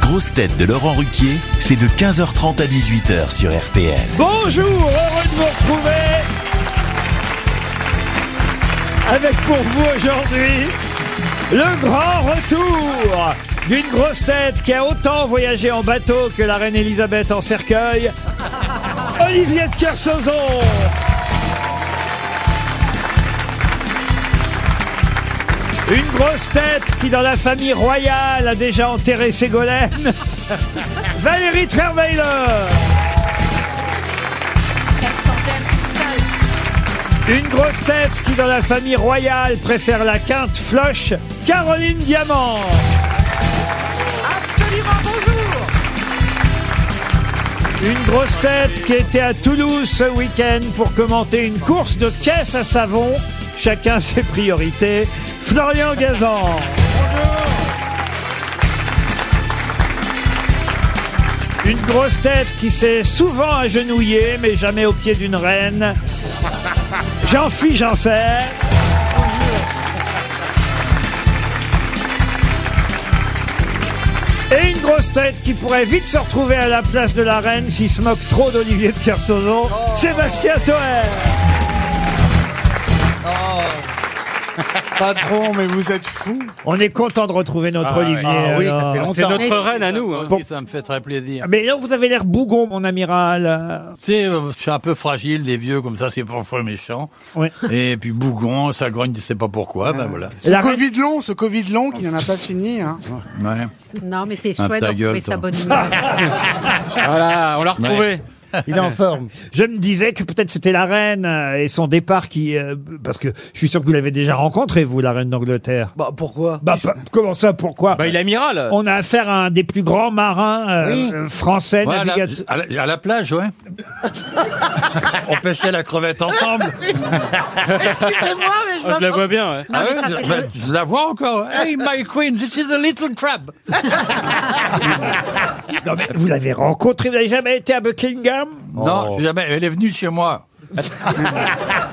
grosses têtes de Laurent Ruquier, c'est de 15h30 à 18h sur RTL. Bonjour, heureux de vous retrouver avec pour vous aujourd'hui le grand retour d'une grosse tête qui a autant voyagé en bateau que la reine Elisabeth en cercueil, Olivier de Kersauzon. Une grosse tête qui, dans la famille royale, a déjà enterré Ségolène, Valérie Trierweiler. Une grosse tête qui, dans la famille royale, préfère la quinte floche, Caroline Diamant. Absolument bonjour Une grosse tête qui était à Toulouse ce week-end pour commenter une course de caisse à savon. Chacun ses priorités. Florian Gazan. Une grosse tête qui s'est souvent agenouillée, mais jamais au pied d'une reine. J'en fuis, j'en sais. Et une grosse tête qui pourrait vite se retrouver à la place de la reine s'il se moque trop d'Olivier de Kersauzon, Oh. Sébastien Toer. Patron, Oh. mais vous êtes fou. On est content de retrouver notre Ah ouais. Olivier. Ah oui, ça fait alors. longtemps. C'est Mais- notre reine à nous. hein. Bon. Ça me fait très plaisir. Mais non, vous avez l'air bougon, mon amiral. Tu sais, euh, je suis un peu fragile, les vieux comme ça, c'est parfois méchant. Ouais. Et puis Bougon, ça grogne, je sais pas pourquoi, ben voilà. Ce La reine- Covid long, ce Covid long qui n'en a pas fini. Hein. Ouais. Non, mais c'est Ah, chouette ta de gueule, retrouver sa toi. bonne humeur. Voilà, on l'a retrouvée. Il est en forme. Je me disais que peut-être c'était la reine euh, et son départ qui... euh, parce que je suis sûr que vous l'avez déjà rencontré, vous, la reine d'Angleterre. Bah pourquoi Bah, pa- comment ça, pourquoi Bah, il est amiral. On a affaire à un des plus grands marins euh, euh, français, Ouais, à, la, navigateur. à la- à la plage, ouais. On pêchait la crevette ensemble. Oh, Ah, je la vois bien. ouais. Ah mais ouais, ça, c'est ben, le- je la vois encore. Hey, my queen, this is a little crab. Non, mais vous l'avez rencontré, vous n'avez jamais été à Buckingham Oh. Non, jamais. Elle est venue chez moi.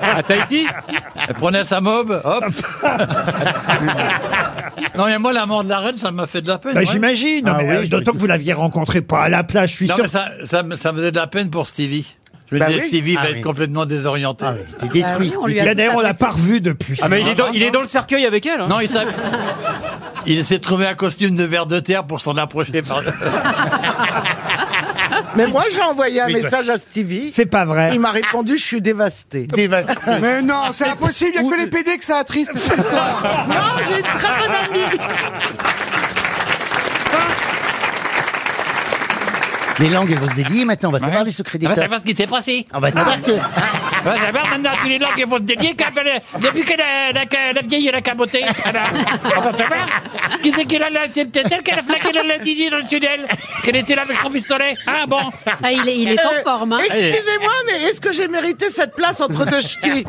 À Tahiti Elle prenait sa mob, hop. non, mais moi, la mort de la reine, ça m'a fait de la peine. Bah, ouais. J'imagine, non, Ah mais, oui, euh, d'autant que vous l'aviez rencontré pas à la plage, je suis Non, sûr. mais ça, ça, me- ça me faisait de la peine pour Stevie. Je me Bah disais, oui. Stevie Ah va oui. être complètement désorienté. T'es détruit. Ah oui, on lui Il y a tout d'ailleurs, on l'a apprécié. pas revu depuis. Ah, mais il est dans, il est dans le cercueil avec elle. hein. Non, il s'est... Il s'est trouvé un costume de verre de terre pour s'en approcher par le... Mais moi, j'ai envoyé un message à Stevie. C'est pas vrai. Il m'a répondu, je suis dévasté. Dévasté. Mais non, Ah, c'est impossible. Il n'y a que les PD que ça attriste cette histoire. non, j'ai une très bonne amie. Les langues, elles vont se délier maintenant. On va savoir les secrets Ah, bah, d'État. ce qui s'est passé. On va savoir que. On va savoir ben, maintenant tous les langues vont se délier quand elle- depuis que la, la, la vieille elle a caboté. Alors, on va savoir qui c'est qui l'a... la- C'est peut-être elle qui a flaqué le la Didi dans le tunnel. Qu'elle était là avec son pistolet. Ah bon Ah, il est, il est Euh, en forme. hein. Excusez-moi, mais est-ce que j'ai mérité cette place entre deux ch'tis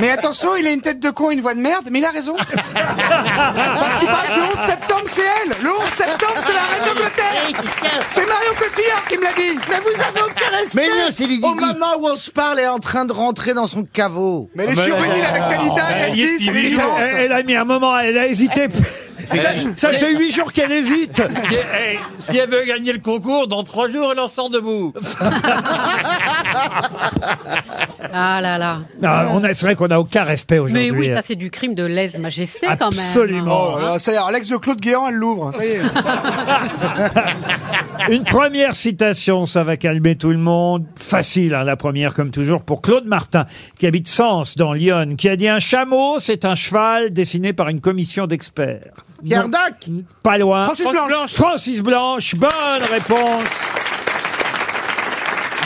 Mais attention, il a une tête de con, une voix de merde, mais il a raison. Parce qu'il paraît que le 11 septembre, c'est elle. Le 11 septembre, c'est la reine d'Angleterre. C'est Marion Cotillard qui me l'a dit. Mais vous avez aucun respect Mais non, c'est les Au Didi. moment où on se parle, elle est en train de rentrer dans son caveau. Mais elle est sur une île Oh, avec Dalida, elle y est Elvis, elle est depuis Elle, vivante. elle a mis un moment, elle a hésité. Ça, ça fait huit jours qu'elle hésite. Si elle veut gagner le concours, dans trois jours, elle en sort debout. Ah là là. Non, on a- c'est vrai qu'on n'a aucun respect aujourd'hui. euh, Mais oui, ça c'est du crime de lèse-majesté quand même. Absolument. Oh là là, ça y est, Alex de Claude Guéant, elle l'ouvre. Ça y est. Une première citation, ça va calmer tout le monde. Facile, hein, la première, comme toujours, pour Claude Martin, qui habite Sens, dans l'Yonne, qui a dit « Un chameau, c'est un cheval dessiné par une commission d'experts. Pierre Dac » Pas loin. Francis Blanche. Francis Blanche, bonne réponse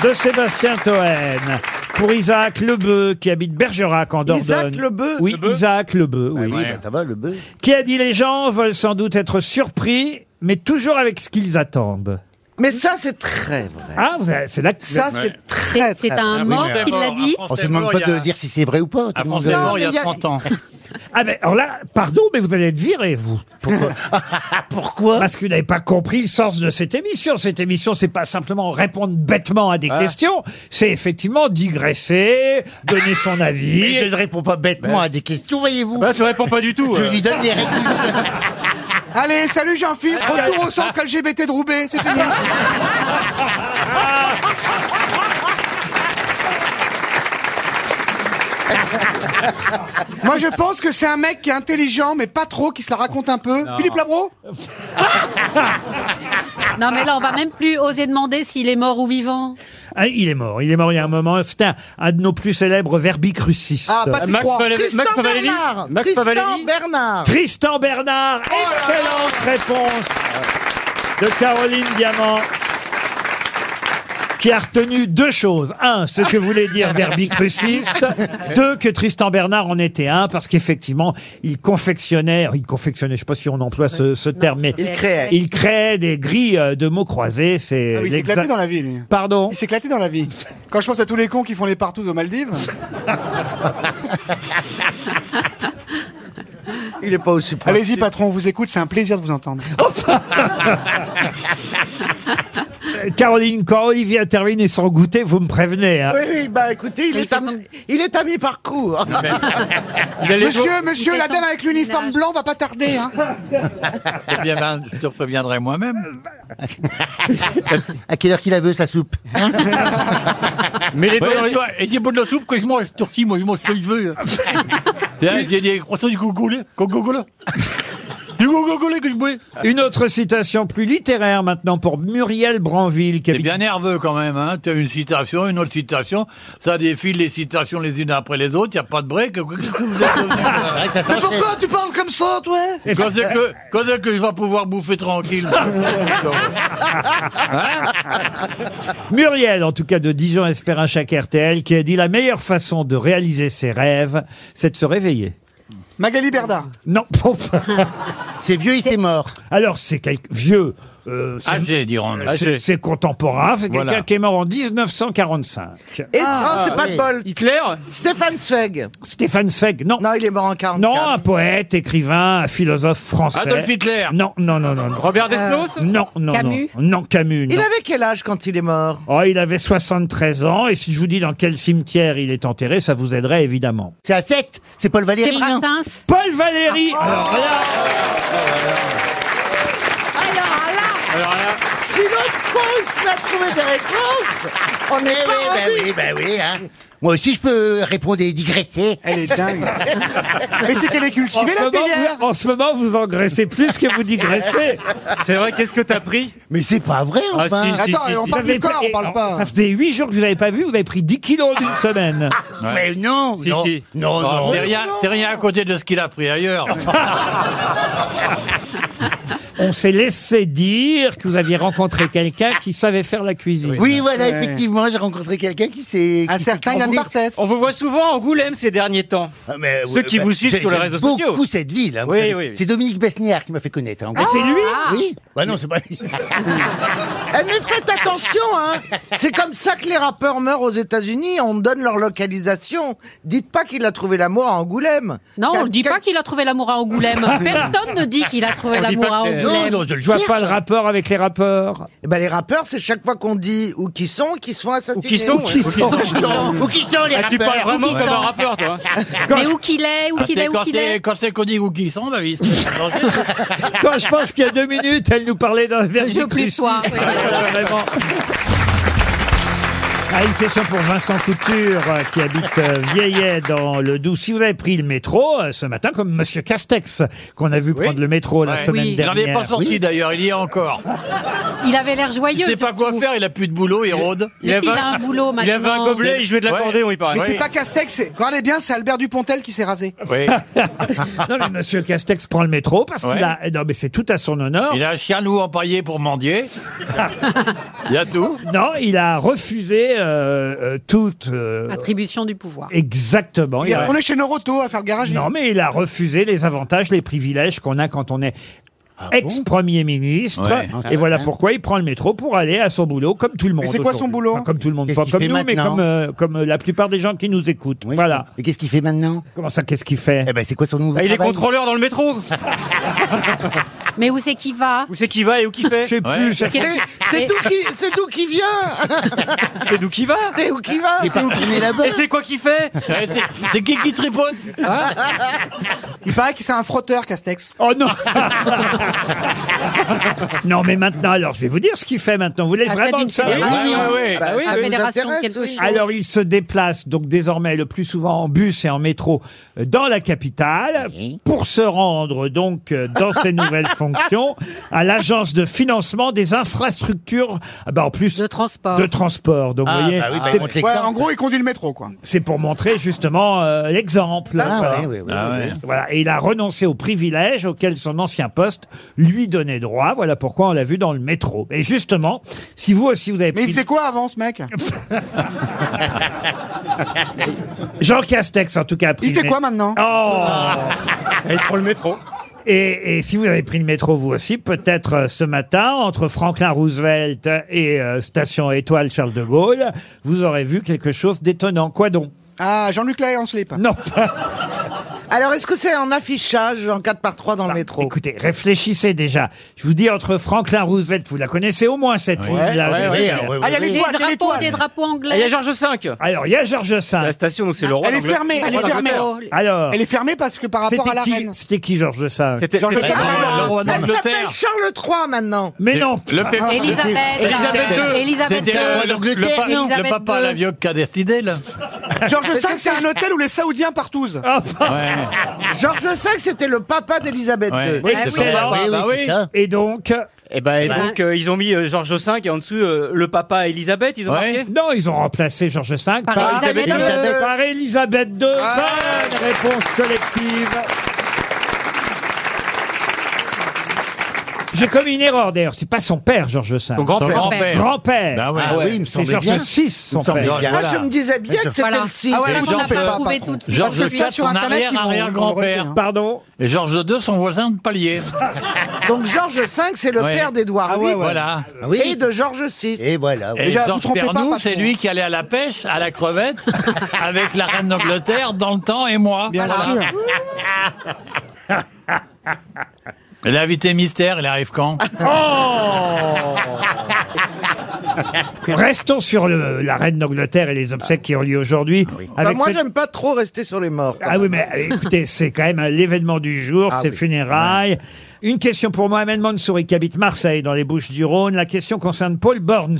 de Sébastien Toen. Pour Isaac Lebeu, qui habite Bergerac, en Dordogne. Isaac Lebeu Oui, Isaac Lebeu, Bah oui. Ouais. Ah Ça va, le bœuf Qui a dit « Les gens veulent sans doute être surpris, mais toujours avec ce qu'ils attendent. Mais ça, c'est très vrai. » Ah, vous avez- c'est là que... Ça, Ouais. c'est très, C'est très c'est un Ah oui, mort mais- qui l'a dit. On te demande Oh, pas de dire si c'est vrai ou pas. À Tout le monde France mort il y Non, mais il y a a- 30 ans. Ah ben alors là, pardon, mais vous allez être viré, vous. Pourquoi Parce que vous n'avez pas compris le sens de cette émission. Cette émission, c'est pas simplement répondre bêtement à des questions, c'est effectivement digresser, donner son Mais je avis. Ben. ne réponds pas bêtement à des questions, voyez-vous. Bah, tu réponds pas du tout. Je euh. lui donne des réponses. Allez, salut Jean-Philippe, retour au centre LGBT de Roubaix, c'est fini. Moi, je pense que c'est un mec qui est intelligent, mais pas trop, qui se la raconte un peu. Philippe Labro Non, mais là, on va même plus oser demander s'il est mort ou vivant. Ah, il est mort, il est mort il y a un moment. C'était un, un de nos plus célèbres verbicrucistes. Ah, Patrick Max Roy. Valéry- Tristan Max Favalelli Bernard Max Tristan Favalelli Bernard Tristan Bernard, excellente réponse de Caroline Diamant. Qui a retenu deux choses. Un, ce que voulait dire verbicruciste. Deux, que Tristan Bernard en était un, parce qu'effectivement, il confectionnait, il confectionnait, je sais pas si on emploie ce, ce terme, mais Il créait. il créait des grilles euh, de mots croisés. C'est Ah oui, il s'est l'exact- éclaté dans la vie, lui. Pardon Il s'est éclaté dans la vie. Quand je pense à tous les cons qui font les partout aux Maldives, Il est pas aussi proche. allez-y patron, on vous écoute, c'est un plaisir de vous entendre. Caroline, quand Olivier a terminé son goûter, vous me prévenez. hein. Oui, oui, bah écoutez, il, Mais est, à, ils il est à mi-parcours. Il a les jours- Monsieur, monsieur, Il la fait dame son avec l'uniforme ménage. blanc va pas tarder. Hein. Eh bien, ben, je te préviendrai moi-même. À quelle heure qu'il a veut sa soupe Mais les doigts dans les- Et j'ai beau de la soupe, quand je mange, je tourcis, moi, je mange ce que je veux. Là, J'ai des croissants du gogolé. Gogolé. Du gogolé que je bois. Une autre citation plus littéraire maintenant pour Muriel Branville. qui T'es habite- bien nerveux quand même, hein. T'as une citation, une autre citation. Ça défile les citations les unes après les autres. Y a pas de break. Qu'est-ce que vous êtes devenus, là C'est vrai que ça Mais s'enchaîne. pourquoi tu parles comme ça, toi Quand c'est que, quand c'est que je vais pouvoir bouffer tranquille? Muriel, en tout cas de Dijon Espérin chaque RTL, qui a dit la meilleure façon de réaliser ses rêves, c'est de se réveiller. Magali Berda. Non. C'est vieux, il s'est mort. Alors c'est quelque vieux. euh, c'est- Alger, diront c'est c'est contemporain, c'est quelqu'un Voilà. qui est mort en 1945. Et oh, c'est pas de bol. Ah, Hitler Stéphane Zweig. Stéphane Zweig, non. Non, il est mort en 44. Non, un poète, écrivain, un philosophe français. Adolf Hitler. Non, non, non, non, non. Robert Desnos Non, non, Camus. non. Non, Camus, non. Euh, Il avait quel âge quand il est mort Oh, il avait 73 ans, et si je vous dis dans quel cimetière il est enterré, ça vous aiderait évidemment. C'est à 7. C'est Paul C'est Valéry. non Brassens Ah, oh. Paul Valéry Alors là, Si l'autre cause n'a trouvé des réponses, on Eh est oui, pas bah rendu. oui, bah oui. hein. Moi aussi, je peux répondre et digresser. Elle est dingue. Mais c'est qu'elle est en cultivée, ce, la théière. moment, vous, en ce moment, vous engraissez plus que vous digressez. C'est vrai, qu'est-ce que t'as pris Mais c'est pas vrai, Ah, enfin. si, si, Attends, si, on Vous si. parle avez du corps, pas- on parle pas. Ça faisait 8 jours que vous n'avez pas vu, vous avez pris 10 kilos en une semaine. Mais non, Si, non, si. non, Ah, non. C'est rien, c'est rien à côté de ce qu'il a pris ailleurs. On s'est laissé dire que vous aviez rencontré quelqu'un qui savait faire la cuisine. Oui, voilà, Ouais. effectivement, j'ai rencontré quelqu'un qui s'est... Un qui s'est certain Yann transformé. Barthès. On vous voit souvent en Angoulême ces derniers temps. Ah, mais, Ceux qui vous suivent j'ai- sur les j'aime réseaux beaucoup sociaux. beaucoup cette ville. hein. Oui, oui, oui. C'est Dominique Besniard qui m'a fait connaître. hein. Et c'est lui Oui Bah non, c'est pas lui. Eh, mais faites attention, hein. C'est comme ça que les rappeurs meurent aux États-Unis. On donne leur localisation. Dites pas qu'il a trouvé l'amour à Angoulême. Non, on ne dit Quel- pas qu'il a trouvé l'amour à Angoulême. Personne ne dit qu'il a trouvé On dit l'amour à pas que c'est- Angoulême. Non, non, je le Je vois cherche. pas le rapport avec les rapports. Eh ben, les rappeurs, c'est chaque fois qu'on dit où qu'ils sont, qu'ils sont assassinés. Qui sont, Qui ouais. sont Où qui sont les Ah, Tu parles rappeurs vraiment Qui comme sont un rappeur, toi. hein. Mais où qu'il est, où Quand qu'il est, Ah, c'est- où quand qu'il est. c'est- quand c'est qu'on dit où qu'ils sont, bah oui, c'est dangereux. Quand je pense qu'il y a deux minutes, elle nous parlait d'un Je plus soir. oui. Vraiment. Ah, une question pour Vincent Couture, euh, qui habite euh, Vieillet dans le Doubs. Si vous avez pris le métro euh, ce matin, comme Monsieur Castex, qu'on a vu Oui. prendre le métro la Ouais. semaine Oui. J'en ai dernière. pas sorti d'ailleurs, il y est encore. Il avait l'air Il joyeux. sait pas quoi surtout. faire, il a plus de boulot, il rôde. Il Mais s'il avait- a un boulot maintenant. Il avait un gobelet, il jouait de l'accordéon, il paraît. Mais c'est Oui. pas Castex, c'est- regardez bien, c'est Albert Dupontel qui s'est rasé. Oui. Non, mais Monsieur Castex prend le métro parce Ouais. qu'il a. Non, mais c'est tout à son honneur. Il a un chien loup empaillé pour mendier. Il y a tout. Non, il a refusé euh, euh, toute. euh, Attribution du pouvoir. Exactement. Il est a- retourné chez Noroto à faire le garage. Non, mais il a refusé les avantages, les privilèges qu'on a quand on est Ah ex-premier ministre. Ouais. bah Et voilà pourquoi il prend le métro pour aller à son boulot, comme tout le monde. c'est quoi son aujourd'hui. boulot Enfin, Comme tout le monde, Qu'est-ce pas qu'il comme fait nous, mais maintenant comme, euh, comme la plupart des gens qui nous écoutent. Oui. Voilà. Et qu'est-ce qu'il fait maintenant Comment ça, qu'est-ce qu'il fait Ah, Bah, Eh ben, c'est quoi son nouveau Ah, Il est travail contrôleur dans le métro. Mais où c'est qui va Où c'est qui va et où qui fait Je sais plus, ça fait... C'est d'où qui, c'est d'où qui vient Et d'où qui va C'est où qui va Il, par- Et c'est quoi qui fait Ouais, c'est- C'est qui qui tripote Il paraît que c'est un frotteur, Castex. Oh non Non, mais maintenant, alors, je vais vous dire ce qu'il fait maintenant. Vous voulez À vraiment tête le d'une savoir fédération. Ah Ouais, ouais, ouais. Bah oui, La ça nous fédération, intéresse, quelque oui. chose. Alors, il se déplace donc désormais le plus souvent en bus et en métro euh, dans la capitale pour se rendre donc euh, dans ses nouvelles fonctions à l'agence de financement des infrastructures. Ah bah, en plus De transport. de transport. Donc, vous voyez, bah oui, bah, c'est- il monte les Ouais, cordes. en gros, il conduit le métro, quoi. c'est pour montrer justement euh, l'exemple. Ah, ouais, ouais, ouais. Ah ouais. Voilà, et il a renoncé aux privilèges auxquels son ancien poste lui donnait droit. Voilà pourquoi on l'a vu dans le métro. Et justement, si vous aussi vous avez Mais il pris faisait quoi avant, ce mec Jean Castex en tout cas a pris Il fait le quoi maintenant Oh Et pour le métro. et, et si vous avez pris le métro vous aussi, peut-être euh, ce matin, entre Franklin Roosevelt et euh, Station Étoile Charles de Gaulle, vous aurez vu quelque chose d'étonnant. Quoi donc Ah, Jean-Luc Lahaye en slip. Non Alors, est-ce que c'est un affichage en 4 par 3 dans le métro Bah, Écoutez, réfléchissez déjà. Je vous dis, entre Franklin Roosevelt, vous la connaissez au moins cette ligne Ouais, ouais, ouais, ouais, Ah, il y a ouais. les Des toiles, il y a les drapeaux, des toiles. drapeaux Ah, Il y a anglais. Georges V. Alors, il y a Georges V. La station, donc c'est le roi. Elle est d'Angleterre. fermée, elle est Le roi fermée. d'Angleterre. Alors, Elle est fermée parce que par rapport à c'était la qui, reine. c'était qui Georges V C'était Georges c'était- V. le roi Elle s'appelle d'Angleterre. Charles III maintenant. Mais non Le père. Ah, Elisabeth. Elisabeth II. Elisabeth C'était le, II. le- le pa- le Elisabeth papa à II. la vieux qui a décidé, là. Georges V, c'est un hôtel où les Saoudiens partouzent. Enfin, Ouais. Georges V, c'était le papa d'Elisabeth ouais. II. oui, Ah oui. c'est Ouais, mort. bah, bah oui. c'est ça. Et donc, Et ben, et donc, euh, ils ont mis euh, Georges V et en dessous, euh, le papa Elisabeth, ils ont Ouais. marqué. non, ils ont remplacé Georges V Par par, Elisabeth Elisabeth II. II. par Elisabeth II. Ah. Bonne réponse collective. J'ai commis une erreur d'ailleurs, c'est pas son père Georges V. Son grand-père. Son grand-père. Grand-père. Bah ouais. Ah oui, il me C'est semblait Georges bien. VI, Il son me semblait père. bien. Moi, je me disais bien que c'était Voilà. le 6. Ah ouais, On vous n'a en faites pas pas, trouvé patron. tout de suite. Georges que V, ça, sur son Internet, ils vont- hein. arrière-arrière-grand-père. ils vont Pardon Et Georges II, son voisin de palier. Donc Georges V, c'est le Ouais. père d'Édouard VIII Voilà. Ah oui. et de Georges Eh VI. Et voilà. ouais. Et Déjà, vous Georges trompez pas, Pernoud, patron. c'est lui qui allait à la pêche, à la crevette, avec la reine d'Angleterre, dans le temps, et moi. Bien Voilà. sûr. Et L'invité mystère, il arrive quand Oh. Restons sur le- la reine d'Angleterre et les obsèques qui ont lieu aujourd'hui. Bah, avec moi, cette- j'aime pas trop rester sur les morts. Ah oui, mais euh, écoutez, c'est quand même euh, l'événement du jour, ces funérailles. Une question pour Mohamed Mansouri qui habite Marseille dans les Bouches du Rhône. La question concerne Paul Burns.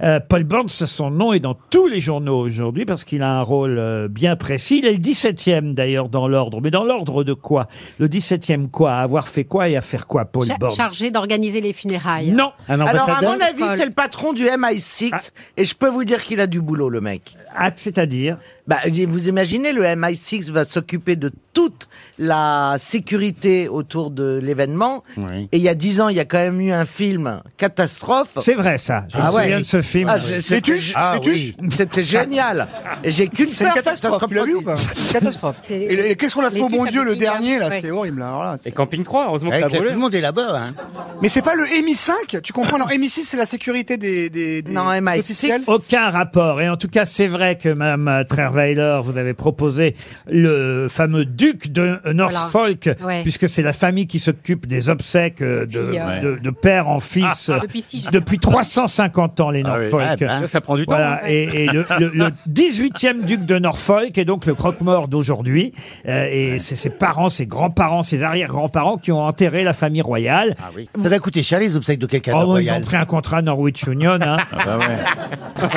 Euh, Paul Burns, son nom est dans tous les journaux aujourd'hui parce qu'il a un rôle euh, bien précis. Il est le 17e d'ailleurs dans l'ordre. Mais dans l'ordre de quoi Le 17e quoi À avoir fait quoi et à faire quoi, Paul Cha- Burns Chargé d'organiser les funérailles. Ah Non. Ah Alors, à mon avis, Paul. c'est le patron du MI6 et je peux vous dire qu'il a du boulot, le mec. Ah, C'est-à-dire Bah, vous imaginez, le MI6 va s'occuper de toute la sécurité autour de l'événement. Oui. Et il y a dix ans, il y a quand même eu un film catastrophe. C'est vrai ça. Je me Ah ouais. souviens de ce film. Ah, je- Les c'était- tuches Ah Les tuches oui. C'était génial. Et J'ai qu'une C'est une peur, catastrophe, tu l'as vu ou pas C'est une catastrophe. C'est- Et le- qu'est-ce qu'on a fait les au bon culs Dieu, le avec Tinder, dernier, là ouais. C'est horrible, là, alors là, c'est- Et Camping 3, heureusement que Avec t'as la- tout brûlé. le monde est là-bas. Hein. Mais c'est pas le MI5 Tu comprends, non, MI6, c'est la sécurité des... des, des Non, des MI6. officiels. Aucun rapport. Et en tout cas, c'est vrai que Mme Trerweiler, vous avez proposé le fameux duc de Norfolk, Ouais. puisque c'est la famille qui s'occupe des obsèques euh, de, Depuis, euh, Ah, de- de père en fils euh, Depuis six générations. depuis 350 ans, les Norfolk. Ah, ben. Ça prend du temps. Voilà, et, et le, le- le 18e duc de Norfolk est donc le croque-mort d'aujourd'hui. Euh, et c'est ses parents, ses grands-parents, ses arrière-grands-parents qui ont enterré la famille royale. Ah oui. Ça va coûter cher les obsèques de quelqu'un de Oh, ils ont royal. pris un contrat Norwich Union. hein.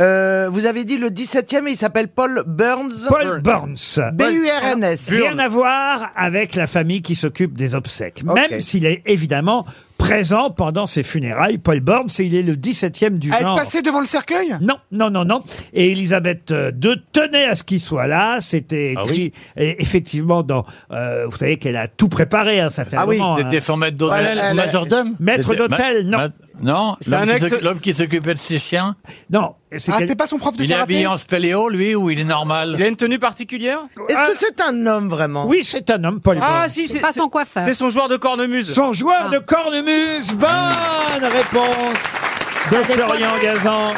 Euh, vous avez dit le 17e et il s'appelle Paul Burns. Paul Burns. B-U-R-N-S. Rien à voir avec la famille qui s'occupe des obsèques. Ok. Même s'il est évidemment présent pendant ses funérailles, Paul Burns, et il est le 17e du À être genre. passé devant le cercueil Non, non, non, non. Et Elisabeth euh, II tenait à ce qu'il soit là. C'était écrit et effectivement dans. euh, vous savez qu'elle a tout préparé, hein, ça fait un Ah oui, moment, hein. C'était son maître d'hôtel. Ouais, Son elle- majordome Maître C'était- d'hôtel, non. Ma- Non, C'est l'homme un qui ex- s'occu- l'homme qui s'occupait de ses chiens. Non. c'est Ah, quel- c'est pas son prof de Il est karaté habillé en spéléo, lui, ou il est Il normal a une tenue particulière Ah. Est-ce que c'est un homme vraiment Oui, c'est un homme, Paul Ah Burns. si, c'est Pas c'est- son coiffeur. c'est son joueur de cornemuse. Son joueur de cornemuse. Bonne réponse de Florian Gazan.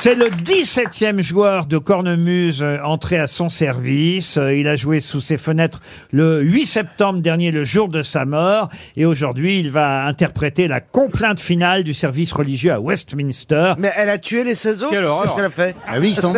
C'est le 17e joueur de Cornemuse euh, entré à son service. Euh, Il a joué sous ses fenêtres le 8 septembre dernier, le jour de sa mort. Et aujourd'hui, il va interpréter la complainte finale du service religieux à Westminster. Mais elle a tué les 16 autres Quelle horreur. Qu'est-ce qu'elle a fait Ah oui, ils sont,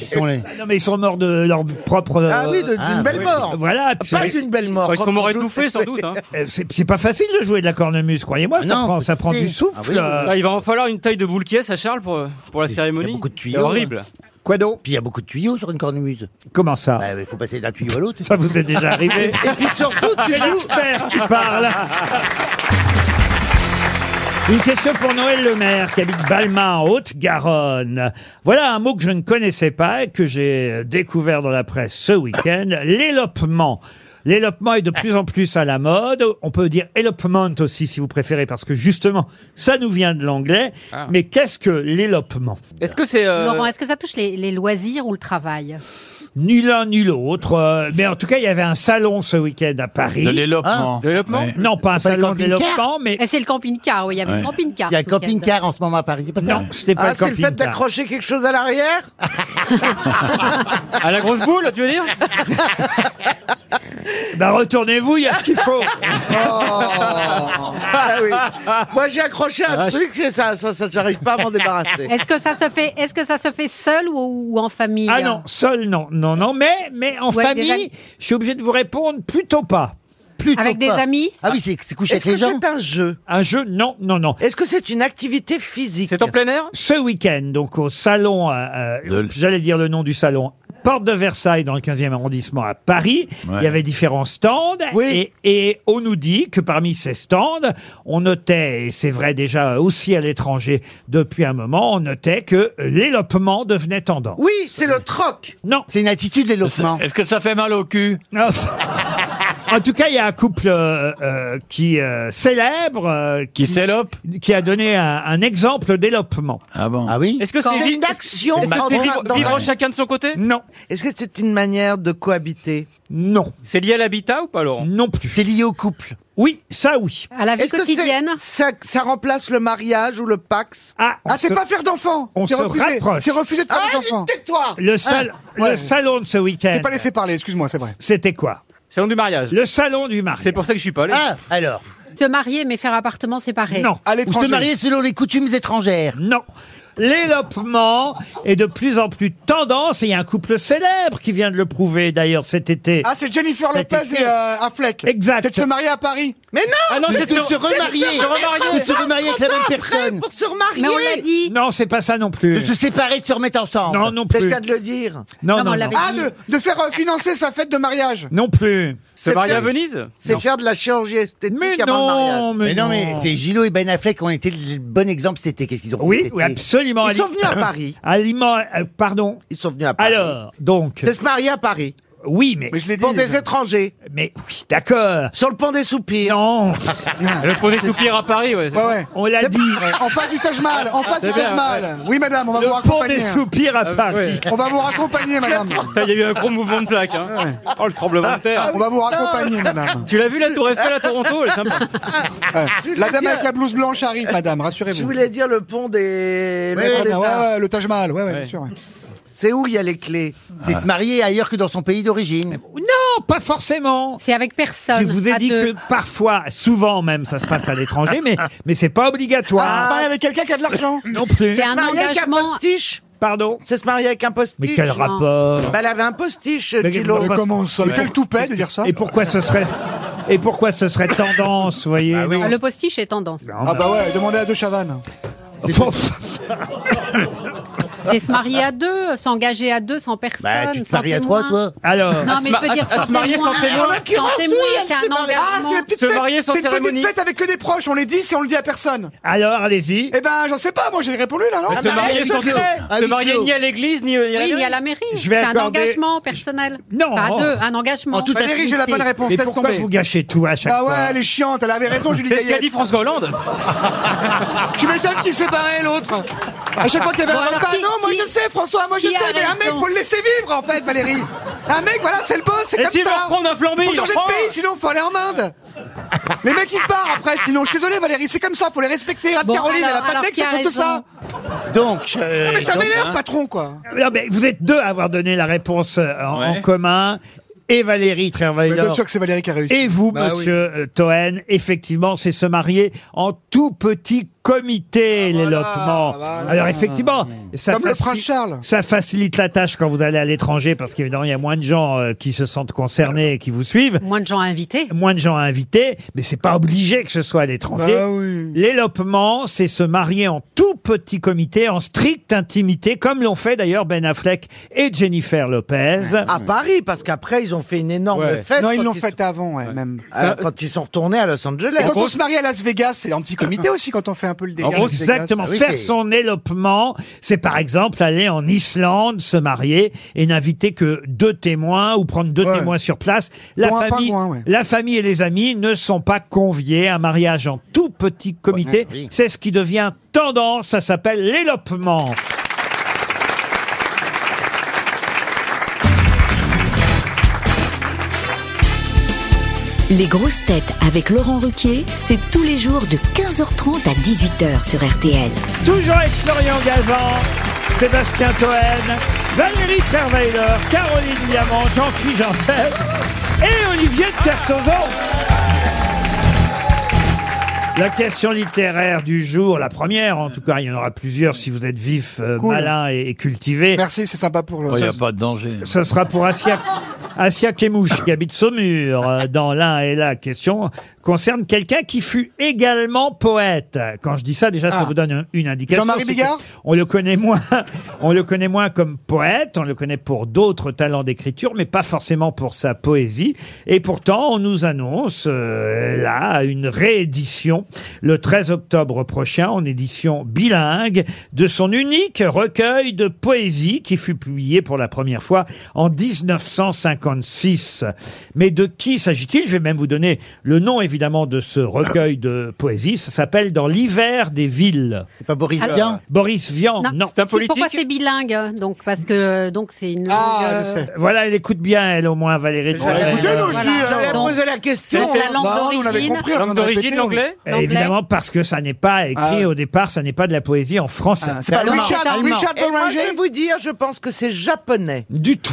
ils sont les... Non, mais ils sont morts de leur propre... euh, Ah oui, de- d'une Ah, belle oui. mort Voilà, puis Pas c'est- d'une belle mort Parce qu'on m'aurait Comme- étouffé sans doute. hein. euh, c'est c'est pas facile de jouer de la cornemuse, croyez-moi, ça Ah Non, prend, ça faut prend du souffler. souffle. Ah oui, oui. euh. Là, il va en falloir une taille de boule qui est à Charles pour, pour la Il y a cérémonie. beaucoup de tuyaux, hein. C'est horrible. Quoi donc Puis il y a beaucoup de tuyaux sur une cornemuse. Comment ça Bah, il faut passer d'un tuyau à l'autre. Ça vous est déjà arrivé Et puis surtout, tu joues Expert qui parle. Une question pour Noël Lemaire, qui habite Balmain, en Haute-Garonne. Voilà un mot que je ne connaissais pas et que j'ai découvert dans la presse ce week-end. L'élopement. L'élopement est de plus en plus à la mode. On peut dire elopement aussi, si vous préférez, parce que justement, ça nous vient de l'anglais. Mais qu'est-ce que l'élopement Ah. Est-ce que c'est. euh, Laurent, est-ce que ça touche les, les loisirs ou le travail Ni l'un ni l'autre. euh, Mais en tout cas, il y avait un salon ce week-end à Paris. Hein De l'élopement. de l'élopement Ouais. Non, pas un Pas le salon de camping-car l'élopement, mais Et Eh, C'est le camping-car, oui, il y avait Ouais. le camping-car. Il y a un ce week-end. camping-car en ce moment à Paris, c'est pas ça Non, c'était pas Ah, le c'est le fait camping-car. d'accrocher quelque chose à l'arrière À la grosse boule, tu veux dire Bah retournez-vous, il y a ce qu'il faut. Oh. Ah oui. Moi, j'ai accroché un truc, c'est ça, ça, ça, j'arrive pas à m'en débarrasser. Est-ce que ça se fait, est-ce que ça se fait seul ou, ou en famille hein. ah non, seul non, non, non, mais mais en Ouais, famille, déjà- je suis obligé de vous répondre plutôt pas. Plutôt Avec des pas. amis Ah oui, c'est c'est couché avec Est-ce que les gens. c'est un jeu Un jeu, non, non, non. Est-ce que c'est une activité physique C'est en plein air Ce week-end, donc au salon, euh, euh, De- j'allais dire le nom du salon. Porte de Versailles, dans le 15e arrondissement à Paris, Ouais. il y avait différents stands Oui. et, et on nous dit que parmi ces stands, on notait, et c'est vrai déjà aussi à l'étranger depuis un moment, on notait que l'élopement devenait tendance. Oui, c'est le troc. Non, C'est une attitude, l'élopement. Est-ce que ça fait mal au cul Non. En tout cas, il y a un couple euh, euh, qui euh, célèbre, euh, Qui s'élope qui, qui a donné un, un exemple d'élopement. Ah bon Ah oui Est-ce que c'est C'est vi- une action. Est-ce que dans- c'est vivre, dans- vivre chacun de son côté Non, Est-ce que c'est une manière de cohabiter non, C'est lié à l'habitat ou pas, Laurent non plus. C'est lié au couple. Oui, ça oui. à la vie Est-ce que c'est- quotidienne ça, ça remplace le mariage ou le pax Ah, on Ah, c'est se- pas faire d'enfants. on C'est se refusé. rapproche. C'est refusé de faire Ah, des enfants. tais-toi le, sal- Ah, ouais. le salon de ce week-end. T'es pas laissé parler, excuse-moi, c'est vrai. C'était quoi Salon du mariage. Le salon du mariage. C'est pour ça que je suis pas allé. Ah, alors. Se marier mais faire appartement séparé Non, À Ou se l'étranger. marier selon les coutumes étrangères. non. L'élopement est de plus en plus tendance et il y a un couple célèbre qui vient de le prouver d'ailleurs cet été. Ah, c'est Jennifer Bah, t'es Lopez et fier. euh, Affleck. Exact. C'est de se marier à Paris. Mais non Ah non, De c'est se remarier. Se remarier. Ou se remarier avec la même personne. Pour se remarier Mais on l'a dit Non, c'est pas ça non plus. De se séparer, de se remettre ensemble. Non, non C'est le plus. cas de le dire. Non, Non, mais non, on non. l'avait Ah, dit. de, de faire euh, financer sa fête de mariage. Non plus. Se marier à Venise C'est faire de la chirurgie esthétique Mais avant le mariage. non, mais, Mais non, mais c'est Gilo et Ben Affleck qui ont été le bon exemple cet été. Qu'est-ce qu'ils ont fait Oui, cet oui, été absolument. Ils sont Ali- venus à Paris. Aliment, euh, pardon. Ils sont venus à Paris. Alors, donc, C'est se marier à Paris. oui, mais, Mais je l'ai dit. Pour des étrangers. mais oui, d'accord. Sur le pont des soupirs. Non, Le premier soupir à Paris, ouais. Ouais, ouais. on l'a dit. Ouais. En face du Taj Mahal, Ah, en face du bien, Ah, Taj Mahal. Oui, madame, on va vous Le pont raccompagner. hein. des soupirs à Paris. ouais. On va vous raccompagner, madame. Putain, Il y a eu un gros mouvement de plaque. Hein. Oh, le tremblement de terre. On va vous raccompagner, madame. Tu l'as vu, la Tour Eiffel à Toronto Elle est sympa. Ouais. La dame avec la blouse blanche arrive, madame, rassurez-vous. Je voulais dire le pont Ouais, des... le pont ouais, des ouais, Arts. ouais, le Taj Mahal, ouais, ouais, bien sûr. ouais. C'est où il y a les clés C'est Ah. se marier ailleurs que dans son pays d'origine. Non, pas forcément. C'est avec personne. Je vous ai à dit deux. que parfois, souvent même, ça se passe à l'étranger, mais, mais c'est pas Ah, se obligatoire. marier avec quelqu'un qui a de l'argent. Non plus. C'est un marier avec un engagement. postiche Pardon. C'est se marier avec un postiche. Mais quel rapport Bah, elle avait un postiche, Mais Gilo. quel- Mais comment ça Mais Quel toupet de dire ça Et pourquoi ce serait et pourquoi ce serait tendance, vous voyez Ah, Le postiche est tendance. Ah bah ouais, demandez à De Chavannes. C'est se marier à deux, s'engager à deux sans personne. Bah, tu te sans maries à trois, témoin. toi. Alors, Non, mais je veux dire Ah, à sans se marier témoin. sans témoin. En l'occurrence, Sans témoin, oui, elle c'est s'est un mariée. Ah, Ah, c'est la engagement. petite Se fête- marier sans c'est une cérémonie. petite fête avec que des proches, on les dit si on le dit à personne. alors, allez-y. Eh ben, j'en sais pas, moi j'ai répondu là, non Ah, bah, se marier, sans clos, à se huis marier clos. ni à l'église, ni, euh, ni à la Oui, mairie. ni à la mairie. Je vais C'est un accorder- engagement personnel. Non. Enfin, à deux, un engagement. En toute Valérie, j'ai la bonne activité. réponse, Mais laisse pourquoi tomber. vous gâchez tout à chaque Ah ouais, fois elle est chiante, elle avait raison, Julie C'est ce qu'a Gaillet. dit François Hollande. Tu m'étonnes qu'il s'est barré l'autre. À chaque fois qu'il y avait Bon, un alors, repas, qui- non, moi qui- je sais, François, moi je qui a sais, mais un raison mec, faut le laisser vivre en fait, Valérie. Un mec, voilà, c'est le boss, c'est Et comme s'il veut ça. reprendre un flambé, Faut il changer reprend. de pays, sinon faut aller en Inde. Les mecs ils se barrent après, sinon je suis désolé Valérie, c'est comme ça, faut les respecter. Anne Bon, Caroline, alors- elle a pas de alors, mec, qui c'est a à cause de raison ça. Donc, euh, Ah, Mais ça donc- m'énerve, patron, quoi. Non, mais vous êtes deux à avoir donné la réponse euh, en, en commun. Et Valérie Mais bien Trierweiler. sûr que c'est Valérie qui a réussi. Et vous, Bah oui. monsieur euh, Toen, effectivement, c'est se marier en tout petit comité, l'élopement. Ah, voilà. Alors, effectivement, ça, Comme le faci- prince Charles. ça facilite la tâche quand vous allez à l'étranger, parce qu'évidemment, il y a moins de gens euh, qui se sentent concernés et qui vous suivent, Moins de gens à inviter. moins de gens à inviter, mais c'est pas obligé que ce soit à l'étranger. Bah oui. L'élopement, c'est se marier en tout petit comité, en stricte intimité, comme l'ont fait d'ailleurs Ben Affleck et Jennifer Lopez. À Paris, parce qu'après, ils ont fait une énorme fête. Non, ils quand l'ont se- faite avant, ouais, même. euh, quand ils sont retournés à Los Et Angeles. quand on se marie à Las Vegas, c'est un petit comité aussi quand on fait un peu le délire. à Las Vegas. Ah Exactement. oui, Faire c'est- son élopement, c'est par exemple aller en Islande se marier et n'inviter que deux témoins ou prendre deux Ouais. témoins sur place. La Pour un famille, pingouin, ouais. la famille et les amis ne sont pas conviés à un mariage en tout petit comité. oui. C'est ce qui devient tendance. Ça s'appelle l'élopement. Les grosses têtes avec Laurent Ruquier, c'est tous les jours de 15h30 à 18h sur RTL. Toujours avec Florian Gazan, Sébastien Toen, Valérie Trierweiler, Caroline Diamant, Jean-Philippe Janssen et Olivier de Kersauzon. La question littéraire du jour, la première en tout cas, il y en aura plusieurs si vous êtes vif, euh, Cool. malin et, et cultivé. Merci, c'est sympa pour le. Oh, Il n'y a pas de danger. Ce sera pour Asia, Asia Kemouche, qui habite Saumur, euh, dans l'un et la question concerne quelqu'un qui fut également poète. Quand je dis ça, déjà, ça Ah. vous donne un- une indication. Jean-Marie c'est que Bigard On le connaît moins, on le connaît moins comme poète, on le connaît pour d'autres talents d'écriture, mais pas forcément pour sa poésie. Et pourtant, on nous annonce, euh, là, une réédition le 13 octobre prochain, en édition bilingue, de son unique recueil de poésie qui fut publié pour la première fois en 1956. Mais de qui s'agit-il Je vais même vous donner le nom, évidemment, de ce recueil de poésie. Ça s'appelle Dans l'hiver des villes. c'est pas Boris Alors- Vian Boris Vian, non. C'est un Si, pourquoi politique c'est bilingue Donc parce que donc c'est une langue. Ah, euh, je sais. Bah, Voilà, elle écoute bien, elle, au moins, Valérie. Trierweiler. écouté, nous voilà. aussi. J'avais Donc, posé euh, la sur question. la langue Bah, euh, on l'avait d'origine. compris, on Langue l'a répété, d'origine, on- l'anglais Euh, Évidemment, parce que ça n'est pas Ah écrit ouais. Ah, au départ, ça n'est pas de la poésie en français. C'est pas Allemand. Richard, Allemand. Richard Et moi, je vais Doranger vous dire, je pense que c'est japonais. Du tout.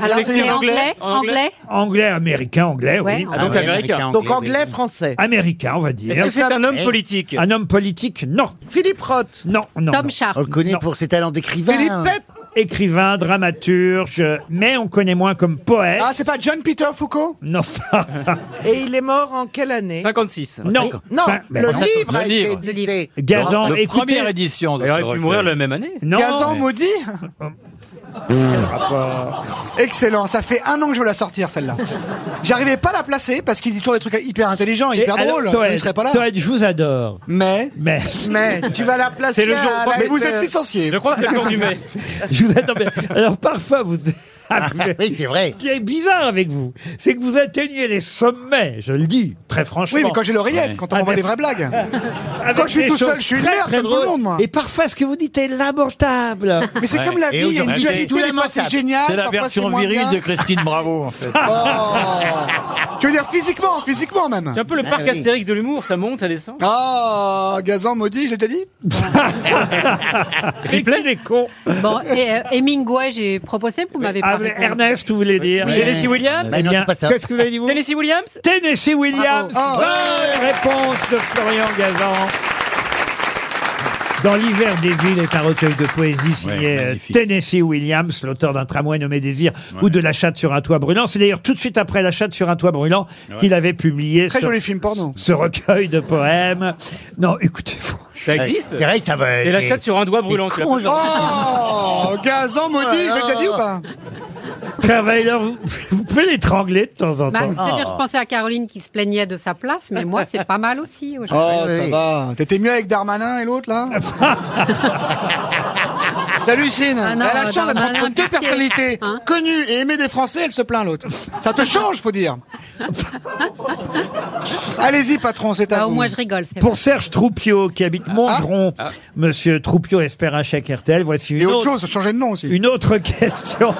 Alors C'est c'est anglais, anglais, anglais Ah, anglais. Anglais, américain, anglais, Ouais, oui. anglais. Donc américain. Donc anglais, français. Américain, on va Est-ce dire. que c'est un homme Eh. politique Un homme politique, non. Philippe Roth. Non, non. non. Tom Sharp. On le connaît Non. pour ses talents d'écrivain. Philippe Pet. Écrivain, dramaturge, mais on connaît moins comme poète. Ah, c'est pas John Peter Foucault Non. Et il est mort en quelle année 56. non. Non, Ça- le ben, non. livre Le a été livre. édité. Gazan, La écoutez. première édition. de Il ce aurait pu recueil. mourir la même année. Non. Gazan maudit rapport. Excellent, ça fait un an que je veux la sortir celle-là. J'arrivais pas à la placer parce qu'il dit toujours des trucs hyper intelligents, Et hyper alors, drôles. Toed, Il serait pas là. Toed, je vous adore. Mais. Mais Mais tu vas la placer. C'est le jour- à la- Mais vous êtes euh, licencié. Je crois que c'est le jour du mai. je vous adore. mais- Alors parfois vous. Oui, c'est vrai. Ah, Ce qui est bizarre avec vous, c'est que vous atteignez les sommets, je le dis, très franchement. Oui, mais quand j'ai l'oreillette, Ouais. quand on m'envoie des vraies blagues. quand je suis des tout seul, choses je suis une très, merde très comme tout le drôles. monde, moi. Et parfois, ce que vous dites est lamentable. Mais c'est Ouais. comme la vie, Et il y a une aujourd'hui, dualité, tout est des fois c'est mentable. génial. C'est la parfois, c'est version moins virile bien. de Christine Bravo, en fait. Oh. Tu veux dire physiquement, physiquement même. C'est un peu le parc Astérix de l'humour, ça monte, ça descend. Ah, Gazan maudit, je l'ai déjà dit Ripley des cons. Bon, et, euh, Hemingway, j'ai proposé, vous m'avez pas Ah, mais répondu. Ernest, vous voulez dire Tennessee Williams Bah Eh non, bien, c'est pas ça. qu'est-ce que vous avez dit vous Tennessee Williams Tennessee Williams. Bravo. Ah. Bonne réponse de Florian Gazan. Dans l'hiver des villes est un recueil de poésie signé Ouais, euh, magnifique. Tennessee Williams, l'auteur d'un tramway nommé Désir ou de La chatte sur un toit brûlant. C'est d'ailleurs tout de suite après La chatte sur un toit brûlant qu'il avait publié Très ce, joli film porno. ce recueil de poèmes. Non, écoutez, faut- Ça existe C'est vrai, ça va. Et la chatte sur un doigt brûlant. tu l'as pas- Oh, Gazan maudit, je l'ai déjà dit ou pas Trierweiler, vous, vous pouvez l'étrangler de temps en Bah, Ah. temps. c'est-à-dire, je pensais à Caroline qui se plaignait de sa place, mais moi, c'est pas mal aussi. aujourd'hui. Oh, ça va. T'étais mieux avec Darmanin et l'autre, là T'hallucines. Ah non, elle a la chance d'être Darmanin, entre deux pitié. personnalités, Hein connues et aimées des Français, elle se plaint l'autre. Ça te change, faut dire. Allez-y, patron, c'est à Bah, au vous. moins, je rigole. c'est Pour Serge Troupiot, qui Ah. habite Montgeron, Monsieur Troupiot espère un chèque RTL. Voici Et une autre autre, chose, changer de nom aussi. une autre question.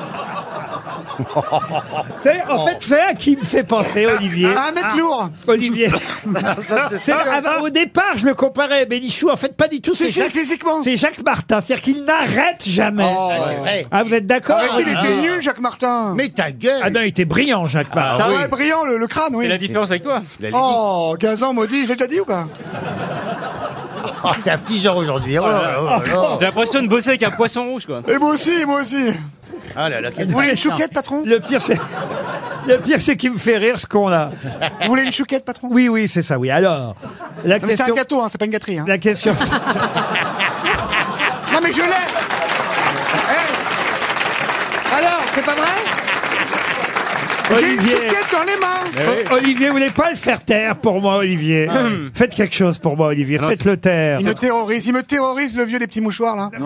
C'est- en fait, c'est à qui me fait penser, Olivier. Ah. Un mec lourd. Olivier. C'est- sûr. avant- au départ, je le comparais à Bénichou. En fait, pas du tout. Si, C'est si, Jacques, physiquement. c'est Jacques Martin. C'est-à-dire qu'il n'arrête jamais. Oh, ouais, ouais. Ah, vous êtes d'accord Arrêtez, il était Olivier nul, Jacques Martin. Mais ta gueule Ah non, il était brillant, Jacques Martin. Ah ouais, brillant, le, le crâne, oui. C'est la différence avec toi. Oh, Gazan, maudit, je l'ai déjà dit ou pas Oh, t'es affligeant aujourd'hui. Oh là là, oh là là. J'ai l'impression de bosser avec un poisson rouge, quoi. Et moi aussi, et moi aussi. Ah là là, quel Vous voulez une bâtard. chouquette, patron Le pire, c'est. Le pire, c'est qu'il me fait rire ce qu'on a. Vous voulez une chouquette, patron Oui, oui, c'est ça, oui. Alors, la Non, mais c'est un question. gâteau, hein, c'est pas une gâterie. Hein. La question. Non, mais je l'ai Hey. Alors, c'est pas vrai J'ai une Olivier. chouquette dans les mains O- Olivier, vous voulez pas le faire taire pour moi, Olivier Faites quelque chose pour moi, Olivier. Faites-le taire. Il me terrorise, il me terrorise le vieux des petits mouchoirs là. Eh,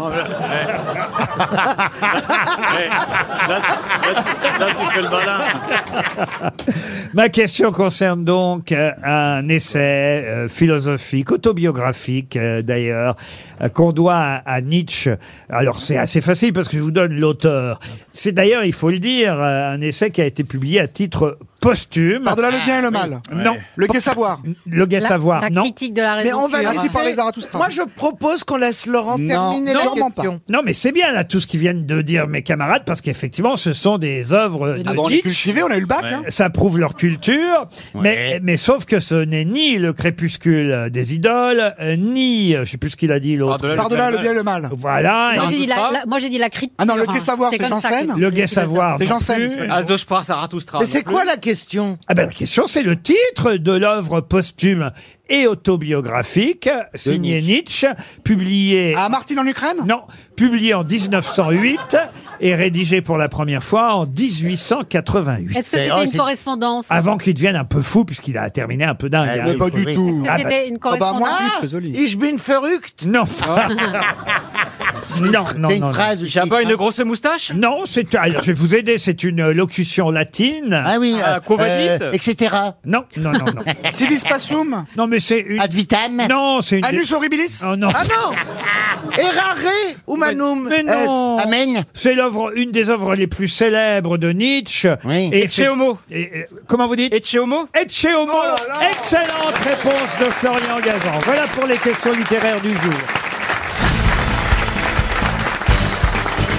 Ma question concerne donc euh, un essai euh, philosophique, autobiographique euh, d'ailleurs, euh, qu'on doit à, à Nietzsche. Alors c'est assez facile parce que je vous donne l'auteur. C'est d'ailleurs, il faut le dire, euh, un essai qui a été publié à titre posthume. Ah, Par-delà le bien et le mal. Non, Le gai savoir. le gai La- savoir, La non. critique de la raison Mais on va pure. laisser- laisser par les Zarathoustra. Moi, je propose qu'on laisse Laurent Non, terminer la sûrement question. Non, mais c'est bien là tout ce qu'ils viennent de dire mes camarades parce qu'effectivement, ce sont des œuvres de Ah bon, on est Nietzsche. cultivé, on a eu le bac. hein. ça prouve leur culture, mais, mais sauf que ce n'est ni le crépuscule des idoles, euh, ni, euh, je sais plus ce qu'il a dit l'autre. Par-delà Par-delà le bien et le mal. Voilà, Moi, et j'ai dit la- Zarathoustra. la- Moi j'ai dit la critique. Ah non, le gai savoir, c'est Janssen. le gai savoir. C'est non Janssen, Ah, bah, plus. c'est pas Also sprach Zarathustra. Mais non c'est plus. quoi la question Ah ben, la question, c'est le titre de l'œuvre posthume et autobiographique, signée Nietzsche, publiée Ah, Martine en Ukraine Non, publié en 1908 et rédigé pour la première fois en 1888. Est-ce que Mais, oh, c'était une c'est- correspondance Avant qu'il devienne un peu fou, puisqu'il a terminé un peu dingue. Ah hein. oui. Pas du oui. tout. Est-ce Eh Ah ben, que bah, c'était une Ah bah, correspondance moi, Ah, désolé. Ich bin verrückt Ah. Non. non, non, C'est non, une non. phrase. J'ai un qui- peu une grosse moustache Non, c'est. alors, je vais vous aider, c'est une euh, locution latine. Ah oui, Ah, euh, Covadis euh, etc. Non, non, non, non. Civis passum non, mais c'est une. Ad vitam. Non, c'est une. Anus horribilis Oh, non. Ah non Errare humanum Mais non Amen. C'est l'œuvre, une des œuvres les plus célèbres de Nietzsche. Oui. Ecce c'est- homo. et- et- comment vous dites Ecce homo Ecce homo. Oh Excellente réponse de Florian Gazan. Voilà pour les questions littéraires du jour.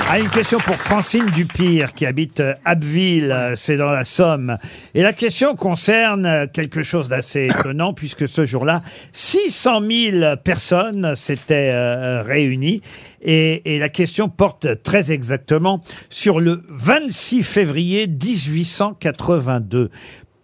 Ah, une question pour Francine Dupire qui habite euh, Abbeville, euh, c'est dans la Somme. Et la question concerne euh, quelque chose d'assez étonnant puisque ce jour-là, 600 000 personnes s'étaient euh, réunies. Et, et la question porte très exactement sur le 26 février 1882.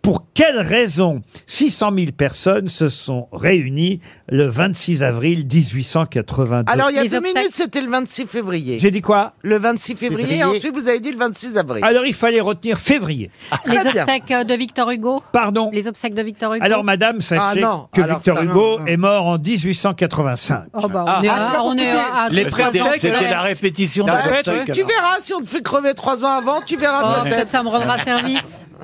Pour quelle raison 600 000 personnes se sont réunies le 26 avril 1882 Alors, il y a Les deux obstacles. minutes, c'était le 26 février. J'ai dit Ah, quoi Le 26 février, Février. ensuite, vous avez dit le 26 avril. Alors il fallait retenir février. Les Ah, Très bien. obsèques euh, de Victor Hugo Pardon. Les obsèques de Victor Hugo Alors madame, sachez Ah, non. que Alors, Victor ça, non, Hugo non. est mort en 1885. Oh, bah, on est Ah, à- on est à- à Les trois ans prétextes, près. c'était la répétition Bah, d'un peut-être, obstacle, oui. Ah, Tu alors. verras si on te fait crever trois ans avant, tu verras Oh, peut-être. Peut-être ça me rendra service.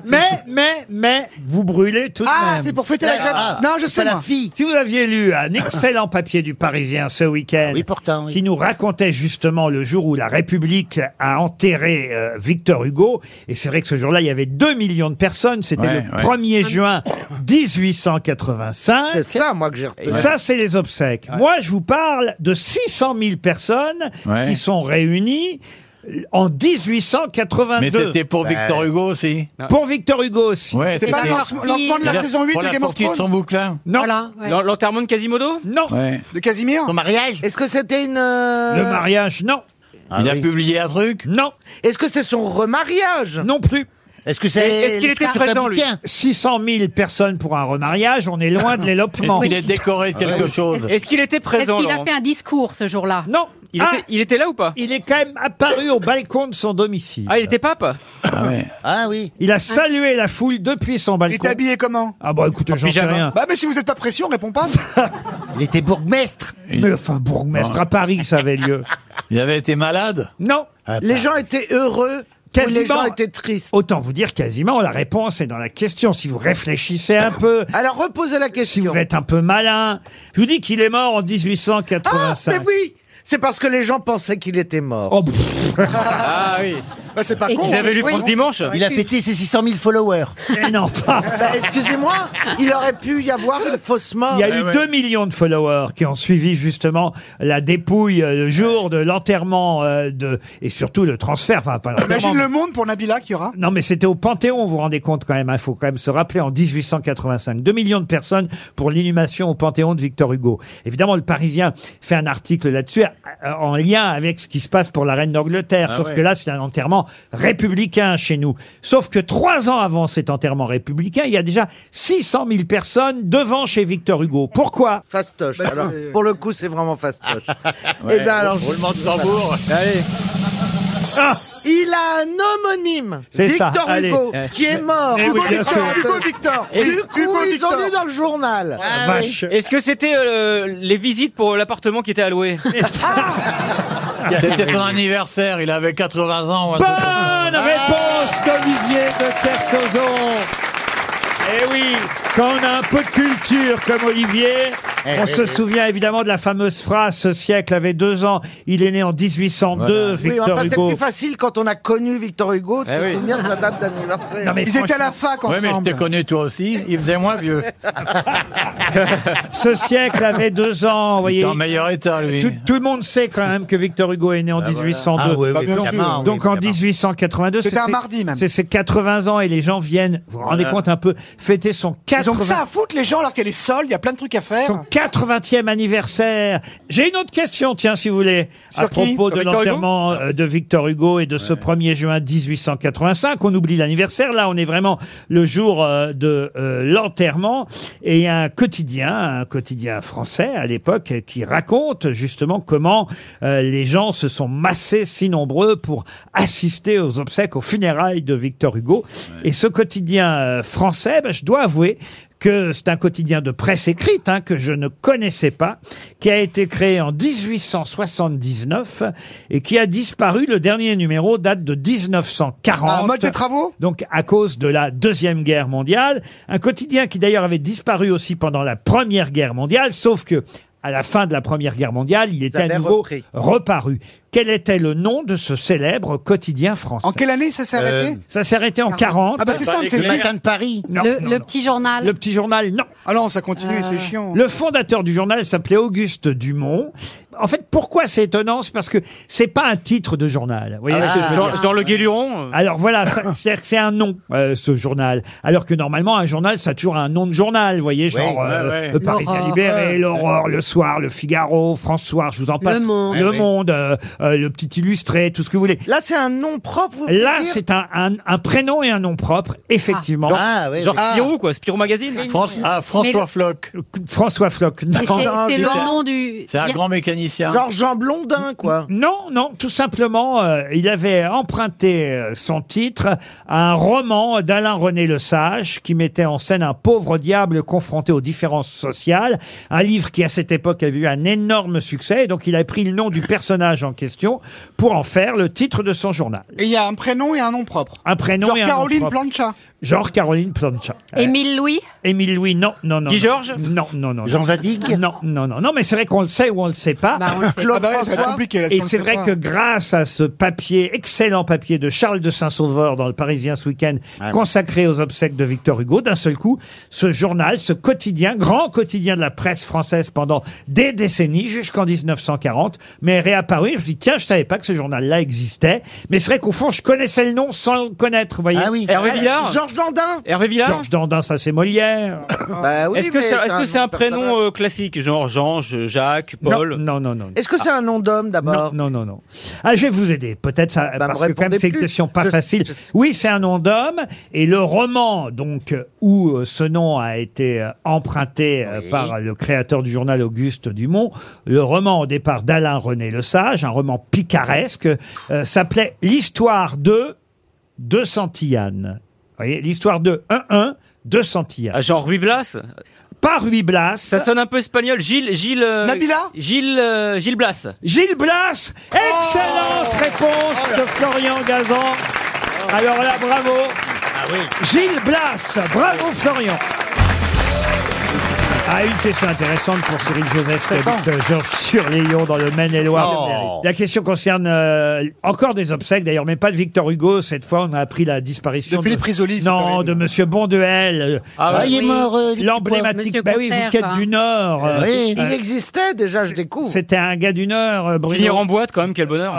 Mais, mais, mais, vous brûlez tout de Ah, c'est même. pour fêter la grève. Ah, non, je c'est sais la moi. fille. Si vous aviez lu un excellent papier du Parisien ce week-end, Oui, pourtant. oui. qui nous racontait justement le jour où la République a enterré euh, Victor Hugo. Et c'est vrai que ce jour-là, il y avait 2 millions de personnes. C'était Ouais, le ouais. 1er juin 1885. C'est ça, moi, que j'ai retenu. Ça, c'est les obsèques. Moi, je vous parle de 600 000 personnes Ouais. qui sont réunies en Mais 1882. c'était pour Victor Hugo aussi. Bah, Pour Victor Hugo aussi. Ouais, C'est pas le c'était- lance- lancement de pour la saison 8 pour de la Game of sortie de son Thrones bouquin. Non, Voilà. ouais. L'en- L'enterrement de Quasimodo non. Ouais. de Casimir. Son mariage. Est-ce que c'était une... euh, Le mariage, non. Ah Il a oui. publié un truc. Non, Est-ce que c'est son remariage non plus. Est-ce que c'est. Est-ce qu'il le était frère d'un présent, lui bouquin 600 000 personnes pour un remariage, on est loin de Ah Est-ce l'élopement. qu'il a décoré quelque chose Est-ce qu'il était Est-ce présent qu'il a Laurent fait un discours ce jour-là Non. il, Ah, était, il était là ou pas il est quand même apparu au balcon de son domicile. Ah, il était pape Ah ouais. Ah oui. Il a salué la foule depuis son Il balcon. est habillé comment Ah bah écoutez, j'en sais pyjama. rien. Bah, mais si vous êtes pas pressé, on répond pas. Il était bourgmestre. Mais enfin, bourgmestre à Paris, ça avait lieu. Il avait été malade. Ah, bah. Non. Les gens étaient heureux ou les Quasiment. gens étaient tristes Autant vous dire quasiment, la réponse est dans la question. Si vous réfléchissez un peu, Alors, reposez la si question. vous êtes un peu malin, je vous dis qu'il est mort en Ah, 1885. mais oui c'est parce que les gens pensaient qu'il était mort. Ah oui. c'est pas Ils hein. con. avaient lu France Dimanche. Il a fêté ses 600 000 followers. non. Bah, Excusez-moi, il aurait pu y avoir une fausse mort. Eh Il y a eu 2 millions de followers qui ont suivi justement la dépouille euh, le jour de l'enterrement euh, de et surtout le transfert. Enfin, Ah, pas l'enterrement. Imagine mais- le monde pour Nabila qu'il y aura. Non, mais c'était au Panthéon, vous vous rendez compte quand même, il faut quand même se rappeler, en 1885, 2 millions de personnes pour l'inhumation au Panthéon de Victor Hugo. Évidemment, le Parisien fait un article là-dessus euh, en lien avec ce qui se passe pour la reine d'Angleterre, Ah sauf ouais. que là, c'est un enterrement républicain chez nous. Sauf que trois ans avant cet enterrement républicain, il y a déjà 600 000 personnes devant chez Victor Hugo. Pourquoi Fastoche. Bah, alors, pour le coup, c'est vraiment fastoche. Eh ben alors. Roulement de tambour. Ah. Allez. Il a un homonyme, C'est Victor ça, allez. Hugo, Eh. qui est mort. Eh oui, bien sûr. Hugo Victor. Et du coup, ils ont lu dans le journal. Ah Ah Ah Est-ce que c'était euh, les visites pour l'appartement qui était alloué Ah. C'était son anniversaire, il avait 80 ans. ou un truc comme ça. Bonne Ah. réponse d'Olivier de Kersauzon. Eh oui, quand on a un peu de culture comme Olivier, Eh on oui, se oui. souvient évidemment de la fameuse phrase ce siècle avait deux ans. Il est né en 1802, Oui, Victor enfin, c'est Hugo. plus facile quand on a connu Victor Hugo de Eh se oui. souvenir de la date Non, d'anniversaire. mais franchement- Ouais, mais je t'ai connu toi aussi. Il faisait moins vieux. Ce siècle avait deux ans, vous Il voyez. était en meilleur état, lui. Tout, tout le monde sait quand même que Victor Hugo est né en 1802. Ah oui, oui, Bah, bien donc, évidemment, donc oui, en évidemment. 1882, C'était c'est un ses- mardi, même. C'est ses 80 ans et les gens viennent, vous vous rendez Voilà. compte un peu, fêter son 80 Ils ont que ça à foutre, les gens, alors qu'elle est seule, il y a plein de trucs à faire. Son 80e anniversaire. J'ai une autre question, tiens, si vous voulez, à Sur qui propos Sur de Victor Ah l'enterrement euh, de Victor Hugo et de ce 1er juin 1885. On oublie l'anniversaire. Là, on est vraiment le jour euh, de euh, l'enterrement. Et il y a un quotidien, un quotidien français à l'époque, euh, qui raconte justement comment euh, les gens se sont massés si nombreux pour assister aux obsèques, aux funérailles de Victor Hugo. Et ce quotidien euh, français, ben, je dois avouer que c'est un quotidien de presse écrite hein, que je ne connaissais pas, qui a été créé en 1879 et qui a disparu. Le dernier numéro date de 1940. Ah, en mode des travaux Donc à cause de la Deuxième Guerre mondiale. Un quotidien qui d'ailleurs avait disparu aussi pendant la Première Guerre mondiale, sauf que à la fin de la Première Guerre mondiale, il était à avaient nouveau repris. reparu. Quel était le nom de ce célèbre quotidien français En quelle année ça s'est Euh, arrêté Ça s'est arrêté en 40. Ah bah c'est simple, c'est de Paris. le, le petit journal. Le petit journal, non. Ah non, ça continue, Euh. c'est chiant. Le fondateur du journal s'appelait Auguste Dumont. En fait, pourquoi c'est étonnant C'est parce que c'est pas un titre de journal. Vous voyez Ah, ce que je veux genre, dire genre le Guéluron euh, alors voilà, ça- c'est-à-dire que c'est un nom, euh, ce journal. Alors que normalement, un journal, ça a toujours un nom de journal, vous voyez, genre ouais, euh, ouais. le Parisien L'Aurore. libéré, l'Aurore, le Soir, le Figaro, France Soir, je vous en passe. Monde. Ouais, ouais. Monde, euh, euh, le Petit Illustré, tout ce que vous voulez. Là, c'est un nom propre. vous voulez Là, dire c'est un, un- un prénom et un nom propre, effectivement. Genre, Ah, Ah, genre Spirou, quoi, Spirou Magazine France- ah, Mais François le- Floch. François Floch. non. C'est c'est dis-le. le nom du. C'est un il y a- grand mécanicien. Genre Jean Blondin, quoi. Non, non, tout simplement, euh, il avait emprunté euh, son titre à un roman d'Alain René Le Sage qui mettait en scène un pauvre diable confronté aux différences sociales. Un livre qui, à cette époque, avait eu un énorme succès. Et donc, il a pris le nom du personnage en question pour en faire le titre de son journal. Et il y a un prénom et un nom propre. Un prénom Genre et un nom Caroline propre. Plancha. Genre Caroline Plancha. Émile Louis. Émile Louis, non, non, non. Guy non. Georges Non, non, non. Jean Zadig Non, non, non. Non, mais c'est vrai qu'on le sait ou on le sait pas. Bah, on le sait. Ah bah ouais, ça va être François. compliqué, là, si Et on le c'est sait vrai pas. que grâce à ce papier, excellent papier de Charles de Saint-Sauveur dans le Parisien ce week-end, consacré aux obsèques de Victor Hugo, d'un seul coup, ce journal, ce quotidien, grand quotidien de la presse française pendant des décennies, jusqu'en 1940, mais réapparu. Je me dis, tiens, je savais pas que ce journal-là existait. Mais c'est vrai qu'au fond, je connaissais le nom sans le connaître, vous voyez. Ah oui. Hervé Villard Georges Dandin. Hervé Villard Georges Dandin, ça c'est Molière. ah, Bah oui, Est-ce que mais c'est est-ce que c'est nom un de personnage. prénom euh, classique, genre Jean, Je- Jacques, Paul Non, non, non, non. Est-ce que c'est un nom d'homme Non, d'abord Ah. non, non, non. Ah, je vais vous aider. Peut-être ça, Bah, me parce que quand même, répondez c'est une plus. question pas Je- facile. je- Oui, c'est un nom d'homme. Et le roman, donc, euh, où euh, ce nom a été euh, emprunté euh, par le créateur du journal Auguste Dumont, le roman au départ d'Alain René Le Sage, un roman picaresque, euh, s'appelait L'histoire de De Santillane. Vous voyez, l'histoire de 1-1 de Santillane. Ah, Genre Ruy Blas Par Ruy Blas. Ça sonne un peu espagnol. Gilles. Gilles euh, Nabila Gilles, euh, Gilles Blas. Gilles Blas, excellente Oh. réponse de Florian Gazan. Alors là, bravo. Ah Gilles Blas, bravo Florian. Ah, une question intéressante pour Cyril Joseph qui habite euh, Georges sur Lyon dans le Maine-et-Loire. Oh. La question concerne euh, encore des obsèques d'ailleurs, mais pas de Victor Hugo. Cette fois, on a appris la disparition de, Philippe Risoli. Non, de Monsieur Bonduel. Ah ouais. Ah, il est mort, euh, L'emblématique, Monsieur bah oui, Conserve, vous qui êtes hein. du Nord. euh, Il euh, existait déjà, je découvre. C'était un gars du Nord, euh, Bruno. Oh. Finir en boîte quand même, quel bonheur.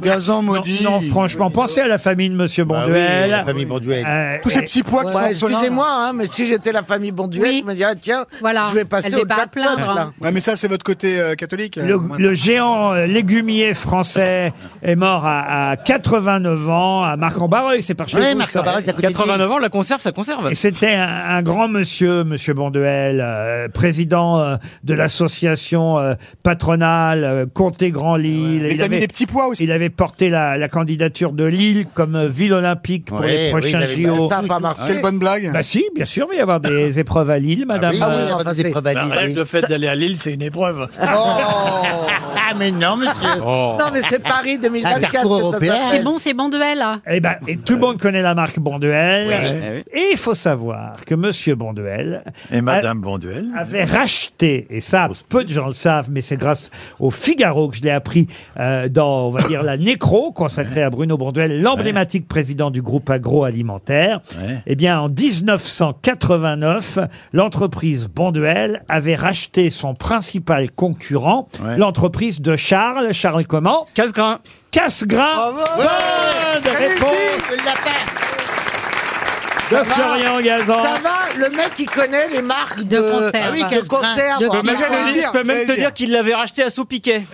Gazan maudit. Non, franchement, pensez à la famille de Monsieur Bah oui, Bonduel. Euh, la famille Bonduel. Tous ces petits poids Ouais, Excusez-moi, hein, mais si j'étais la famille Bonduel, je me dirais, tiens, je vais passer au tas de plaintes, hein. là. Ouais, mais ça, c'est votre côté euh, catholique. euh, Le, moi, le géant euh, légumier français est mort à, à 89 ans, à Marc-en-Barreuil, c'est par chez vous, ça. 89 ans, la conserve, ça conserve. Et c'était un, un grand monsieur, monsieur Bonduel, euh, président euh, de l'association euh, patronale euh, Comté Grand Lille. Les Il amis avait- des petits pois aussi. Il avait porté la, la candidature de Lille comme euh, ville olympique pour Ouais, les oui, prochains j'avais- JO. ça a pas marché. Ah, Quelle bonne blague. Ah, Bah si, bien sûr, il va y avoir des épreuves à Lille, Ah madame. Ah. oui, il y aura des euh, épreuves à Bah, Lille, Arrête, Bah, le fait d'aller à Lille, c'est une épreuve. Ah, mais non, monsieur. Oh. Non, mais c'est Paris 2024. Un parcours que ça européen. s'appelle. C'est bon, c'est bon hein. duel. Eh ben, et tout le monde connaît la marque Bonduel. Oui. Euh, Et il faut savoir que Monsieur Bonduel Et Madame Bonduel. avait racheté, et ça, peu de gens le savent, mais c'est grâce au Figaro que je l'ai appris euh, dans, on va dire, la nécro consacrée à Bruno Bonduel, l'emblématique président du groupe agroalimentaire. Ouais. Eh bien, en 1989, l'entreprise Bonduel avait racheté son principal concurrent, Ouais. l'entreprise de Charles. Charles comment Casgrain. Casgrain. Bonne réponse de Ça va. Florian Gazan. Ça va, le mec il connaît les marques de, conserve. Ah oui, De de conserve. Je peux même te dire- je peux même te dire qu'il l'avait racheté à Saupiquet.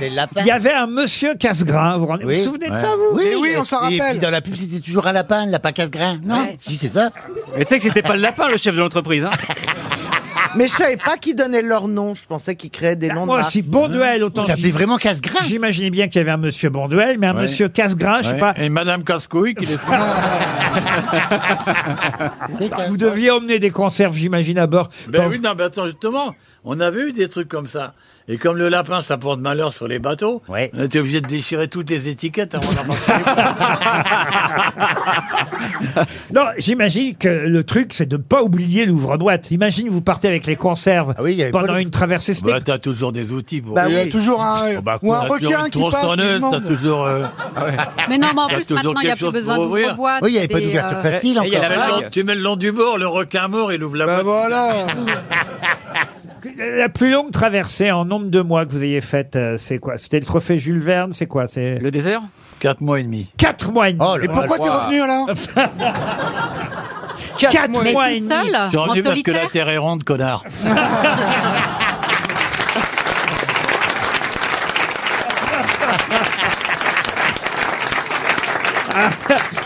Il y avait un monsieur Casgrain. Vous vous rendez- vous vous souvenez de ça, vous Oui, oui, on s'en rappelle. Et puis dans la pub, c'était toujours un lapin, le lapin casse-grain. Non Ouais. Si, c'est ça. Mais tu sais que c'était pas le lapin, le chef de l'entreprise. hein. Mais je savais pas qu'ils donnaient leur nom. Je pensais qu'ils créaient des noms Moi de aussi, marques. Bonduel, autant. Il s'appelait vraiment Casgrain. Mmh. J'imaginais bien qu'il y avait un monsieur Bonduel, mais un Ouais. monsieur Casgrain, Ah, je sais Ouais. pas. Et Madame Cascouille qui les Bah, Ah, Vous deviez emmener des conserves, j'imagine, à bord. Ben Dans- oui, non, mais attends, justement, on avait eu des trucs comme ça. Et comme le lapin, ça porte malheur sur les bateaux, on était obligé de déchirer toutes les étiquettes avant d'embarquer. Non, j'imagine que le truc, c'est de ne pas oublier l'ouvre-boîte. Imagine, vous partez avec les conserves Ah pendant une traversée. C'était Bah, t'as toujours des outils pour. Bah Il y a toujours un, Oh, bah, ou quoi, un t'as toujours requin une qui passe. Ah qui tronçonneuse, demande. T'as toujours. euh, Mais non, mais en t'as plus, toujours maintenant, il n'y a quelque plus chose besoin pour ouvrir. d'ouvre-boîte. Oui, il y avait pas des, d'ouverture euh, facile Et il y a encore. la Tu blague. mets le long- Tu mets le long du bord, le requin mort, il ouvre la Bah boîte. voilà. la plus longue traversée en nombre de mois que vous ayez faite, euh, c'est quoi C'était le trophée Jules Verne, c'est quoi C'est Le désert Quatre mois et demi. quatre mois et demi. Oh là Et là. pourquoi Pourquoi t'es revenu alors Quatre quatre mois. mois, Mais et tout demi seul, Je suis en rendu parce que la solitaire. terre est ronde, connard.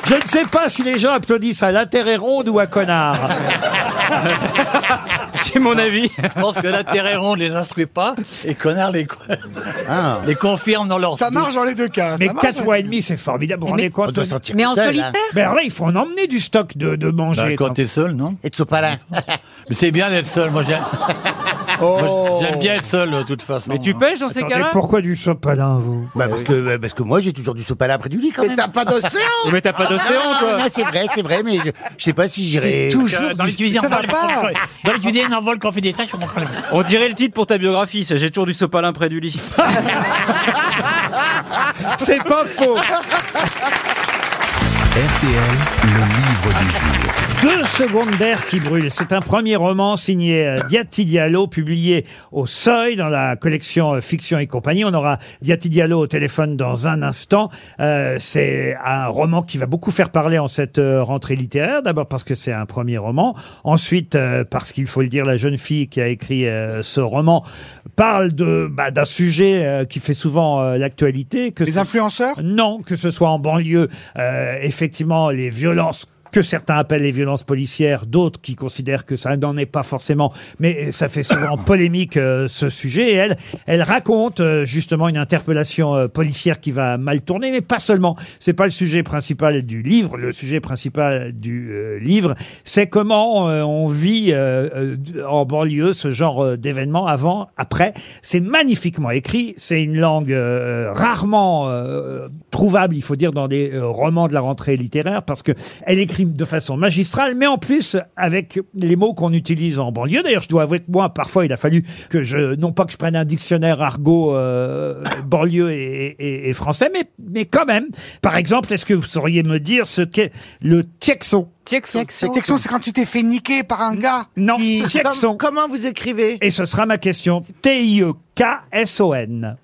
Je ne sais pas si les gens applaudissent à la terre est ronde ou à connard. C'est mon avis. Je pense que la terre est ronde, les instruit pas, et connard les, Ah. les confirme dans leur. Ça marche dans les deux cas. Mais ça marche. quatre mois et demi, c'est formidable. Vous vous Mais- rendez On compte doit sentir Mais en seul, hein. solitaire Ben alors là, il faut en emmener du stock de, de Bah, manger. quand t'es seul, non Et de sopalin. Mais c'est bien d'être seul, moi j'aime Oh. j'aime bien être seul de toute façon. Mais tu pêches dans ces hein. Attendez, cas-là pourquoi du sopalin, vous Bah, parce que, parce que moi, j'ai toujours du sopalin après du lit, quand Mais même. t'as pas d'océan Mais t'as pas d'océan, Ah, toi non, c'est vrai, c'est vrai, mais je, je sais pas si j'irai. Euh, Toujours Dans les du- cuisines, Ça on va vole, pas. dans les cuisines, on vole quand on fait des tâches, on comprend les- On dirait le titre pour ta biographie, ça. J'ai toujours du sopalin près du lit. C'est pas faux. RTL, le livre du jour. Deux secondes d'air qui brûle. C'est un premier roman signé euh, Diati Diallo, publié au Seuil dans la collection euh, Fiction et compagnie. On aura Diati Diallo au téléphone dans un instant. Euh, c'est un roman qui va beaucoup faire parler en cette euh, rentrée littéraire. D'abord parce que c'est un premier roman. Ensuite, euh, parce qu'il faut le dire, la jeune fille qui a écrit euh, ce roman parle de bah, d'un sujet euh, qui fait souvent euh, l'actualité. que Les ce- influenceurs non, que ce soit en banlieue, euh, effectivement, les violences que certains appellent les violences policières, d'autres qui considèrent que ça n'en est pas forcément, mais ça fait souvent polémique euh, ce sujet. Et elle, elle raconte euh, justement une interpellation euh, policière qui va mal tourner, mais pas seulement. C'est pas le sujet principal du livre. Le sujet principal du euh, livre, c'est comment euh, on vit euh, euh, d- en banlieue ce genre euh, d'événement avant, après. C'est magnifiquement écrit. C'est une langue euh, rarement euh, trouvable, il faut dire, dans des euh, romans de la rentrée littéraire, parce que elle écrit décrime de façon magistrale, mais en plus avec les mots qu'on utilise en banlieue. D'ailleurs, je dois avouer que moi, parfois, il a fallu que je, non pas que je prenne un dictionnaire argot euh, banlieue et, et- et français, mais, mais quand même. Par exemple, est-ce que vous sauriez me dire ce qu'est le tiexon Tiexon. Texon, c'est quand tu t'es fait niquer par un gars. Non, qui- tiexon. Comment vous écrivez Et ce sera ma question. E T-I-E-K-S-O-N.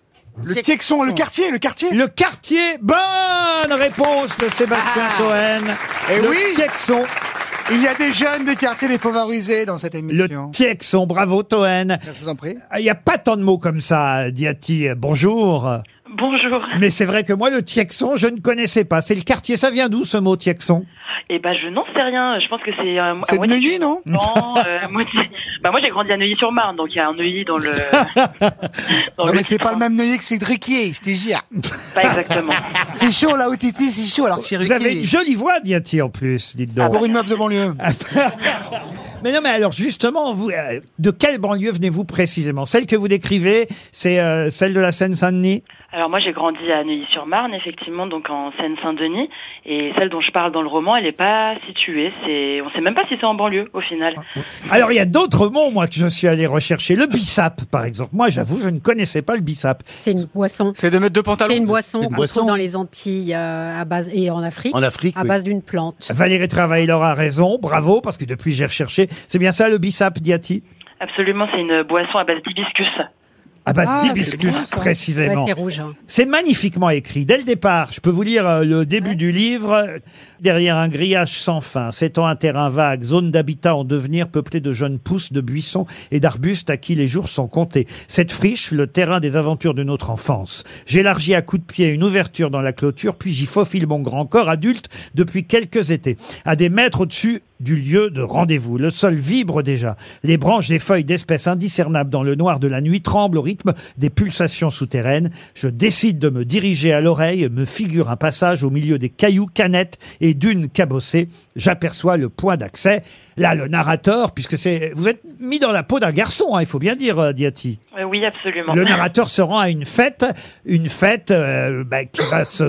Le Tiexon, le quartier, le quartier. Le quartier, bonne réponse de Sébastien Ah. Cohen. Et Le Eh oui. Tiexon. Il y a des jeunes de quartier défavorisés dans cette émission. Le Tiexon, bravo Toen. Je vous en prie. Il n'y a pas tant de mots comme ça, Diati. Bonjour. Bonjour. Mais c'est vrai que moi, le Tiexon, je ne connaissais pas. C'est le quartier. Ça vient d'où ce mot Tiexon Eh ben, je n'en sais rien. Je pense que c'est. euh, C'est à de moitié- Neuilly, non Non. euh, à moitié- Bah, moi, j'ai grandi à Neuilly-sur-Marne, donc il y a un Neuilly dans le. Non, mais c'est pas le même Neuilly que c'est Riquier, je te jure. Pas exactement. C'est chaud, là, où t'étais, c'est chaud, alors que chez Vous avez Riquier. une jolie voix, Diati, en plus, dites donc. Pour une meuf de banlieue. Mais non, mais alors justement, vous, euh, de quelle banlieue venez-vous précisément Celle que vous décrivez, c'est euh, celle de la Seine-Saint-Denis Alors, moi, j'ai grandi à Neuilly-sur-Marne, effectivement, donc en Seine-Saint-Denis. Et celle dont je parle dans le roman, elle n'est pas située. C'est... On sait même pas si c'est en banlieue, au final. Ah, Alors, il y a d'autres mots, moi, que je suis allé rechercher. Le bissap, par exemple. Moi, j'avoue, je ne connaissais pas le bissap. C'est une boisson. C'est de mettre deux pantalons. C'est une boisson Une qu'on boisson. trouve dans les Antilles euh, à base, et en Afrique. En Afrique, À oui. base d'une plante. Valérie Travailleur a raison, bravo, parce que depuis, j'ai recherché. C'est bien ça, le bissap, Diati Absolument, c'est une boisson à base d'hibiscus. à base Ah, d'hibiscus, c'est bon, ça. précisément. Ouais, c'est rouge, hein. C'est magnifiquement écrit. Dès le départ, je peux vous lire euh, le début du livre. euh, Derrière un grillage sans fin, s'étend un terrain vague, zone d'habitat en devenir peuplée de jeunes pousses, de buissons et d'arbustes à qui les jours sont comptés. Cette friche, le terrain des aventures de notre enfance. J'élargis à coups de pied une ouverture dans la clôture, puis j'y faufile mon grand corps adulte depuis quelques étés. À des mètres au-dessus, du lieu de rendez-vous. Le sol vibre déjà. Les branches des feuilles d'espèces indiscernables dans le noir de la nuit tremblent au rythme des pulsations souterraines. Je décide de me diriger à l'oreille, me figure un passage au milieu des cailloux, canettes et dunes cabossées. J'aperçois le point d'accès. Là, le narrateur, puisque c'est, vous êtes mis dans la peau d'un garçon, hein, il faut bien dire, euh, Diati. Euh, oui, absolument. Le narrateur se rend à une fête, une fête euh, bah, qui va se-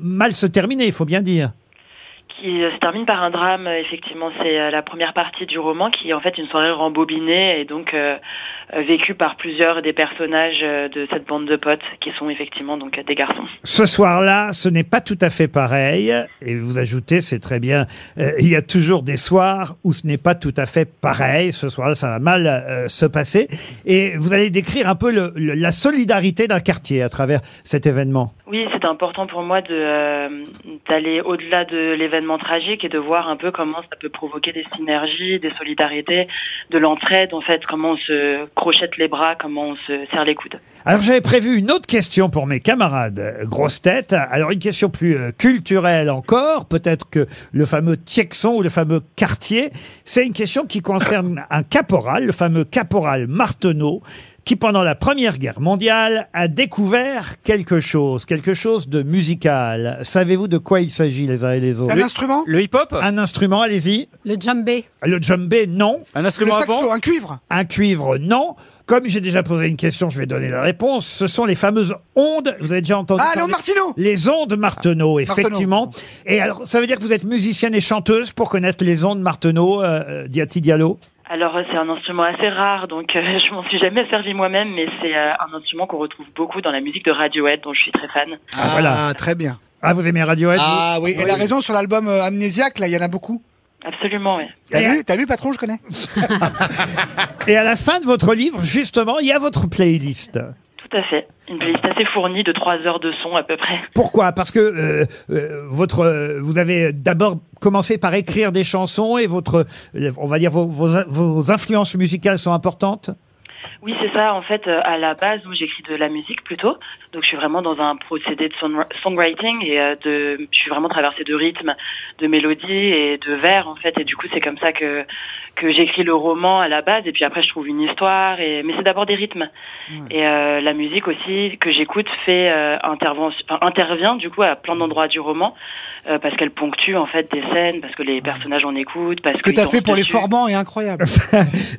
mal se terminer, il faut bien dire. qui euh, se termine par un drame. euh, Effectivement, c'est euh, la première partie du roman qui est en fait une soirée rembobinée et donc euh, euh, vécue par plusieurs des personnages euh, de cette bande de potes qui sont effectivement donc euh, des garçons. Ce soir-là, ce n'est pas tout à fait pareil. Et vous ajoutez, c'est très bien, euh, il y a toujours des soirs où ce n'est pas tout à fait pareil. Ce soir-là, ça va mal euh, se passer. Et vous allez décrire un peu le- le- la solidarité d'un quartier à travers cet événement. Oui, c'est important pour moi de euh, d'aller au-delà de l'événement tragique et de voir un peu comment ça peut provoquer des synergies, des solidarités, de l'entraide en fait, comment on se crochette les bras, comment on se serre les coudes. Alors j'avais prévu une autre question pour mes camarades euh, grosses têtes. Alors une question plus euh, culturelle encore, peut-être que le fameux Tiexon ou le fameux quartier, c'est une question qui concerne un caporal, le fameux caporal Marteneau, qui pendant la Première Guerre mondiale a découvert quelque chose, quelque chose de musical. Savez-vous de quoi il s'agit les uns et les autres C'est un instrument Le hip-hop Un instrument, allez-y. Le djembé. Ah, Le djembé, non. Un Le saxo, un cuivre. un cuivre, non. Comme j'ai déjà posé une question, je vais donner la réponse. Ce sont les fameuses ondes. Vous avez déjà entendu Ah, parler- Léon Martineau Ah, Les ondes Marteneau, effectivement. Et alors, ça veut dire que vous êtes musicienne et chanteuse pour connaître les ondes Marteneau, euh, Diati Diallo Alors euh, c'est un instrument assez rare, donc euh, je m'en suis jamais servi moi-même, mais c'est euh, un instrument qu'on retrouve beaucoup dans la musique de Radiohead, dont je suis très fan. Ah, voilà. très bien. Ah, vous aimez Radiohead Ah vous oui, elle a raison sur l'album euh, Amnésiaque, là, il y en a beaucoup. Absolument, oui. T'as vu, t'as vu, patron, je connais. Ah. Et à la fin de votre livre, justement, il y a votre playlist. Tout à fait. Une playlist assez fournie de trois heures de son à peu près. Pourquoi Parce que euh, euh, votre, euh, vous avez d'abord commencé par écrire des chansons et votre, euh, on va dire vos- vos, vos influences musicales sont importantes. Oui, c'est ça. En fait, euh, à la base, où j'écris de la musique plutôt. Donc, je suis vraiment dans un procédé de songwri- songwriting et euh, de, je suis vraiment traversée de rythmes, de mélodies et de vers, en fait. Et du coup, c'est comme ça que, que j'écris le roman à la base. Et puis après, je trouve une histoire. Et, mais c'est d'abord des rythmes. Et euh, la musique aussi que j'écoute fait euh, intervention, enfin, intervient du coup à plein d'endroits du roman euh, parce qu'elle ponctue en fait des scènes, parce que les personnages en écoutent, parce Ce que qu'ils t'as dansent fait pour les dessus. formants est incroyable.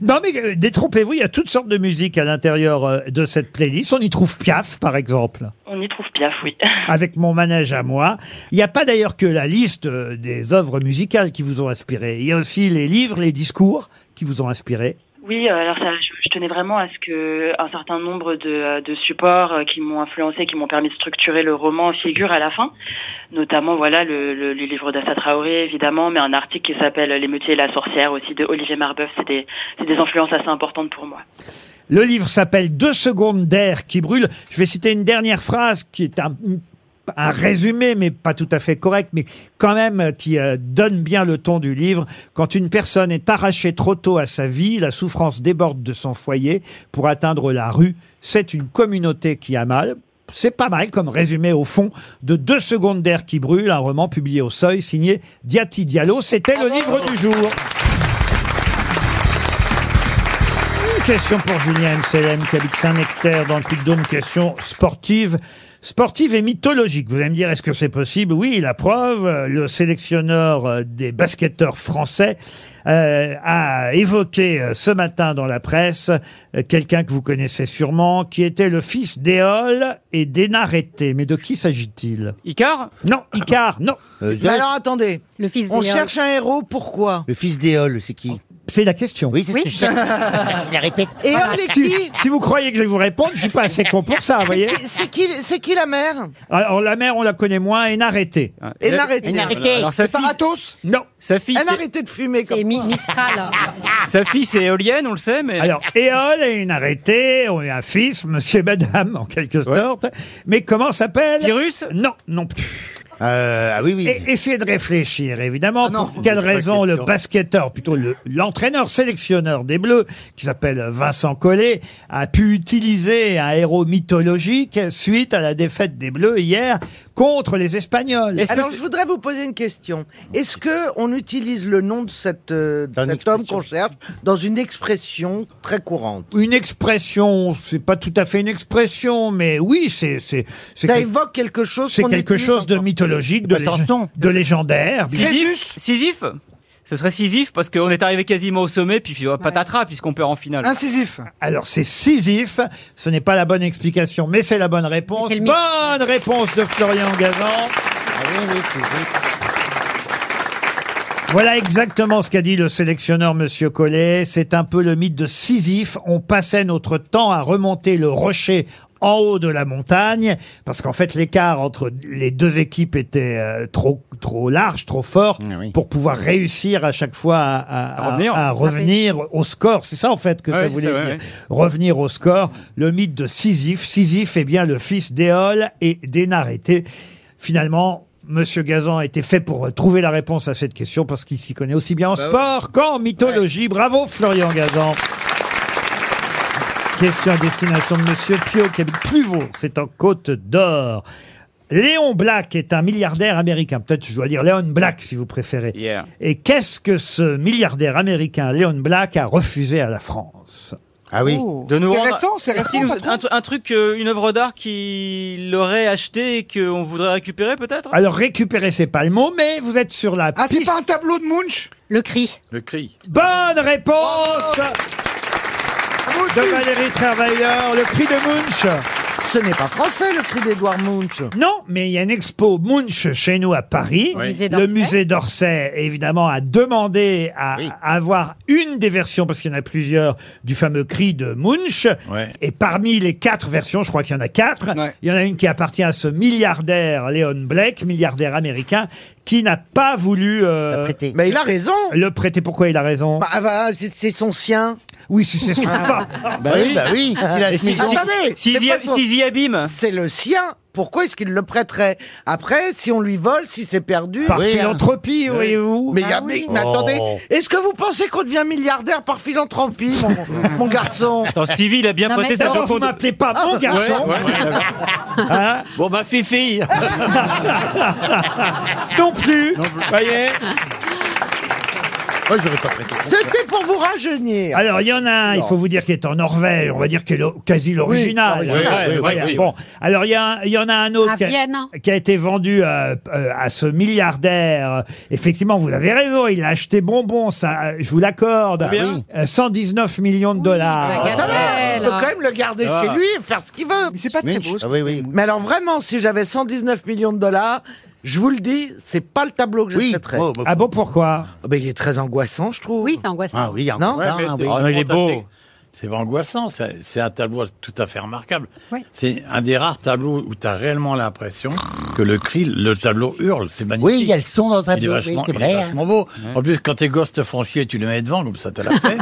Non mais euh, détrompez-vous, il y a toutes sortes de musiques à l'intérieur euh, de cette playlist. On y trouve Piaf par exemple. On y trouve Piaf, oui. Avec mon manège à moi. Il n'y a pas d'ailleurs que la liste euh, des œuvres musicales qui vous ont inspiré. Il y a aussi les livres, les discours qui vous ont inspiré. Oui, euh, alors ça, je, je tenais vraiment à ce que un certain nombre de, euh, de supports euh, qui m'ont influencé, qui m'ont permis de structurer le roman figure à la fin, notamment voilà le, le, les livres d'Assa Traoré évidemment, mais un article qui s'appelle L'émeutier et la sorcière aussi de Olivier Marbeuf, c'est des, c'est des influences assez importantes pour moi. Le livre s'appelle Deux secondes d'air qui brûle. Je vais citer une dernière phrase qui est un, un résumé, mais pas tout à fait correct, mais quand même euh, qui euh, donne bien le ton du livre. Quand une personne est arrachée trop tôt à sa vie, la souffrance déborde de son foyer pour atteindre la rue. C'est une communauté qui a mal. C'est pas mal comme résumé au fond de Deux secondes d'air qui brûle, un roman publié au seuil signé Diati Diallo. C'était le livre du jour. Une question pour Julien MCLM qui habite Saint-Nectaire dans le Puy-de-Dôme. Question sportive. Sportive et mythologique. Vous allez me dire, est-ce que c'est possible Oui, la preuve, euh, le sélectionneur euh, des basketteurs français euh, a évoqué euh, ce matin dans la presse euh, quelqu'un que vous connaissez sûrement, qui était le fils d'Éole et d'Énarété. Mais de qui s'agit-il Icar Non, Icar, non. Mais alors attendez, le fils on d'Éole. cherche un héros, pourquoi Le fils d'Éole, c'est qui C'est la question. Oui, Oui. je cherche. la répète. Et Éole est si, qui si vous croyez que je vais vous répondre, je suis pas assez Ah, con pour ça, vous voyez. C'est qui- C'est qui, c'est qui la mère Alors la mère, on la connaît moins, Énarété. Et n'arrêtez. Ah, C'est Paratos Non. Sa fille, Elle a c'est- arrêté de fumer comme ça. Mistral. sa fille, c'est éolienne, on le sait, mais. Alors, Éole et une arrêtée ont eu un fils, monsieur et madame, en quelque sorte. Mais comment s'appelle Virus Non, non plus. Euh, ah oui, oui. essayez de réfléchir, évidemment. Ah pour quelle raison le basketteur, plutôt le- l'entraîneur sélectionneur des Bleus, qui s'appelle Vincent Collet, a pu utiliser un héros mythologique suite à la défaite des Bleus hier contre les Espagnols. Alors, je voudrais vous poser une question. Est-ce que on utilise le nom de, cette, euh, de cet homme qu'on cherche dans une expression très courante Une expression, c'est pas tout à fait une expression, mais oui, c'est c'est c'est Ça quel- évoque quelque chose c'est qu'on quelque utilise chose de encore. mythologique, de, Pas lég- Samson. de légendaire. Sisyphe Sisyphe Ce serait Sisyphe parce qu'on est arrivé quasiment au sommet, puis euh, patatras, puisqu'on perd en finale. Alors c'est Sisyphe, ce n'est pas la bonne explication, mais c'est la bonne réponse. Quel mythe. Bonne réponse de Florian Gazan. Voilà exactement ce qu'a dit le sélectionneur Monsieur Collet. C'est un peu le mythe de Sisyphe. On passait notre temps à remonter le rocher en haut de la montagne parce qu'en fait l'écart entre les deux équipes était euh, trop trop large, trop fort pour pouvoir réussir à chaque fois à, à- Ah À revenir. à revenir au score. C'est ça en fait que Ouais, ça c'est voulait ça, dire. ouais, ouais. Revenir au score, le mythe de Sisyphe. Sisyphe est bien le fils d'Éole et d'Énarété. Finalement, Monsieur Gazan a été fait pour euh, trouver la réponse à cette question parce qu'il s'y connaît aussi bien en Bah ouais. sport qu'en mythologie. Bravo Florian Gazan. Question à destination de Monsieur Pio qui habite Pluvaux, c'est en Côte d'Or. Léon Black est un milliardaire américain. Peut-être je dois dire Léon Black si vous préférez. Yeah. Et qu'est-ce que ce milliardaire américain, Léon Black, a refusé à la France Ah oui. De rendre- Si, nous- un, tru- un truc, euh, une œuvre d'art qu'il aurait acheté et qu'on voudrait récupérer peut-être Alors récupérer, c'est pas le mot, mais vous êtes sur la piste. Ah, Un tableau de Munch Le cri. Le cri. Bonne réponse Oh de Valérie Travailleur, le cri de Munch. Ce n'est pas français, le cri d'Edouard Munch. Non, mais il y a une expo Munch chez nous à Paris. Oui. Musée Le d'Orsay. musée d'Orsay, évidemment, a demandé à, à avoir une des versions, parce qu'il y en a plusieurs, du fameux cri de Munch. Et parmi les quatre versions, je crois qu'il y en a quatre, il y en a une qui appartient à ce milliardaire Léon Blake, milliardaire américain, qui n'a pas voulu... euh, Mais il a raison. Le prêter, pourquoi il a raison Bah, ah bah, c'est c'est son sien. Oui, si c'est son Ah. Bah oui, bah oui, s'il a ce million. Attendez, S'ils c'est y- pas son- s'ils y C'est le sien. Pourquoi est-ce qu'il le prêterait Après, si on lui vole, si c'est perdu. Par Oui, hein. philanthropie, voyez-vous. Mais, il y a- Ah oui. mais- mais Oh. attendez, est-ce que vous pensez qu'on devient milliardaire par philanthropie, mon, mon garçon Attends, Stevie, il a bien poté sa D'abord, chanson. vous de- m'appelez pas mon garçon Ouais, ouais, ouais, bon, ma fille Non plus, voyez Moi, j'aurais pas prêté. C'était pour vous rajeunir. Alors, il y en a un, il faut vous dire, qui est en Norvège, on va dire, qui est le- quasi l'original. l'original, Voilà. oui, oui, Voilà. oui, oui. Bon, alors, il y, a un- il y en a un autre À qui a, Vienne. qui a été vendu euh, euh, à ce milliardaire. Effectivement, vous avez raison, il a acheté bonbon, ça, euh, je vous l'accorde. Combien Oui. Euh, 119 millions de dollars. Ah, Ça va, hein. on peut quand même le garder Ça chez va. lui et faire ce qu'il veut. Mais c'est pas Minch, ah oui, oui. Mais alors vraiment, si j'avais 119 millions de dollars, je vous le dis, c'est pas le tableau que j'achèterais. Oh, bah, ah bon, pourquoi bah, Il est très angoissant, je trouve. Oui, c'est angoissant. Non Ouais, mais Ah, c'est- oui. oh, mais il est beau. C'est pas angoissant, ça- c'est un tableau tout à fait remarquable. Ouais. C'est un des rares tableaux où tu as réellement l'impression que le cri, le tableau hurle, c'est magnifique. Oui, il y a le son dans le Il est tableau, oui, vachement, c'est il est vrai. hein. vachement beau. En plus, quand tes gosses te font chier, tu les mets devant, comme ça, t'as la paix.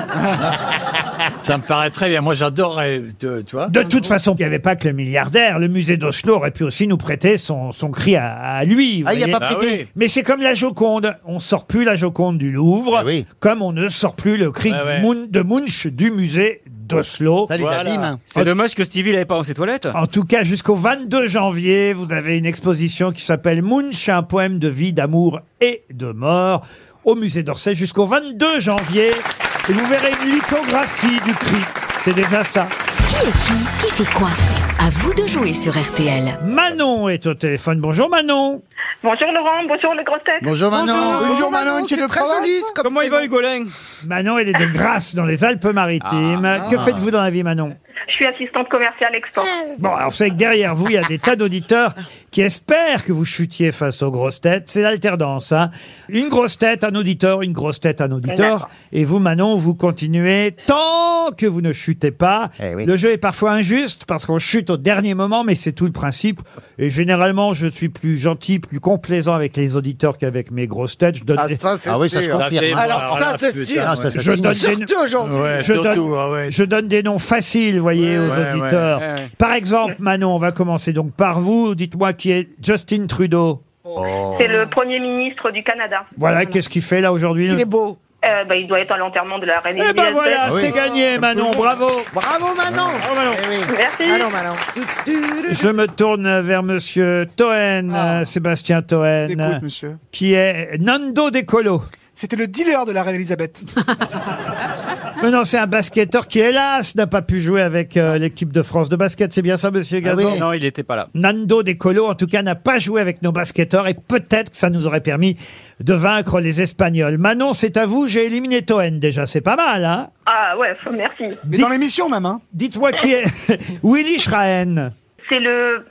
ça me paraît très bien. Moi, j'adorerais, tu, tu vois. De toute façon, il n'y avait pas que le milliardaire. Le musée d'Oslo aurait pu aussi nous prêter son, son cri à, à lui. vous Ah, il y a voyez. pas prêté. Bah oui. Mais c'est comme la Joconde. On sort plus la Joconde du Ah Louvre, comme on ne sort plus le cri Ouais, ouais. du Mun- de Munch du musée d'Oslo. Oh, Voilà. hein. C'est dommage que Stevie l'avait pas dans ses toilettes. En tout cas, jusqu'au 22 janvier, vous avez une exposition qui s'appelle Munch, un poème de vie, d'amour et de mort au musée d'Orsay jusqu'au 22 janvier. Et vous verrez une lithographie du cri. C'est déjà ça. Qui est qui Qui fait quoi À vous de jouer sur RTL. Manon est au téléphone. Bonjour Manon. Bonjour Laurent, bonjour le gros tête. Comment il va Hugo Manon, elle est de Grasse dans les Alpes-Maritimes. Ah. Que faites-vous dans la vie Manon Je suis assistante commerciale export. Ah. Bon, alors vous savez que derrière vous, il y a des tas d'auditeurs qui espèrent que vous chutiez face aux grosses têtes. C'est l'alternance. Hein. Une grosse tête, un auditeur, une grosse tête, un auditeur. D'accord. Et vous, Manon, vous continuez tant que vous ne chutez pas. Eh Le jeu est parfois injuste parce qu'on chute au dernier moment, mais c'est tout le principe. Et généralement, je suis plus gentil, plus complaisant avec les auditeurs qu'avec mes grosses têtes. Je donne Ah, des- ça, c'est Ah oui, ça se sûr. confirme. Ah, Alors, ça, c'est sûr. Je donne des- Surtout aujourd'hui. Ouais, je, surtout, donne, ah ouais. je donne des noms faciles, voyez, aux ouais, auditeurs. ouais, ouais. Par exemple, Manon, on va commencer donc par vous. Dites-moi qui est Justin Trudeau. Oh. C'est le Premier ministre du Canada. Euh, bah, Voilà, qu'est-ce qu'il fait là aujourd'hui beau. il doit être à l'enterrement de la reine Eh ben voilà, c'est gagné, Manon, Ah bravo. Bravo Manon. Eh Merci. Allons Manon. Je me tourne vers Monsieur Toen, euh, Sébastien Toen, Ah. Écoute, euh, monsieur. qui est Nando De Colo. C'était le dealer de la reine Elisabeth. Non, non, c'est un basketteur qui, hélas, n'a pas pu jouer avec euh, l'équipe de France de basket. C'est bien ça, Monsieur Gazon Ah Non, il était pas là. Nando Decolo, en tout cas, n'a pas joué avec nos basketteurs et peut-être que ça nous aurait permis de vaincre les Espagnols. Manon, c'est à vous, j'ai éliminé Toen déjà, c'est pas mal, hein Ah ouais, f- merci. Mais dans l'émission même, hein Dites-moi qui est Willy Schraen, C'est le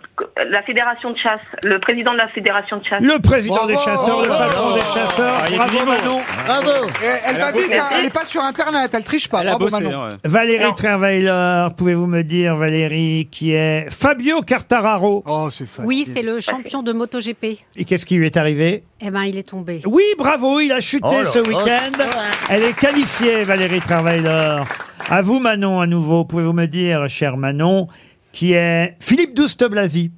la fédération de chasse, le président de la fédération de chasse. le président des chasseurs, le patron des chasseurs. Bravo Manon Bravo. Elle, Elle a pas vite, bossé. hein, elle est pas sur Internet, elle triche pas. Ah, Bravo Manon. Valérie Traveiller, pouvez-vous me dire, Valérie, qui est Fabio Cartararo Oh, c'est Oui, c'est le champion de MotoGP. Et qu'est-ce qui lui est arrivé Eh ben, il est tombé. Oui, bravo, il a chuté Oh là ce là. week-end. Elle est qualifiée, Valérie Travailer. À vous, Manon, à nouveau. Pouvez-vous me dire, cher Manon, qui est Philippe Douste-Blazy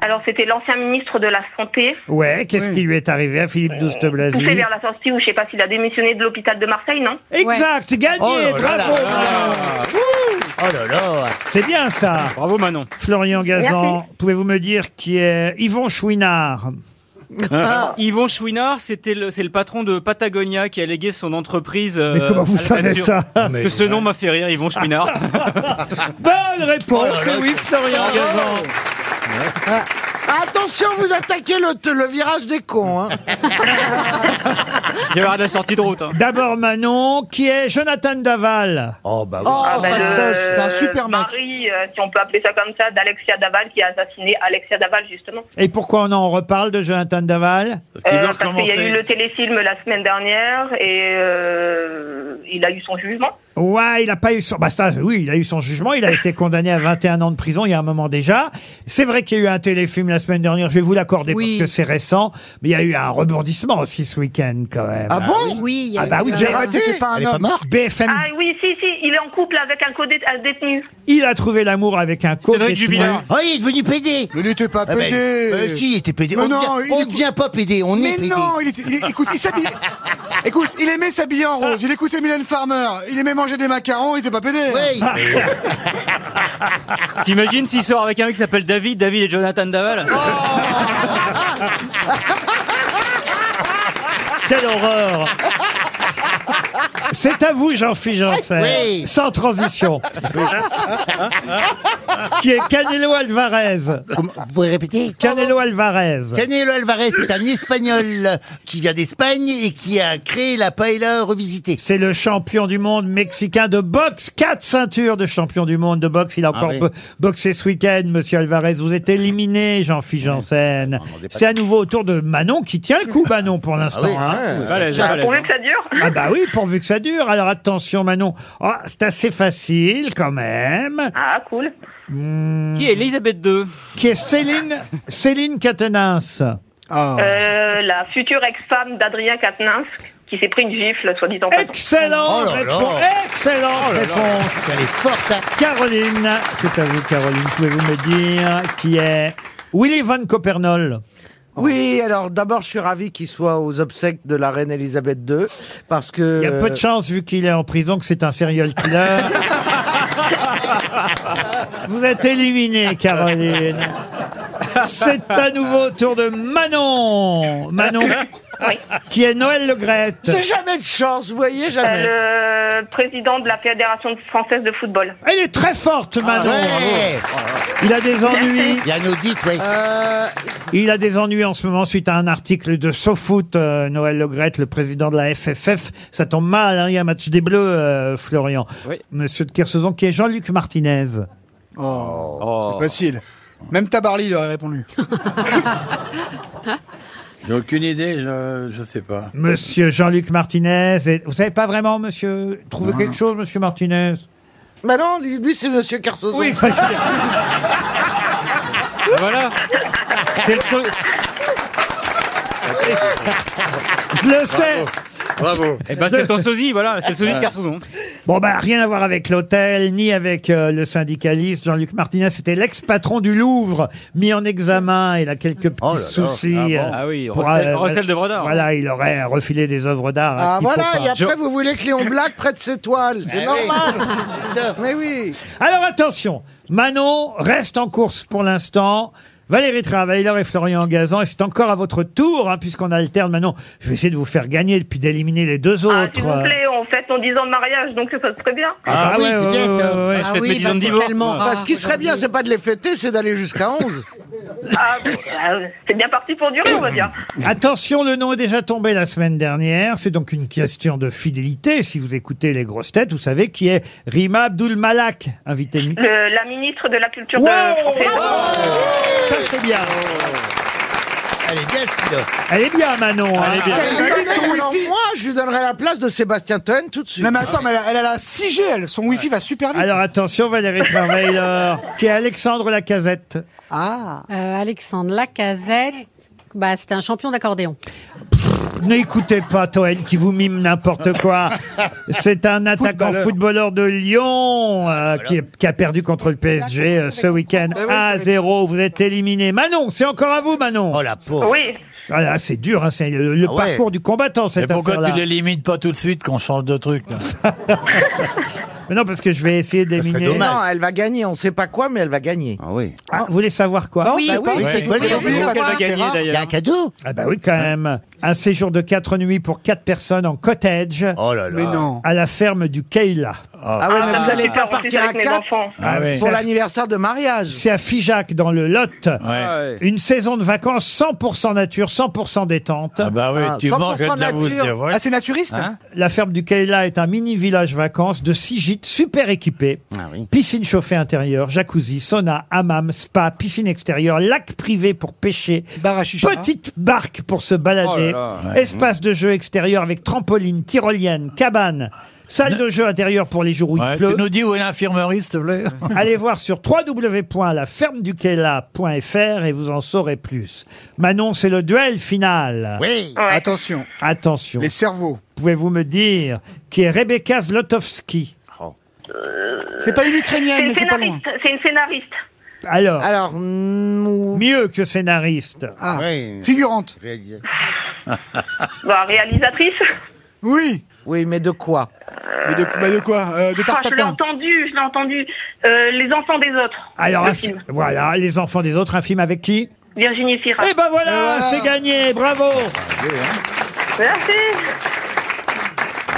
Alors c'était l'ancien ministre de la santé. Ouais, qu'est-ce qui lui est arrivé à Philippe Douste-Blazy Poussé vers la sortie ou je sais pas s'il a démissionné de l'hôpital de Marseille, non Exact, gagné, Oh là là bravo là là. Manon. Oh là là. C'est bien ça. Bravo, Manon. Florian Gazan, Merci. pouvez-vous me dire qui est Yvon Chouinard Ah. Yvon Chouinard, c'était le, c'est le patron de Patagonia qui a légué son entreprise. euh, Mais comment vous à la savez nature. ça Parce Mais- que ce nom m'a fait rire, Yvon Chouinard. Bonne réponse, Oh oui, Florian Gazan. Ah, Attention, vous attaquez le, le virage des cons. Hein. Il y aura de la sortie de route. hein. D'abord Manon, qui est Jonathan Daval. Oh bah oui. Ah, bah, le- c'est un super mec. Mari, euh, si on peut appeler ça comme ça, d'Alexia Daval qui a assassiné Alexia Daval justement. Et pourquoi on en reparle de Jonathan Daval Euh, parce qu'il y a eu le téléfilm la semaine dernière et euh, il a eu son jugement. Ouais, il a pas eu son... Bah ça, oui, il a eu son jugement. Il a été condamné à 21 ans de prison il y a un moment déjà. C'est vrai qu'il y a eu un téléfilm la semaine dernière, je vais vous l'accorder parce que c'est récent. Mais il y a eu un rebondissement aussi ce week-end quand même. Ah bon Oui, il y a Ah bah eu, oui, euh, j'ai arrêté, c'est pas un Elle est homme. pas morte BFM, Ah oui, si, si, il est en couple avec un co-détenu. il a trouvé l'amour avec un co Oh, il est devenu PD Mais il était pas Ah ben, pédé. euh, si, il était pédé. Mais on non, devient- il on écoute- devient pas pédé, on Mais est pédé. non, il était- il est- écoute, il s'habillait. Écoute, il aimait s'habiller en rose. Il écoutait Mylène Farmer. Il aimait manger des macarons. Il était pas pédé. Ah. T'imagines s'il sort avec un mec qui s'appelle David, David et Jonathan Daval Oh. Ah, Quelle horreur C'est à vous, Jean-Philippe Janssen. Oui. Sans transition. qui est Canelo Alvarez. Vous pouvez répéter Canelo Alvarez. Canelo Alvarez est un Espagnol qui vient d'Espagne et qui a créé la paella revisitée. C'est le champion du monde mexicain de boxe. Quatre ceintures de champion du monde de boxe. Il a encore oui. bo- boxé ce week-end, monsieur Alvarez. Vous êtes éliminé, Jean-Philippe Janssen. C'est à nouveau au tour de Manon qui tient le coup, Manon, pour l'instant. oui, Ah hein. ouais. Balèze, Bah, balèze, pourvu hein. que ça dure. Ah bah oui, pourvu que ça dure. Alors attention, Manon. Ah, c'est assez facile quand même. Ah, cool. Qui est Elisabeth II Qui est Céline, Céline Catenas. Oh. Ah. Euh, la future ex-femme d'Adrien Quatennens qui s'est pris une gifle, soi-disant. Excellent Oh Excellente réponse. Caroline, c'est à vous, Caroline. Pouvez-vous me dire qui est Willy Van Copernol Oui, alors d'abord, je suis ravi qu'il soit aux obsèques de la reine Elisabeth II, parce que... Il Euh. y a peu de chance, vu qu'il est en prison, que c'est un serial killer. vous êtes éliminé, Caroline. C'est à nouveau au tour de Manon. Manon, qui est Noël Legrette. J'ai jamais de chance, vous voyez, jamais. Euh, le président de la Fédération française de football. Elle est très forte, Ah, Manon. Il a des ennuis. Il y a un audit, oui. Euh, Euh, Il a des ennuis en ce moment suite à un article de SoFoot, euh, Noël Legrette, le président de la FFF. Ça tombe mal, hein, il y a un match des Bleus, euh, Florian. Monsieur de Kersauzon, qui est Jean-Luc Martinez. Oh, c'est facile. Même Tabarly leur aurait répondu. J'ai aucune idée, je, je sais pas. Monsieur Jean-Luc Martinez. Et... Vous savez pas vraiment, monsieur Trouver quelque chose, monsieur Martinez Bah non, lui, c'est Monsieur Carsozo. Oui, Voilà. C'est le truc. Je le sais Bravo. Et ben c'est ton sosie, voilà, c'est le sosie de Carsozon. Bon, bah, rien à voir avec l'hôtel, ni avec euh, le syndicaliste. Jean-Luc Martinez, c'était l'ex-patron du Louvre, mis en examen. Il a quelques petits Oh là là. soucis. Ah bon. euh, Ah oui, pour, recel- euh, recel de Brodard. Voilà, il aurait refilé des œuvres d'art. hein, Ah qu'il faut voilà, pas. et après vous voulez que Léon Black prête ses toiles, c'est Eh oui. normal. Mais oui. Ah. Alors, attention. Manon reste en course pour l'instant. Valérie Travailleur et Florian Gazan, et c'est encore à votre tour, hein, puisqu'on alterne Manon. Je vais essayer de vous faire gagner, puis d'éliminer les deux autres. S'il vous plaît, on fête nos 10 ans de mariage, donc ça se très bien. Ah, bah ouais, ouais, ouais, ouais, Ah ouais. Bah, ce qui serait bien, c'est pas de les fêter, c'est d'aller jusqu'à 11. Ah, bon, bah, c'est bien parti pour durer, on va dire. Attention, le nom est déjà tombé la semaine dernière. C'est donc une question de fidélité. Si vous écoutez les grosses têtes, vous savez qui est Rima Abdul Malak, invité. mi- Le- la ministre de la Culture Wow de française. Ça, c'est bien. Elle est bien, Elle est bien, Manon. hein. Quelqu'un qui est en moi, je lui donnerai la place de Sébastien Toen tout de suite. Non, mais attends, mais elle a, elle a la 6G, elle. Son Wi-Fi va super vite. Alors attention, Valérie Travailleur, qui est Alexandre Lacazette. Ah. Euh, Alexandre Lacazette. Bah, c'était un champion d'accordéon. N'écoutez pas Toel qui vous mime n'importe quoi. C'est un attaquant Footballeur. footballeur de Lyon euh, qui, est- qui a perdu contre le PSG euh, ce week-end 1-0. Vous êtes éliminé. Manon, c'est encore à vous, Manon. Oh la pauvre. Oui. Voilà, c'est dur, hein, c'est le, le Ah ouais. parcours du combattant Mais cette pourquoi affaire-là. tu les limites pas tout de suite qu'on change de truc là Mais Non, parce que je vais essayer d'éliminer. Non, elle va gagner, on sait pas quoi, mais elle va gagner. Ah oui. vous voulez savoir quoi Non, Oui, bah oui, oui, c'est quoi le cadeau qu'elle va gagner, d'ailleurs. Il y a un cadeau Ah bah oui, quand même. Un séjour de 4 nuits pour 4 personnes en cottage. Oh là là. Mais non. À la ferme du Keila. Ah ouais, mais vous allez pas parti partir à avec mes 4 enfants. Ah ouais. pour l'anniversaire de mariage. C'est à Figeac, dans le Lot. Une saison de vacances 100% nature, 100% détente. Ah bah oui, Ah, tu 100% manques de la nature. bouche, ouais. Ah, c'est naturiste La ferme du Keila est un mini village vacances de 6 gîtes super équipés. Piscine chauffée intérieure, jacuzzi, sauna, hammam, spa, piscine extérieure, lac privé pour pêcher, petite barque pour se balader, Oh là là. espace de jeu extérieur avec trampoline, tyrolienne, cabane, salle de jeu intérieure pour les jours où il Ouais, pleut. Tu nous dis où est l'infirmerie, s'il te plaît Allez voir sur www.lafermeduquela.fr et vous en saurez plus. Manon, c'est le duel final. Oui. Attention. Attention. Les cerveaux. Pouvez-vous me dire qui est Rebecca Zlotowski Oh. C'est pas une Ukrainienne, C'est mais une c'est pas loin. scénariste. C'est une scénariste. Alors, mieux que scénariste. Ah, figurante. Bah, réalisatrice. Oui. Oui, mais de quoi Mais de, bah de quoi Ah, Euh, De je l'ai tartatin. entendu, je l'ai entendu. Euh, les enfants des autres. Alors, Le un film. fi- voilà, Les Enfants des Autres, un film avec qui Virginie Fira. Eh ben Ah. hein. voilà, c'est gagné, bravo Merci.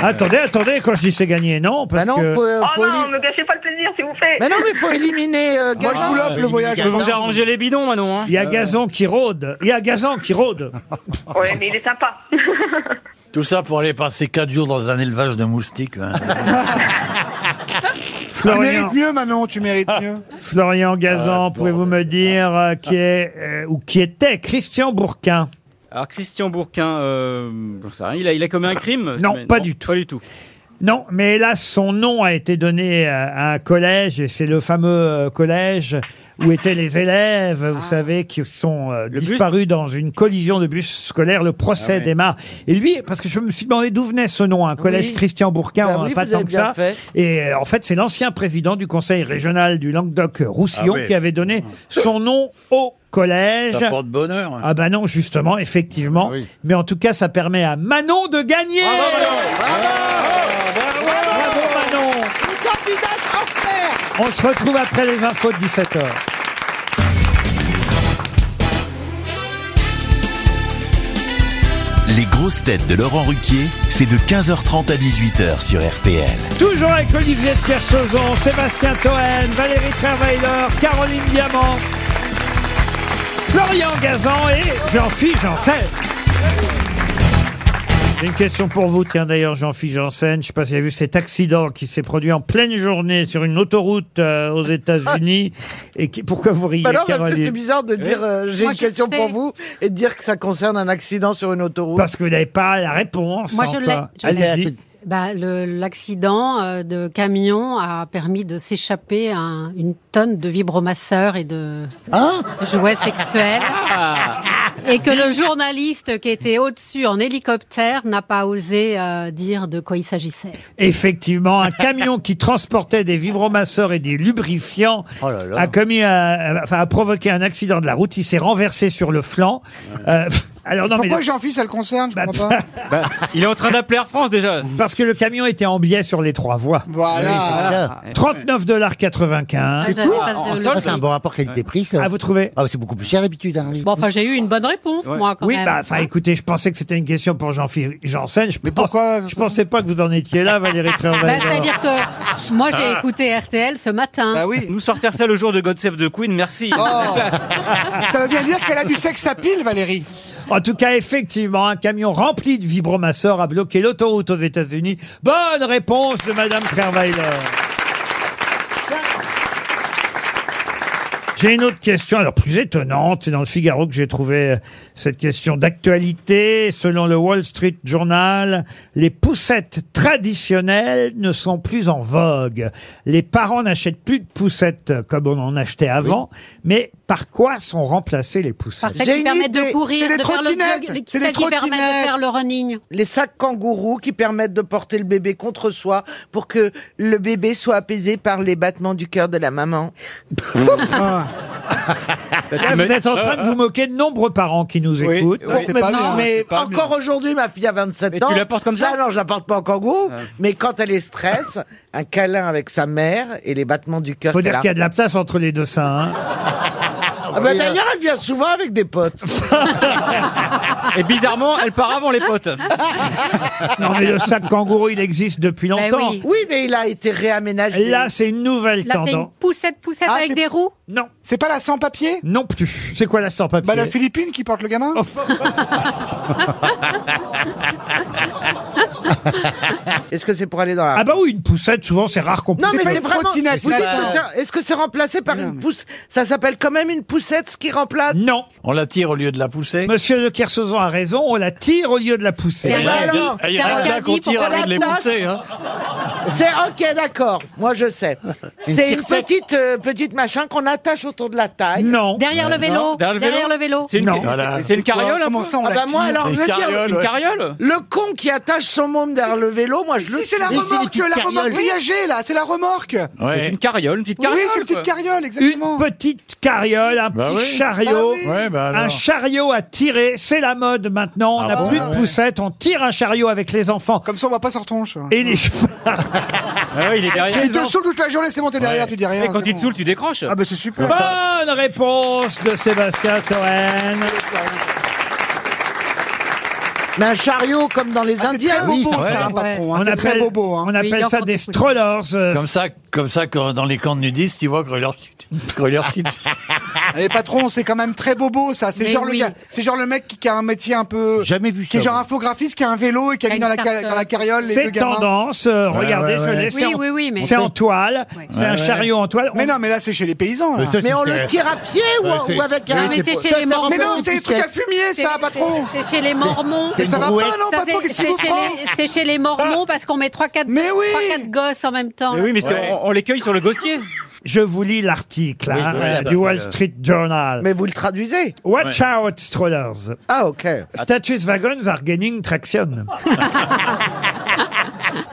Attendez, attendez, quand je dis c'est gagné, non, parce Bah non, que... faut, euh, Oh non, me gâchez pas le plaisir, s'il vous plaît. Mais non, mais faut éliminer euh, Gazan. Je peux vous arranger les bidons, Manon. hein. Il y a Gazan qui rôde. Il y a Gazan qui rôde. Ouais, mais il est sympa. Tout ça pour aller passer 4 jours dans un élevage de moustiques. hein. Tu Florian. Ah, mérites mieux, Manon, tu mérites mieux. Florian Gazan, pouvez-vous me dire euh, qui est euh, ou qui était Christian Bourquin Alors, Christian Bourquin, euh, j'en sais rien, il a, il a commis un crime Non, mais- pas du tout. Pas du tout. Non, mais hélas, son nom a été donné à à un collège, et c'est le fameux euh, collège où étaient les élèves, Ah. vous savez, qui sont euh, disparus dans une collision de bus scolaire. Le procès Ah oui. démarre. Et lui, parce que je me suis demandé d'où venait ce nom, un collège Oui. Christian Bourquin, Bah on en a oui, pas vous tant avez que bien ça. fait. Et euh, en fait, c'est l'ancien président du conseil régional du Languedoc-Roussillon Ah oui. qui avait donné son nom au collège. Ça porte bonheur. hein. Ah bah non, justement, Ah effectivement. Mais en tout cas, ça permet à Manon de gagner Bravo Manon bah On se retrouve après les infos de 17h. Les grosses têtes de Laurent Ruquier, c'est de 15h30 à 18h sur RTL. Toujours avec Olivier de Kersauzon, Sébastien Toen, Valérie Trierweiler, Caroline Diamant, Florian Gazan et Jean-Philippe Janssen. J'ai Une question pour vous, tiens d'ailleurs Jean-Philippe Janssen, je ne sais pas si vous avez vu cet accident qui s'est produit en pleine journée sur une autoroute euh, aux États-Unis et qui pourquoi vous riez Bah non, parce que Caroline c'est bizarre de dire euh, j'ai Moi, une je question sais. pour vous et de dire que ça concerne un accident sur une autoroute. Parce que vous n'avez pas la réponse. Moi, je l'ai. encore. Je l'ai. Allez-y. Bah, le- L'accident euh, de camion a permis de s'échapper un- une tonne de vibromasseurs et de jouets sexuels. Et que le journaliste qui était au-dessus en hélicoptère n'a pas osé euh, dire de quoi il s'agissait. Effectivement, un camion qui transportait des vibromasseurs et des lubrifiants Oh a commis, un- enfin, a provoqué un accident de la route. Il s'est renversé sur le flanc. Euh, alors non, Pourquoi mais Bah, Jean-Fils, ça le concerne Je comprends pas. Bah, il est en train d'appeler Air France déjà. parce que le camion était en biais sur les trois voies. Ah Voilà. 39 dollars 95. Ah, j'avais pas de- Ça, le c'est un prix. bon rapport qualité-prix, ça. Ah, vous trouvez Ah, c'est beaucoup plus cher d'habitude, hein, les- Bon, enfin, j'ai eu une bonne réponse, moi, quand oui, même. bah, enfin, écoutez, je pensais que c'était une question pour Jean-Philippe Janssen. Je, pense- je pensais pas que vous en étiez là, Valérie Bah, Trierweiler. C'est-à-dire que moi, j'ai écouté RTL ce matin. Bah Nous sortir ça le jour de God Save the Queen, merci. Oh. La classe. Ça veut bien dire qu'elle a du sexe à pile, Valérie. En tout cas, effectivement, un camion rempli de vibromasseurs a bloqué l'autoroute aux États-Unis. Bonne réponse de Madame Trierweiler. J'ai une autre question, alors plus étonnante. C'est dans le Figaro que j'ai trouvé euh, cette question d'actualité. Selon le Wall Street Journal, les poussettes traditionnelles ne sont plus en vogue. Les parents n'achètent plus de poussettes euh, comme on en achetait avant. Mais par quoi sont remplacées les poussettes Par celles qui permettent de courir, C'est de des faire le jog, trottinettes. C'est celles des qui permettent de trottinettes. faire le running. Les sacs kangourous qui permettent de porter le bébé contre soi pour que le bébé soit apaisé par les battements du cœur de la maman. Ah, Ah. Là, Ah, vous êtes en train de vous moquer de nombreux parents qui nous écoutent. Pour- mais non, hein, mais encore aujourd'hui, ma fille a 27 ans. tu la portes comme ça Ah. Ah non, je la porte pas en kangourou. Mais quand elle est stress, un câlin avec sa mère et les battements du cœur. Faut dire qu'elle a. qu'il y a de la place entre les deux seins. hein. Ah bah, D'ailleurs, elle vient souvent avec des potes. Et bizarrement, elle part avant les potes. Non, mais le sac kangourou, il existe depuis Ben longtemps. oui. Oui, mais il a été réaménagé. Là, c'est une nouvelle Là, c'est une tendance. poussette, poussette Ah, avec c'est- des roues. Non, C'est pas la sans-papier non plus. C'est quoi la sans-papier Oh. Bah, la Philippine qui porte le gamin Est-ce que c'est pour aller dans la. Ah bah oui, une poussette, souvent, c'est rare qu'on Non, mais pas c'est une vraiment. Vous dites trottinette, que là. ça- Est-ce que c'est remplacé par une pousse Ça s'appelle quand même une poussette, ce qui remplace. Non. On la tire au lieu de la pousser. Monsieur Le Kersauzon a raison, on la tire au lieu de la pousser. Et Ah il y bah a- alors, il y a t'as rien regardé qu'on tire pourquoi avant de la les place pousser. hein. C'est ok, d'accord. Moi, je sais. C'est une tirsette. petite, euh, petite machin qu'on attache autour de la taille. Non. Derrière le vélo. Derrière le vélo. C'est une, Non. Voilà. c'est une carriole un Comment peu ça, on Ah l'a bah moi, tiré alors, Une je veux dire, carriole, Une ouais. carriole le con qui attache son môme derrière le vélo, moi, je le. Si, c'est la Mais remorque, petites la remorque carrioles. voyagée, là, c'est la remorque Ouais. Une carriole, une petite Oui, carriole. c'est une petite quoi. carriole, Une exactement petite carriole, un Bah petit oui. chariot. Bah oui. Ouais, bah alors. Un chariot à tirer, c'est la mode maintenant. On Ah n'a bon plus de poussette, on tire un chariot avec les enfants Comme ça, on voit pas sur ton cheveux. et les chevaux. Ah ouais, il est derrière. Tu te saoules toute la journée, c'est monté derrière, tu dis rien. Et quand c'est il te bon. saoule, tu décroches. Ah bah c'est super Bonne réponse de Sébastien Toen. Mais un chariot comme dans les Indiens. Ah, très bobo, ça, un patron, hein. On C'est très appelle- bobo, hein. on appelle ça des strollers. euh, Comme ça, comme ça, quand- dans les camps de nudistes, tu vois, quand leur quand leur Les patrons, Eh, c'est quand même très bobo, ça. C'est Mais genre, oui. le gars- c'est genre le mec qui, qui a un métier un peu. Jamais vu Qui est ça, genre moi. infographiste, qui a un vélo et qui a mis dans la, ca- dans la carriole les deux C'est gamins. tendance. euh, regardez, je l'ai. c'est en- C'est en toile. C'est un chariot en toile. Mais non, mais là, c'est chez les paysans. là. Mais ça, Mais on c'est- le tire à pied ou- Ouais, c'est- ou avec un- Non, mais Ah, c'est chez les Mormons. Mais non, c'est les trucs à fumier, C'est- ça, c'est- patron. C'est chez les Mormons. Mais ça va pas, non, Ça, patron, c'est- qu'est-ce qui c'est vous chez prend les- C'est chez les Mormons parce qu'on met 3-4 gosses en même temps. Mais oui, mais c'est- Ouais. on, on les cueille sur le gosier. Je vous lis l'article Oui, hein, je le lis, du ça, Wall euh. Street Journal. Mais vous le traduisez Watch Ouais. out, strollers. Ah, ok. Status wagons are gaining traction.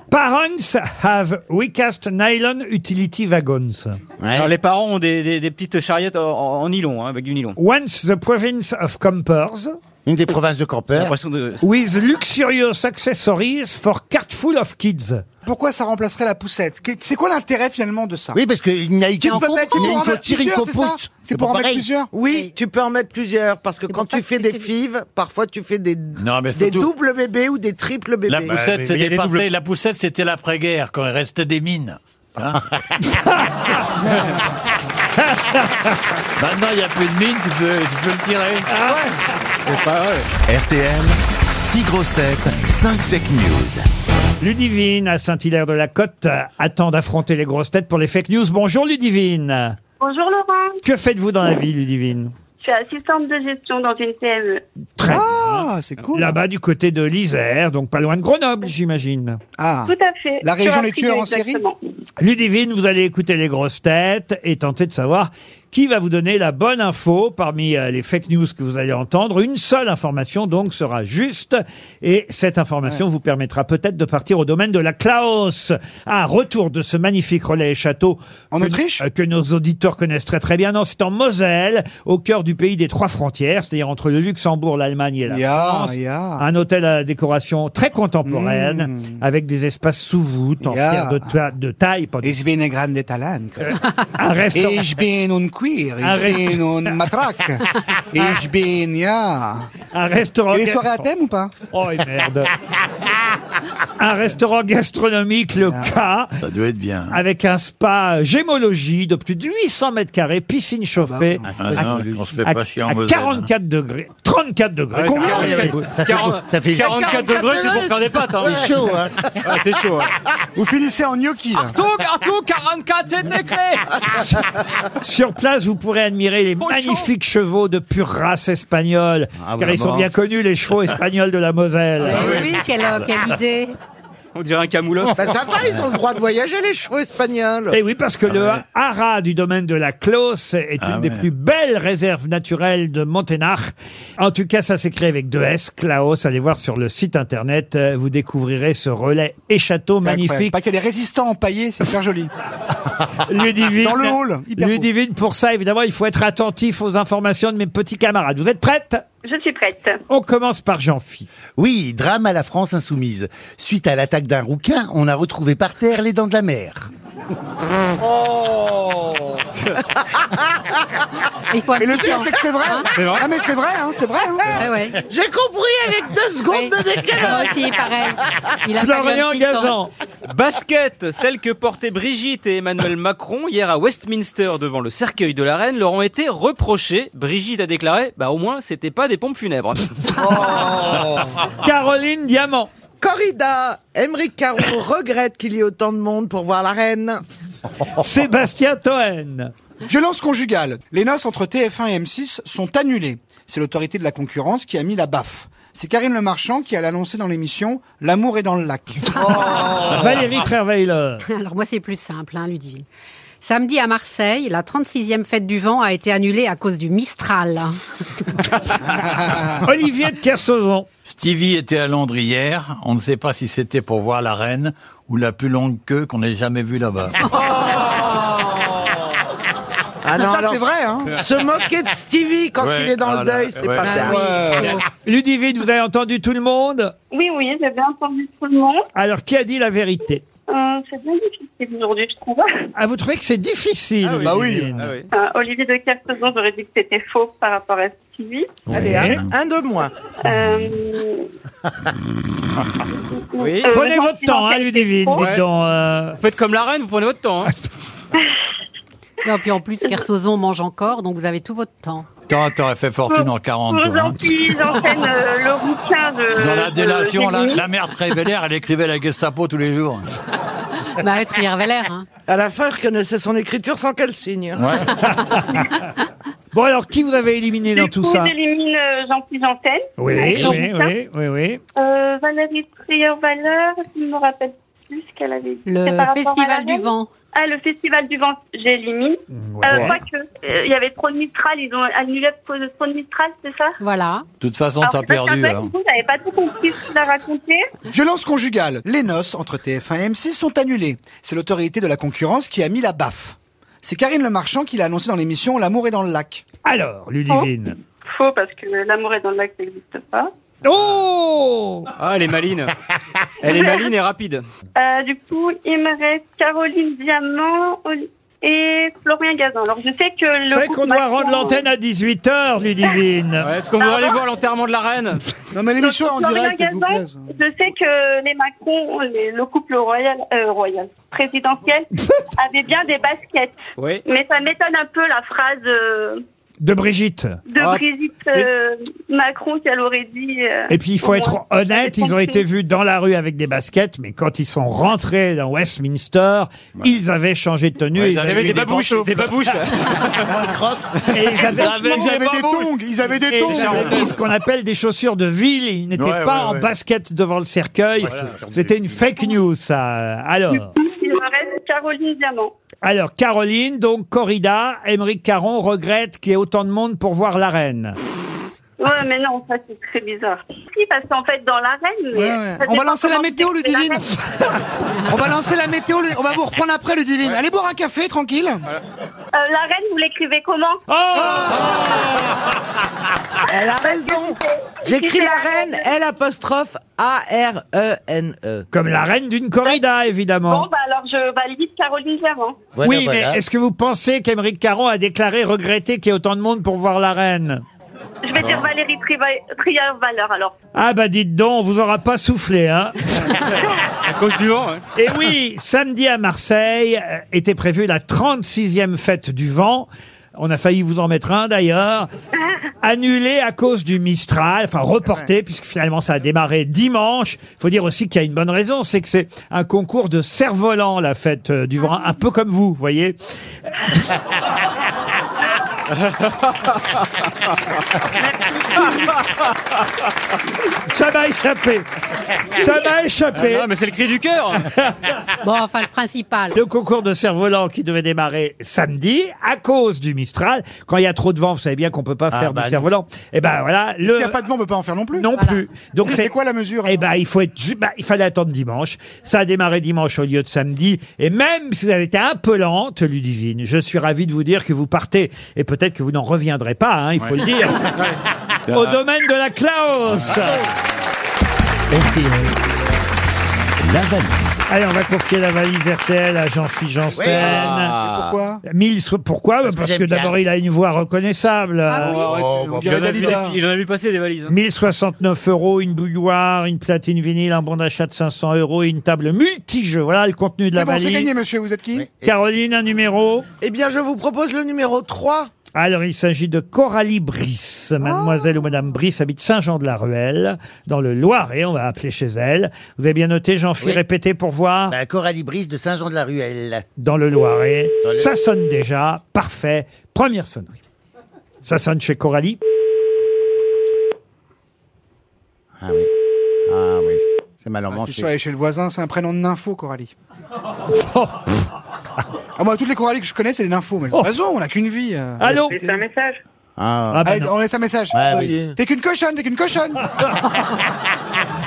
Parents have weakest nylon utility wagons. Alors, les parents ont des, des- des petites chariotes en, en- en nylon, hein, avec du nylon. Once the province of campers. Une des provinces de campers. J'ai l'impression de- With luxurious accessories for cartful of kids. Pourquoi ça remplacerait la poussette Qu'est- C'est quoi l'intérêt finalement de ça bah, Oui, parce qu'il n'a eu Tu peux mettre- c'est pour en mettre plusieurs, c'est ça C'est pour en mettre plusieurs Oui, tu peux en mettre plusieurs parce que quand tu fais des fives, parfois tu fais des, Non, mais des surtout- doubles bébés ou des triples bébés. La poussette, c'était passé- la poussette, c'était l'après-guerre, quand il restait des mines. Hein Maintenant, il n'y a plus de mines, tu peux, tu peux le tirer. Ah ouais C'est pas vrai. RTL, 6 grosses têtes, 5 fake news. Ludivine à Saint-Hilaire-de-la-Côte euh, attend d'affronter les grosses têtes pour les fake news. Bonjour Ludivine. Bonjour Laurent, Que faites-vous dans la vie, Ludivine je suis assistante de gestion dans une TME. Très ah, c'est cool. Là-bas, du côté de l'Isère, donc pas loin de Grenoble, j'imagine. Ah. Tout à fait. La région des tueurs en série Ludivine, vous allez écouter les grosses têtes et tenter de savoir qui va vous donner la bonne info parmi euh, les fake news que vous allez entendre. Une seule information donc sera juste et cette information vous permettra peut-être de partir au domaine de la Klaus. Ah, retour de ce magnifique relais et château en Autriche que nos auditeurs connaissent très très bien. Non, c'est en Moselle, au cœur du pays des trois frontières, c'est-à-dire entre le Luxembourg, l'Allemagne et la Ya, France. ya. Un hôtel à décoration très contemporaine Mm. avec des espaces sous voûte en Ya. pierre de ta- de taille. pardon. Ich bin ein grande talent. Un restaurant. Ich bin un queer. Un Ich rest- bin un matraque. Ich bin, ja. Un restaurant. Et les soirées à thème ou pas Oh, et merde. un restaurant gastronomique, le K, Ça doit être bien. hein. avec un spa gémologie de plus de 800 mètres carrés, piscine chauffée. Ah non, on se fait à- pas chier en à Moselle, 44 degrés. 34 degrés. Ouais, Combien, Ah, oui, oui. Quarante- Ça fait- 44 degrés, c'est pour faire des pâtes. Hein. C'est chaud, hein. Ouais, c'est chaud. hein. Vous finissez en gnocchi, là. Tout, tout, 44 degrés. Sur place, vous pourrez admirer les magnifiques chevaux de pure race espagnole, Ah, car ils sont vraiment. bien connus, les chevaux espagnols de la Moselle. Eh Oui, quelle Ah, euh, quelle Ah. idée. On dirait un camoulot. Bah, ça va, ils ont le droit de voyager, les chevaux espagnols. Et Eh oui, Ah, parce que le haras du domaine de la Clos est Ah une des ouais. plus belles réserves naturelles de Monténard. En tout cas, ça s'écrit avec deux S, Klaus. Allez voir sur le site internet, euh, vous découvrirez ce relais et château magnifique. Pas qu'il y a des résistants empaillés, c'est super joli. Ludivine. Dans le hall, hyper cool. Ludivine, pour ça, évidemment, il faut être attentif aux informations de mes petits camarades. Vous êtes prête Je suis prête. On commence par Jean-Phi. Oui, drame à la France insoumise. Suite à l'attaque d'un rouquin, on a retrouvé par terre les dents de la mer. Oh Il faut Et le pire, c'est que c'est vrai. Hein Ah, mais c'est vrai, hein, c'est vrai. hein. J'ai compris avec deux secondes de décalage. Moi aussi, pareil. Ah, Il a Florian fallu un petit temps. Basket, celle que portaient Brigitte et Emmanuel Macron hier à Westminster devant le cercueil de la reine, leur ont été reprochés. Brigitte a déclaré Bah, au moins, c'était pas des pompes funèbres. Oh. hein. Caroline Diamant. Corrida, Émeric Caron regrette qu'il y ait autant de monde pour voir la reine. Sébastien Toen. Violence conjugale. Les noces entre TF1 et M6 sont annulées. C'est l'autorité de la concurrence qui a mis la baffe. C'est Karine Le Marchand qui a l'annoncé dans l'émission L'amour est dans le lac. Valérie Trierweiler. Alors moi, c'est plus simple, hein, Ludivine. Samedi à Marseille, la 36e fête du vent a été annulée à cause du Mistral. Olivier de Kersauzon. Stevie était à Londres hier. On ne sait pas si c'était pour voir la reine ou la plus longue queue qu'on ait jamais vue là-bas. Ah non, ça, alors- c'est vrai, hein. Se moquer de Stevie quand Ouais, il est dans ah le là, deuil, c'est ouais. pas bien. Ludivine, vous avez entendu tout le monde Oui, oui, j'ai bien entendu tout le monde. Alors, qui a dit la vérité Euh, euh, c'est bien difficile aujourd'hui, je trouve. Ah, vous trouvez que c'est difficile Ah oui, Bah oui. Ludivine. Euh, Olivier de Kersauzon, j'aurais dit que c'était faux par rapport à Stevie. Allez, un- de Oh. moins. Euh, Oui. Euh, Prenez votre sentiment temps, hein, Ludivine, qu'elle dites donc. euh. Vous faites comme la reine, vous prenez votre temps. hein. Non, puis en plus, Kersozon mange encore, donc vous avez tout votre temps. T'aurais- T'aurais fait fortune en 40, Je vous toi, hein. en prie, j'enchaîne euh, le rouquin de. Dans la de délation, la, Jérémy. la mère Prévélère, elle écrivait la Gestapo tous les jours. Bah, être Valère. À la fin, je connaissais son écriture sans qu'elle signe. Bon, alors, qui vous avez éliminé dans tout Vous ça élimine euh, Jean-Pierre Jantel. Oui, Avec oui, Jean-Pierre. oui, oui, oui. Euh, Valérie Trier-Valeur, je ne me rappelle plus ce qu'elle avait dit. Le C'est par rapport Festival à la du reine Vent. Ah, le Festival du Vent, j'élimine. Mm, ouais. Euh, Quoique, euh, il y avait trop de Mistral, ils ont annulé à cause de trop de Mistral, c'est ça Voilà. De toute façon, Alors, t'as c'est pas perdu. sympa, hein. du coup, j'avais pas tout compris ce qu'il a raconté. Violence conjugale. Les noces entre TF1 et M6 sont annulées. C'est l'autorité de la concurrence qui a mis la baffe. C'est Karine Le Marchand qui l'a annoncé dans l'émission L'amour est dans le lac. Alors, Ludivine. Oh. Faux, parce que l'amour est dans le lac n'existe Hein pas. Oh Ah, elle est maline. Elle est maline et rapide. Euh, du coup, il me reste Caroline Diamant Oli- et Florian Gazan. Alors, je sais que le. C'est vrai qu'on groupe doit Macron- rendre l'antenne à 18h, Ludivine. Est-ce qu'on voudrait aller voir l'enterrement de la reine Non, mais l'émission Florian Gazan, je sais que les Macron, les- le couple royal, euh, royal présidentiel, avait bien des baskets. Oui. Mais ça m'étonne un peu la phrase euh, De Brigitte. de Brigitte euh, Macron qu'elle aurait dit. euh, Et puis il faut au être moins- honnête, ils ont été vus dans la rue avec des baskets, mais quand ils sont rentrés dans Westminster, ils avaient changé de tenue. Ouais, et ils avaient des eu babouches, panchauds. des babouches. Et ils avaient, Avec ils avaient des tongs, ils avaient des et tongs. ils avaient mis ce qu'on appelle des chaussures de ville. Ils n'étaient Ouais, pas ouais, en ouais. basket devant le cercueil. Voilà. C'était une fake news, ça. Alors, Il me reste Caroline Diamant. alors Caroline, donc Corrida, Émeric Caron regrette qu'il y ait autant de monde pour voir la reine. Ouais, mais non, ça c'est très bizarre. Si, parce qu'en fait, dans l'arène. mais ça On va dépend lancer la comment météo, c'est Ludivine. l'arène. on va lancer la météo, Lu- on va vous reprendre après, Ludivine. Allez boire un café, tranquille. Oh Euh, l'arène, vous l'écrivez comment Ah. Elle a raison. J'écris la reine, L apostrophe E A-R-E-N-E. Comme la reine d'une corrida, évidemment. Bon, bah alors je valide Caroline Diamant. oui, mais est-ce que vous pensez qu'Émeric Caron a déclaré regretter qu'il y ait autant de monde pour voir la reine Je vais dire Valérie Trier-Valeur alors. Ah bah dites donc, on vous aura pas soufflé, hein À cause du vent, Et oui, samedi à Marseille euh, était prévue la 36e fête du vent. On a failli vous en mettre un d'ailleurs. Annulé à cause du Mistral, enfin reporté, puisque finalement ça a démarré dimanche. faut dire aussi qu'il y a une bonne raison, c'est que c'est un concours de cerf-volant, la fête euh, du vent, un peu comme vous, voyez. Ça m'a échappé. Ça m'a échappé. Ah non, mais c'est le cri du cœur. Bon, enfin, le principal. Le concours de cerf-volant qui devait démarrer samedi à cause du Mistral. Quand il y a trop de vent, vous savez bien qu'on peut pas Ah, faire bah du non. cerf-volant. Et ben voilà, le S'il n'y a pas de vent, on peut pas en faire non plus. non plus. Donc C'est quoi la mesure Eh ben il faut être ju- bah, il fallait attendre dimanche. Ça a démarré dimanche au lieu de samedi et même si vous avez été un peu lente Ludivine, je suis ravi de vous dire que vous partez et peut-être que vous n'en reviendrez pas hein, il faut le dire. Au domaine de la Klaus. RTL, la valise. Allez, on va confier la valise RTL à Jean-Philippe Janssen. Ouais. Ah. Et pourquoi Mille so- pourquoi Bah, Parce, j'aime que bien. Oh, d'abord, il a une voix reconnaissable. Ah Ah Oh, Euh, il, en a vu, bah, il en a vu passer des valises. hein. 1069 euros, une bouilloire, une platine vinyle, un bon d'achat de 500 euros et une table multijeu. Voilà le contenu de la C'est bon, c'est valise. gagné, monsieur. Vous êtes qui Caroline, un numéro Eh bien, je vous propose le numéro 3. alors, il s'agit de Coralie Brice. Ah. Mademoiselle ou Madame Brice habite Saint-Jean-de-la-Ruelle, dans le Loiret. On va appeler chez elle. Vous avez bien noté, jean philippe Oui. répétez pour voir. Bah, Coralie Brice de Saint-Jean-de-la-Ruelle. dans le Loiret. Dans le- Ça sonne déjà, parfait. Première sonnerie. Ça sonne chez Coralie. Ah oui. Ah oui. C'est mal en Ah, c'est manché. sûr, aller chez le voisin, c'est un prénom de nympho, Coralie. Ah, moi, toutes les Coralies que je connais, c'est des nymphos. Mais elles ont raison, on n'a qu'une vie. euh. Allô T'es- C'est un message. Ah, ben Eh, Allez, on laisse un message. Ouais, oui. T'es qu'une cochonne, t'es qu'une cochonne.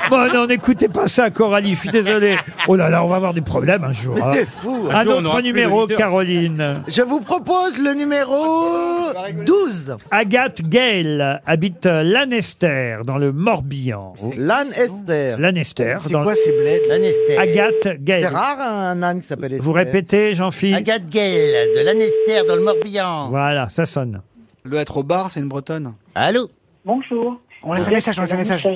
Bon, non, n'écoutez pas ça, Coralie, je suis désolé. Oh là là, on va avoir des problèmes un jour. hein. Mais t'es fou. Un, autre numéro, Caroline. Je vous propose le numéro 12. Agathe Gale habite euh, Lanester, dans le Morbihan. Lanester. Lanester. C'est dans- quoi ces bleds Lanester. Agathe Gale. C'est rare un âne qui s'appelle Vous répétez, Jean-Philippe Agathe Gale, de Lanester, dans le Morbihan. Voilà, ça sonne. Le être au bar, c'est une bretonne. Allô Bonjour. On laisse un message, on laisse un message.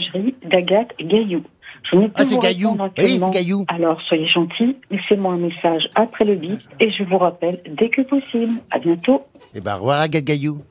d'Agathe Gaillou. Je ne peux Ah, c'est vous Gaillou. répondre Oui, c'est actuellement. Alors, soyez gentils, laissez-moi un message après le bip et je vous rappelle dès que possible. À bientôt. Eh ben, au revoir, Agathe Gaillou.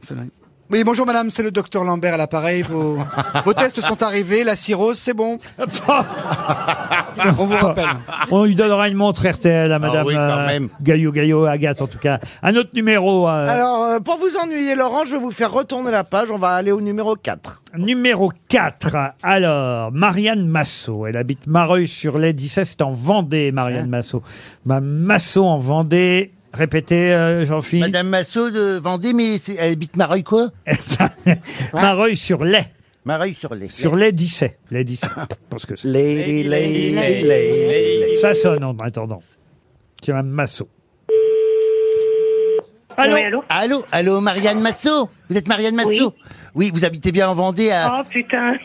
Oui, bonjour madame, c'est le docteur Lambert à l'appareil. Vos... vos tests sont arrivés, la cirrhose, c'est bon. on vous rappelle. On lui donnera une montre Ah RTL à madame oui, quand euh, même. Gaillot, Gaillot, Agathe en tout cas. Un autre numéro. euh, Alors, euh, pour vous ennuyer, Laurent, je vais vous faire retourner la page. On va aller au numéro 4. Numéro 4. Alors, Marianne Massot. Elle habite Mareuil-sur-Lay, 17, c'est en Vendée, Marianne Massot. Ma Massot en Vendée. Répétez, euh, Jean-Philippe. Madame Massot de Vendée, mais c'est- elle habite Mareuil quoi Mareuil-sur-Lay. Mareuil-sur-Lay. Sur les 17. Les 17. Ah. Parce que c'est- Ça sonne en attendant. C'est Mme Massot. Allô, allô Allô, Marianne Massot Vous êtes Marianne Massot oui. vous habitez bien en Vendée à... Oh putain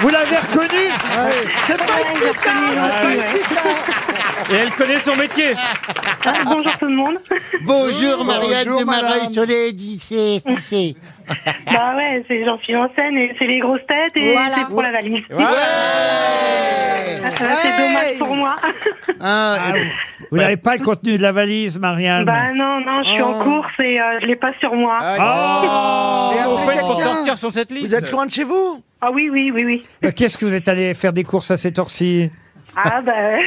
Vous l'avez reconnu C'est pas une Et elle connaît son métier. Ah, bonjour tout le monde. Bonjour Marianne Bonjour, de madame. Mareuil-sur-Lay, d'ici, d'ici. Bah ouais, c'est Jean-Philippe Janssen et c'est les grosses têtes et Voilà. c'est pour la valise. Euh, c'est dommage pour moi. Ah, vous- vous n'avez pas le contenu de la valise, Marianne Bah non, non, je suis Oh. en course et euh, je l'ai pas sur moi. Ah, Comment Oh vous faites pour quelqu'un. sortir sur cette liste Vous êtes loin de chez vous Ah oui, oui, oui, oui. Euh, Qu'est-ce que vous êtes allé faire des courses à cette heure-ci Ah ben.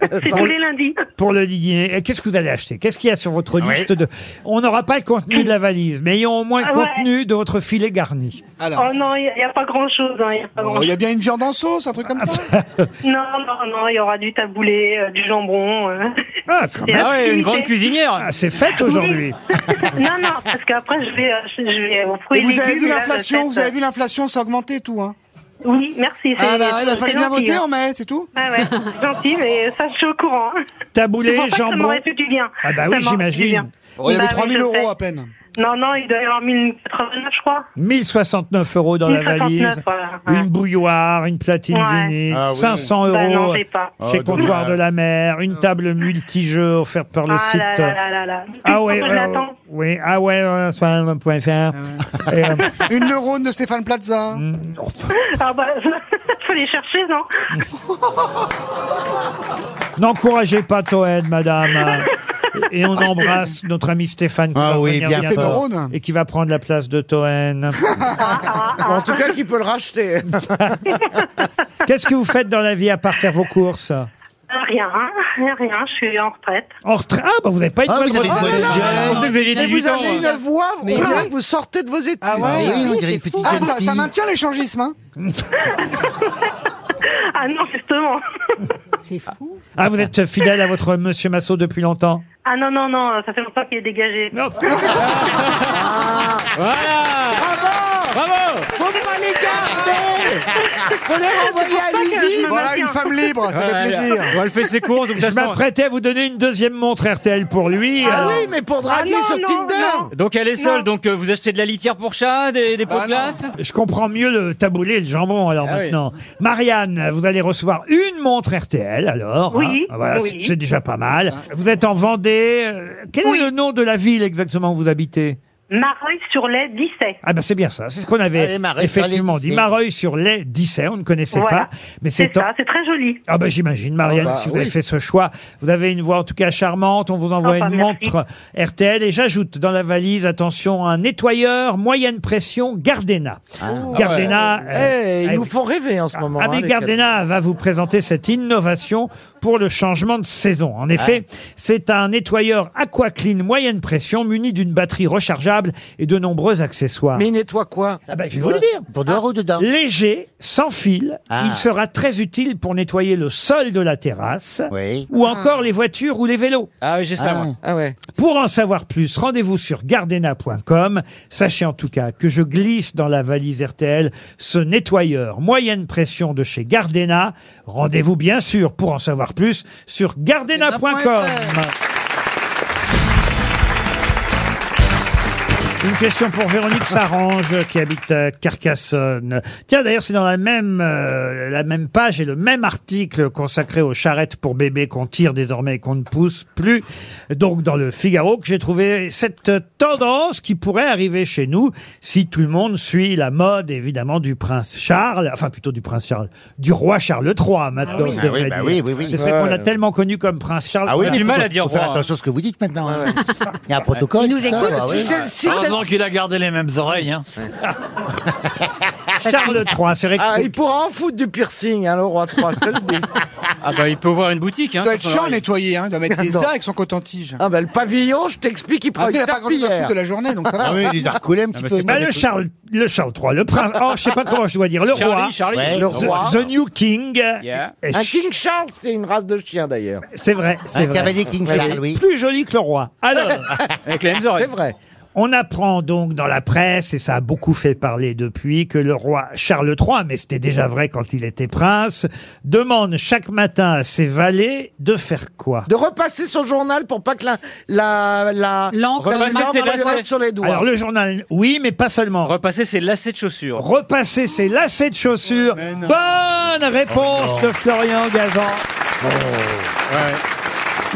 bah, c'est tous les lundis. pour le dîner Et Qu'est-ce que vous allez acheter Qu'est-ce qu'il y a sur votre liste de... On n'aura pas le contenu de la valise, mais ayons au moins le Ah ouais. contenu de votre filet garni. Oh non, il n'y a, pas grand-chose. hein, y a Oh, pas Il grand-chose. y a bien une viande en sauce, un truc comme ça. Non, non, non, il y aura du taboulé, euh, du jambon. euh. Ah, Et la primité. Ah, c'est fête aujourd'hui. non, non, parce qu'après, je vais, euh, je je vais aux fruits Et vous avez légumes, vu et là, l'inflation, je vous avez fête, vu l'inflation, ça a augmenté et tout. Hein. euh, Oui, merci. Ah c'est- bah, il c'est fallait bien gentil, voter hein. en mai, c'est tout. Ah ouais, c'est gentil, mais ça, je suis au courant. Taboulé, C'est pour ça que jambon. Ça m'aurait fait du bien. Ah bah Ça oui, m'aurait fait du j'imagine. bien. Oh, il y avait Bah oui, 3000 je euros sais. à peine. Non, non, il doit y avoir 1089, je crois. 1069 euros dans la 1069, valise, voilà, une bouilloire, une platine Ouais. vinyle, Ah oui. 500 Bah non, euros j'ai pas. chez Oh, Comptoir dommage. de la Mer, une table multijeux offerte par le ah site. là là là là là. Ah ouais, Je euh, l'attends. oui, ah ouais, euh, sur un point fr. Et, euh, Une neurone de Stéphane Plaza. Mm. Ah bah, faut les chercher, non N'encouragez pas Toed, madame. Et on embrasse notre ami Stéphane qui Ah va oui, revenir bien bientôt fait, Drône. et qui va prendre la place de Toen. en tout cas, qui peut le racheter Qu'est-ce que vous faites dans la vie à part faire vos courses Rien, rien, rien, je suis en retraite. En retraite Ah, bah vous n'avez pas une Ah, bonne vous avez une retraite. bonne Ah, gueule. je pensais que vous aviez Mais 18 vous ans, avez moi. une voix, on hein. Mais dirait oui. que vous sortez de vos études. Ah ouais, Ah, ça, ça maintient l'échangisme, hein Ah non, justement. C'est fou. Ah, vous êtes fidèle à votre monsieur Massot depuis longtemps Ah non, non, non, ça fait longtemps qu'il est dégagé. Ah. Voilà Bravo Faut pas les garder Faut les renvoyer à l'usine Voilà une femme libre, ça fait plaisir. elle fait ses courses. donc de toute Je façon- m'apprêtais à vous donner une deuxième montre RTL pour lui. Ah alors. oui, mais pour draguer Ah non, sur non, Tinder Donc elle est seule, donc euh, vous achetez de la litière pour chat, des, Ah, des pots de glace Bah Je comprends mieux le taboulé et le jambon alors Ah oui. maintenant. Marianne, vous allez recevoir une montre RTL alors. Oui, Ah, voilà, oui. c'est- C'est déjà pas mal. Vous êtes en Vendée. euh, Quel est le nom de la ville exactement où vous habitez Mareuil sur les 17. ah ben c'est bien ça, c'est ce qu'on avait Allez, Mareuil sur effectivement les dit. Dissais. Mareuil sur les Dissais, on ne connaissait Voilà. pas, mais C'est c'est en- ça, c'est très joli. Ah ben j'imagine Marianne, Oh bah, si vous avez oui. fait ce choix, vous avez une voix en tout cas charmante, on vous envoie Oh bah, une merci. montre RTL et j'ajoute dans la valise, attention, un nettoyeur moyenne pression Gardena. Ah, Gardena, euh, Eh, eh ils nous oui. font rêver en ce moment. hein, Ami les Gardena va vous présenter cette innovation pour le changement de saison. En effet, c'est un nettoyeur AquaClean moyenne pression muni d'une batterie rechargeable portable et de nombreux accessoires. Mais il nettoie quoi ah bah, Je vais vous le dire. Pour dehors ou dedans Léger, sans fil, Ah. il sera très utile pour nettoyer le sol de la terrasse ou encore les voitures ou les vélos. Ah oui, j'ai ça, moi. Pour en savoir plus, rendez-vous sur gardena.com. Sachez en tout cas que je glisse dans la valise RTL ce nettoyeur moyenne pression de chez Gardena. Rendez-vous bien sûr pour en savoir plus sur Eh ben, gardena.com. Une question pour Véronique Sarange qui habite euh, Carcassonne. Tiens, d'ailleurs, c'est dans la même, euh, la même page et le même article consacré aux charrettes pour bébés qu'on tire désormais et qu'on ne pousse plus. Donc, dans le Figaro, que j'ai trouvé cette tendance qui pourrait arriver chez nous si tout le monde suit la mode, évidemment, du prince Charles, enfin plutôt du prince Charles, du roi Charles III maintenant, Ah oui. je devrais Ah oui, bah dire. oui, oui, oui. Mais C'est vrai qu'on l'a Ouais. tellement connu comme prince Charles. Ah oui, qu'on a mais du faut- mal à dire faut faire roi. attention à ce que vous dites maintenant. hein. Il y a un protocole. Il nous écoute. Ah ouais. Si c'est- si Heureusement c'est- qu'il a gardé les mêmes oreilles. Hein. Charles III, c'est vrai que- Ah, il pourra en foutre du piercing, hein, le roi 3, je te le dis. Ah bah il peut ouvrir une boutique. Hein, Doit être sur son chiant à oreille. nettoyer, hein, doit mettre des Attends. arcs avec son coton-tige. Ah, bah, le pavillon, je t'explique, il prend Après, une il a pas grand-chose à serpillière. foutre de la journée, donc ça Ah Ah va. Bah, le Charles, le Charles III, le prince. Oh, je sais pas comment je dois dire. Le Charlie, roi. Charlie. Ouais, le The- roi. The, New King. Et Un ch- King Charles, c'est une race de chien, d'ailleurs. C'est vrai. c'est vrai. Voilà. Plus joli que le roi. Alors. Avec les mêmes oreilles. C'est vrai. On apprend donc dans la presse, et ça a beaucoup fait parler depuis, que le roi Charles III, mais c'était déjà vrai quand il était prince, demande chaque matin à ses valets de faire quoi De repasser son journal pour pas que la. la, la Repasser remorque ses passe lacets. sur les doigts. Alors le journal, oui, mais pas seulement. Repasser ses lacets de chaussures. Repasser ses lacets de chaussures. Bonne réponse Oh non. de Florian Gazan. Oh.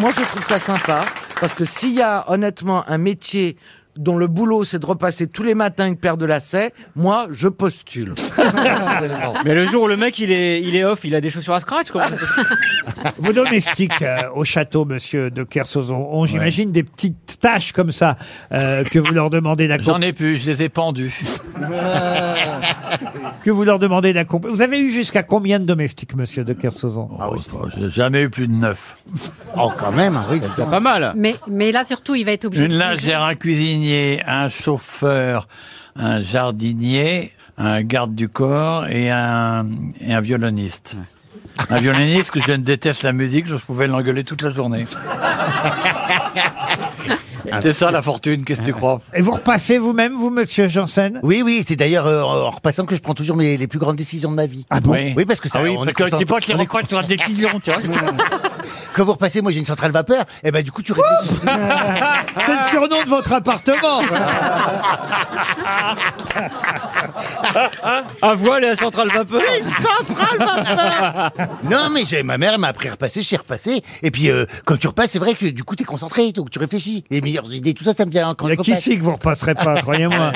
Moi, je trouve ça sympa parce que s'il y a honnêtement un métier dont le boulot c'est de repasser tous les matins une paire de lacets, moi je postule. Mais le jour où le mec il est, il est off, il a des chaussures à scratch quoi. Vos domestiques euh, au château, monsieur de Kersozon, ont, j'imagine, des petites tâches comme ça euh, que vous leur demandez d'accomplir. J'en ai plus, je les ai pendus. que vous leur demandez d'accomplir. Vous avez eu jusqu'à combien de domestiques, monsieur de Kersozon Ah J'ai jamais eu plus de neuf. Oh, quand même, oui. C'est pas mal. Mais, mais là, surtout, il va être obligé. Une de- lingère, un cuisinier, un chauffeur, un jardinier, un garde du corps et un, et un violoniste. Un violoniste que je ne déteste la musique, je pouvais l'engueuler toute la journée. Ah. C'est ça la fortune, qu'est-ce que tu crois Et vous repassez vous-même, vous, monsieur Janssen Oui, oui, c'est d'ailleurs euh, en repassant que je prends toujours mes, les plus grandes décisions de ma vie. Ah bon oui. oui, parce que ça. Ah oui, on parce est que content- tu penses que les on est- requêtes sont la décision, tu vois. Quand vous repassez, moi j'ai une centrale vapeur, et ben du coup tu réfléchis. C'est le surnom de votre appartement. À voile et à centrale vapeur. centrale Non, mais j'ai- ma mère elle m'a appris à repasser, j'ai repassé. Et puis euh, quand tu repasses, c'est vrai que du coup t'es concentré, donc tu réfléchis. Les meilleures idées, tout ça, ça me vient quand Il y a je qui repasse. c'est que vous repasserez pas, croyez-moi.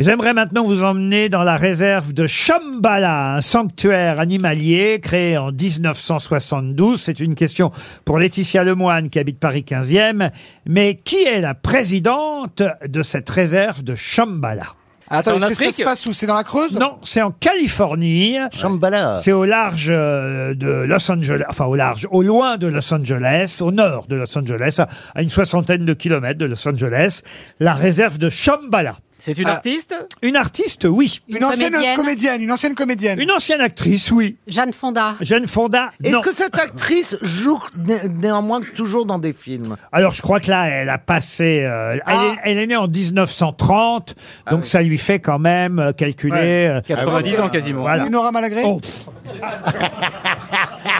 J'aimerais maintenant vous emmener dans la réserve de Shambhala, un sanctuaire animalier créé en 1972. C'est une question pour Laetitia Lemoine qui habite Paris 15e. Mais qui est la présidente de cette réserve de Shambhala Attends, c'est- ça se passe où C'est dans la Creuse Non, c'est en Californie. Shambhala. C'est au large euh, de Los Angeles, enfin au large, au loin de Los Angeles, au nord de Los Angeles, à- à une soixantaine de kilomètres de Los Angeles, la réserve de Shambhala. C'est une Ah, artiste Une artiste, oui. Une, ancienne comédienne. une ancienne comédienne. Une ancienne actrice, oui. Jeanne Fonda. Jeanne Fonda, Est-ce non. que cette actrice joue né- néanmoins toujours dans des films Ah. Alors, je crois que là, elle a passé. euh, elle, est, elle est née en 1930, donc ça lui fait quand même euh, calculer. Ouais. euh, 90 ans quasiment. Voilà. Une Nora Malagré Oh,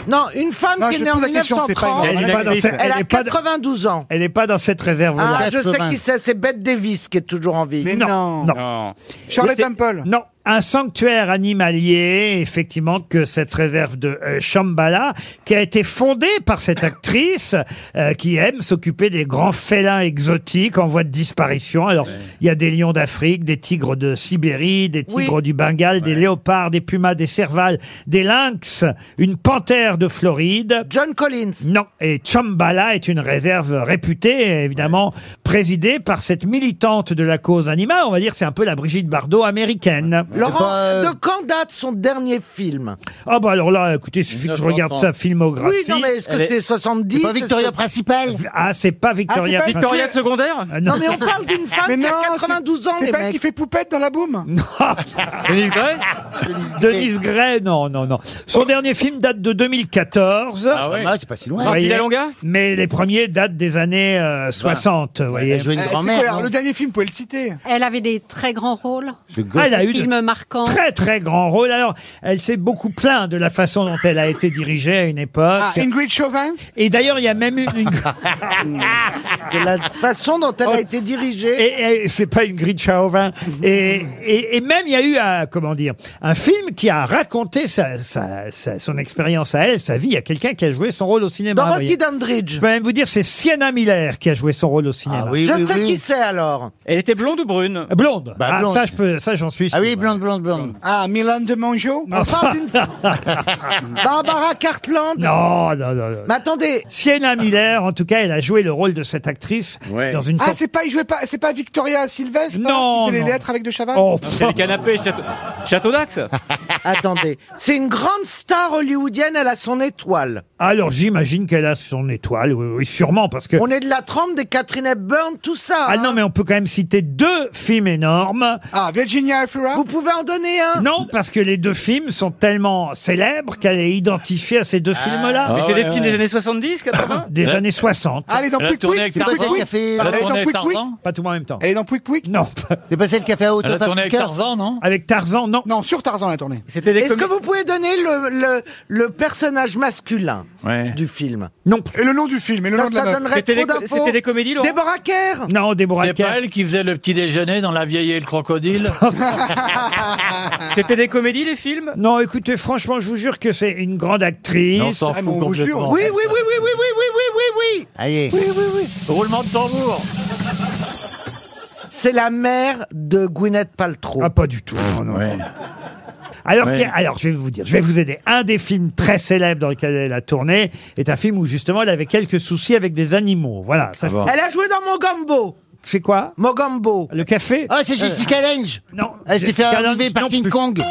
Non, une femme Non, qui est je née en pose la question, c'est pas 1930. une Elle est Elle, pas dans cette- elle a est pas 92 ans. Elle n'est pas dans cette réserve. Ah, je sais qui c'est, c'est Bette Davis qui est toujours en vie. Mais non. Non. Charlotte Oui, c'est- Temple. Non. Un sanctuaire animalier, effectivement, que cette réserve de euh, Shambhala, qui a été fondée par cette actrice euh, qui aime s'occuper des grands félins exotiques en voie de disparition. Alors, il y a des lions d'Afrique, des tigres de Sibérie, des Oui. tigres du Bengale, des léopards, des pumas, des cervales, des lynx, une panthère de Floride. John Collins. Non. Et Shambhala est une réserve réputée, évidemment, présidée par cette militante de la cause animale. On va dire, c'est un peu la Brigitte Bardot américaine. Laurent, pas, euh, de quand date son dernier film Ah bah alors là, écoutez, il suffit que je regarde 1930. sa Ah, filmographie. Oui, non, mais est-ce que Elle est- c'est 70, C'est pas Victoria c'est- Principale Ah, c'est pas Victoria Ah, pas Victoria secondaire non. Non, mais on parle d'une femme Mais qui a non, 92 ans, C'est les pas mecs. elle qui fait poupette dans la boum Ah. Denise Gray Denise Gray, non, non, non. Son dernier film date de 2014. Oh. Ah ouais. Pas mal, c'est pas si loin. Vous voyez, Rapide à longa Mais les premiers datent des années euh, 60, vous voyez. joué une Eh, c'est grand-mère, quoi, alors, non le dernier film, vous pouvez le citer. Elle avait des très grands rôles. Ah, elle a Des eu de films marquants. très très grand rôle. Alors, elle s'est beaucoup plainte de la façon dont elle a été dirigée à une époque. Ah, Ingrid Chauvin Et d'ailleurs, il y a même eu une... De la façon dont elle a été dirigée. Et, et c'est pas une grille de Chauvin. Et, et, et même, il y a eu, un, comment dire, un film qui a raconté sa, sa- sa- son expérience à elle, sa vie, à quelqu'un qui a joué son rôle au cinéma. Dorothy vous voyez. Dandridge. Ah Je peux même vous dire, c'est Sienna Miller qui a joué son rôle au cinéma. Je sais qui c'est alors. Elle était blonde ou brune Blonde. Bah, Ah, blonde. ça, je peux, ça, j'en suis sûr. Ah oui, blonde, Ah. blonde, blonde. Ah, Milan de Mongeau On parle d'une Barbara Cartland. Non, non, non. Mais attendez. Sienna Miller, en tout cas, elle a joué le rôle de cette actrice dans une Ah, sorte- c'est pas, il jouait pas, c'est pas Victoria Sylvestre Non, Qui les non. lettres avec de Chaval Oh, Ah, Non, C'est les canapés, château, Château d'Axe Attendez, c'est une grande star hollywoodienne, elle a son étoile. Alors, j'imagine qu'elle a son étoile, oui, oui, sûrement, parce que... On est hein. de la trempe des Catherine Hepburn, tout ça. Ah non, mais on peut quand même citer deux films énormes. Ah, Virginia Efira Vous pouvez en donner un Non, parce que les deux films sont tellement célèbres qu'elle est identifiée à ces Ah. deux films-là. Mais c'est des films des années 70, 80 Des années 60. Ah, elle est dans Elle a Pouic tourné Pouic, avec c'est Tarzan. Pouic Pouic. Elle a Elle est tourné avec Tarzan Pas tout le monde en même temps. Elle est dans Pouic Pouic Non. C'est pas celle qui a fait Out Elle a of tourné avec Africa Tarzan, non Avec Tarzan, non. Non, sur Tarzan, la tournée. Est-ce que vous pouvez donner le, le, le personnage masculin du film Non. Et le nom du film, et le Non, nom de ça la meuf. donnerait trop d'infos. Déborah Kerr Non, Déborah C'est pas elle qui faisait le petit déjeuner dans La vieille et le crocodile C'était des comédies, les films Non, écoutez, franchement, je vous jure que c'est une grande actrice. Non, on s'en Ah, fout mais on vous complètement. jure. Oui, oui, oui, oui, oui, oui, oui, oui, oui, oui. Allez. Oui, oui, oui. Roulement de tambour. C'est la mère de Gwyneth Paltrow. Ah, pas du tout. Alors, Ouais. qu'il y a- alors, je vais vous dire, je vais vous aider. Un des films très célèbres dans lequel elle a tourné est un film où justement elle avait quelques soucis avec des animaux. Voilà. Ah Ça, je- Elle a joué Oh, dans Mogambo. C'est quoi Mogambo. Le café Euh, Ah, c'est Jessica Lange Non. Elle s'est fait Jessica Lange, enlever par non King plus. Kong.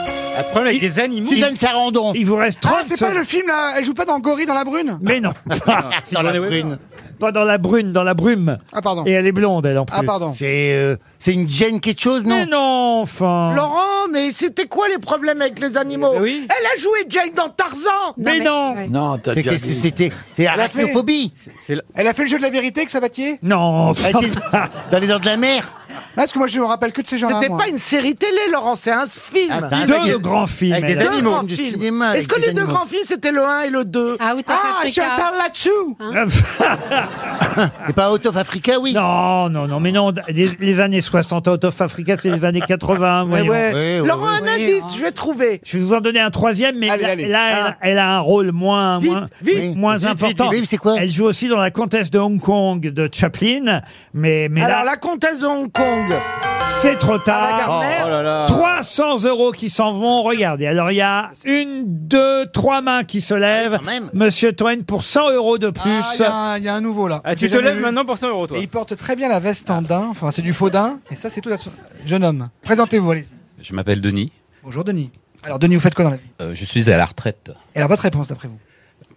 problème avec des animaux. Suzanne Sarandon. Il vous reste Ah, 30 c'est pas le film, là, elle joue pas dans Gorille dans la brune Mais non. Ah, Ah, Dans la brune. Pas dans la brune, dans la brume. Ah, pardon. Et elle est blonde, elle en plus. Ah, pardon. C'est euh, c'est une gêne quelque chose, non Mais non, enfin. Laurent, mais c'était quoi les problèmes avec les animaux oui. Elle a joué Jane dans Tarzan Eh ben Mais non Non, t'as C'est- déjà qu'est-ce que vu. c'était C'est Elle a fait- arachnophobie. Eh, Elle a fait le jeu de la vérité avec Sabatier Non, enfin, Elle était dans les dents de la mer. Ah, Parce que moi, je me rappelle que de ces gens-là. C'était moi. pas une série télé, Laurent, c'est un film. Ah, Attends, avec des- Avec des Deux animaux. grands Du films. cinéma avec Est-ce que des les deux animaux. grands films, c'était le 1 et le 2 Ah, Out of Ah, Africa. j'entends là-dessous Hein Hein C'est pas Out of Africa, oui. Non, non, non, mais non, les, les années 60 out of Africa, c'est les années Eh 80, Mais voyons. ouais. Laurent, un indice, Ah, je vais trouver. Je vais vous en donner un troisième, mais là, là, elle, a- elle a un rôle moins, moins, vite. moins Vite, vite, important. vite, vite, c'est quoi elle joue aussi dans La Comtesse de Hong Kong de Chaplin, mais, mais Alors, là, la comtesse de Hong Kong. c'est trop tard. Ava Gardner. Oh, oh là là. 300 euros qui s'en vont. Regardez, alors il y a une, deux, trois mains qui se Ah, lèvent. Monsieur Toen pour 100 euros de plus. Ah, il y a un- il y, a un nouveau là. Ah, J'ai tu te jamais lèves vu. maintenant pour 100 euros, toi. Et il porte très bien la veste en daim, enfin c'est du faux daim, et ça c'est tout. à son- Jeune homme, présentez-vous, allez-y. Je m'appelle Denis. Bonjour Denis. Alors Denis, vous faites quoi dans la vie Euh, je suis à la retraite. Et alors votre réponse d'après vous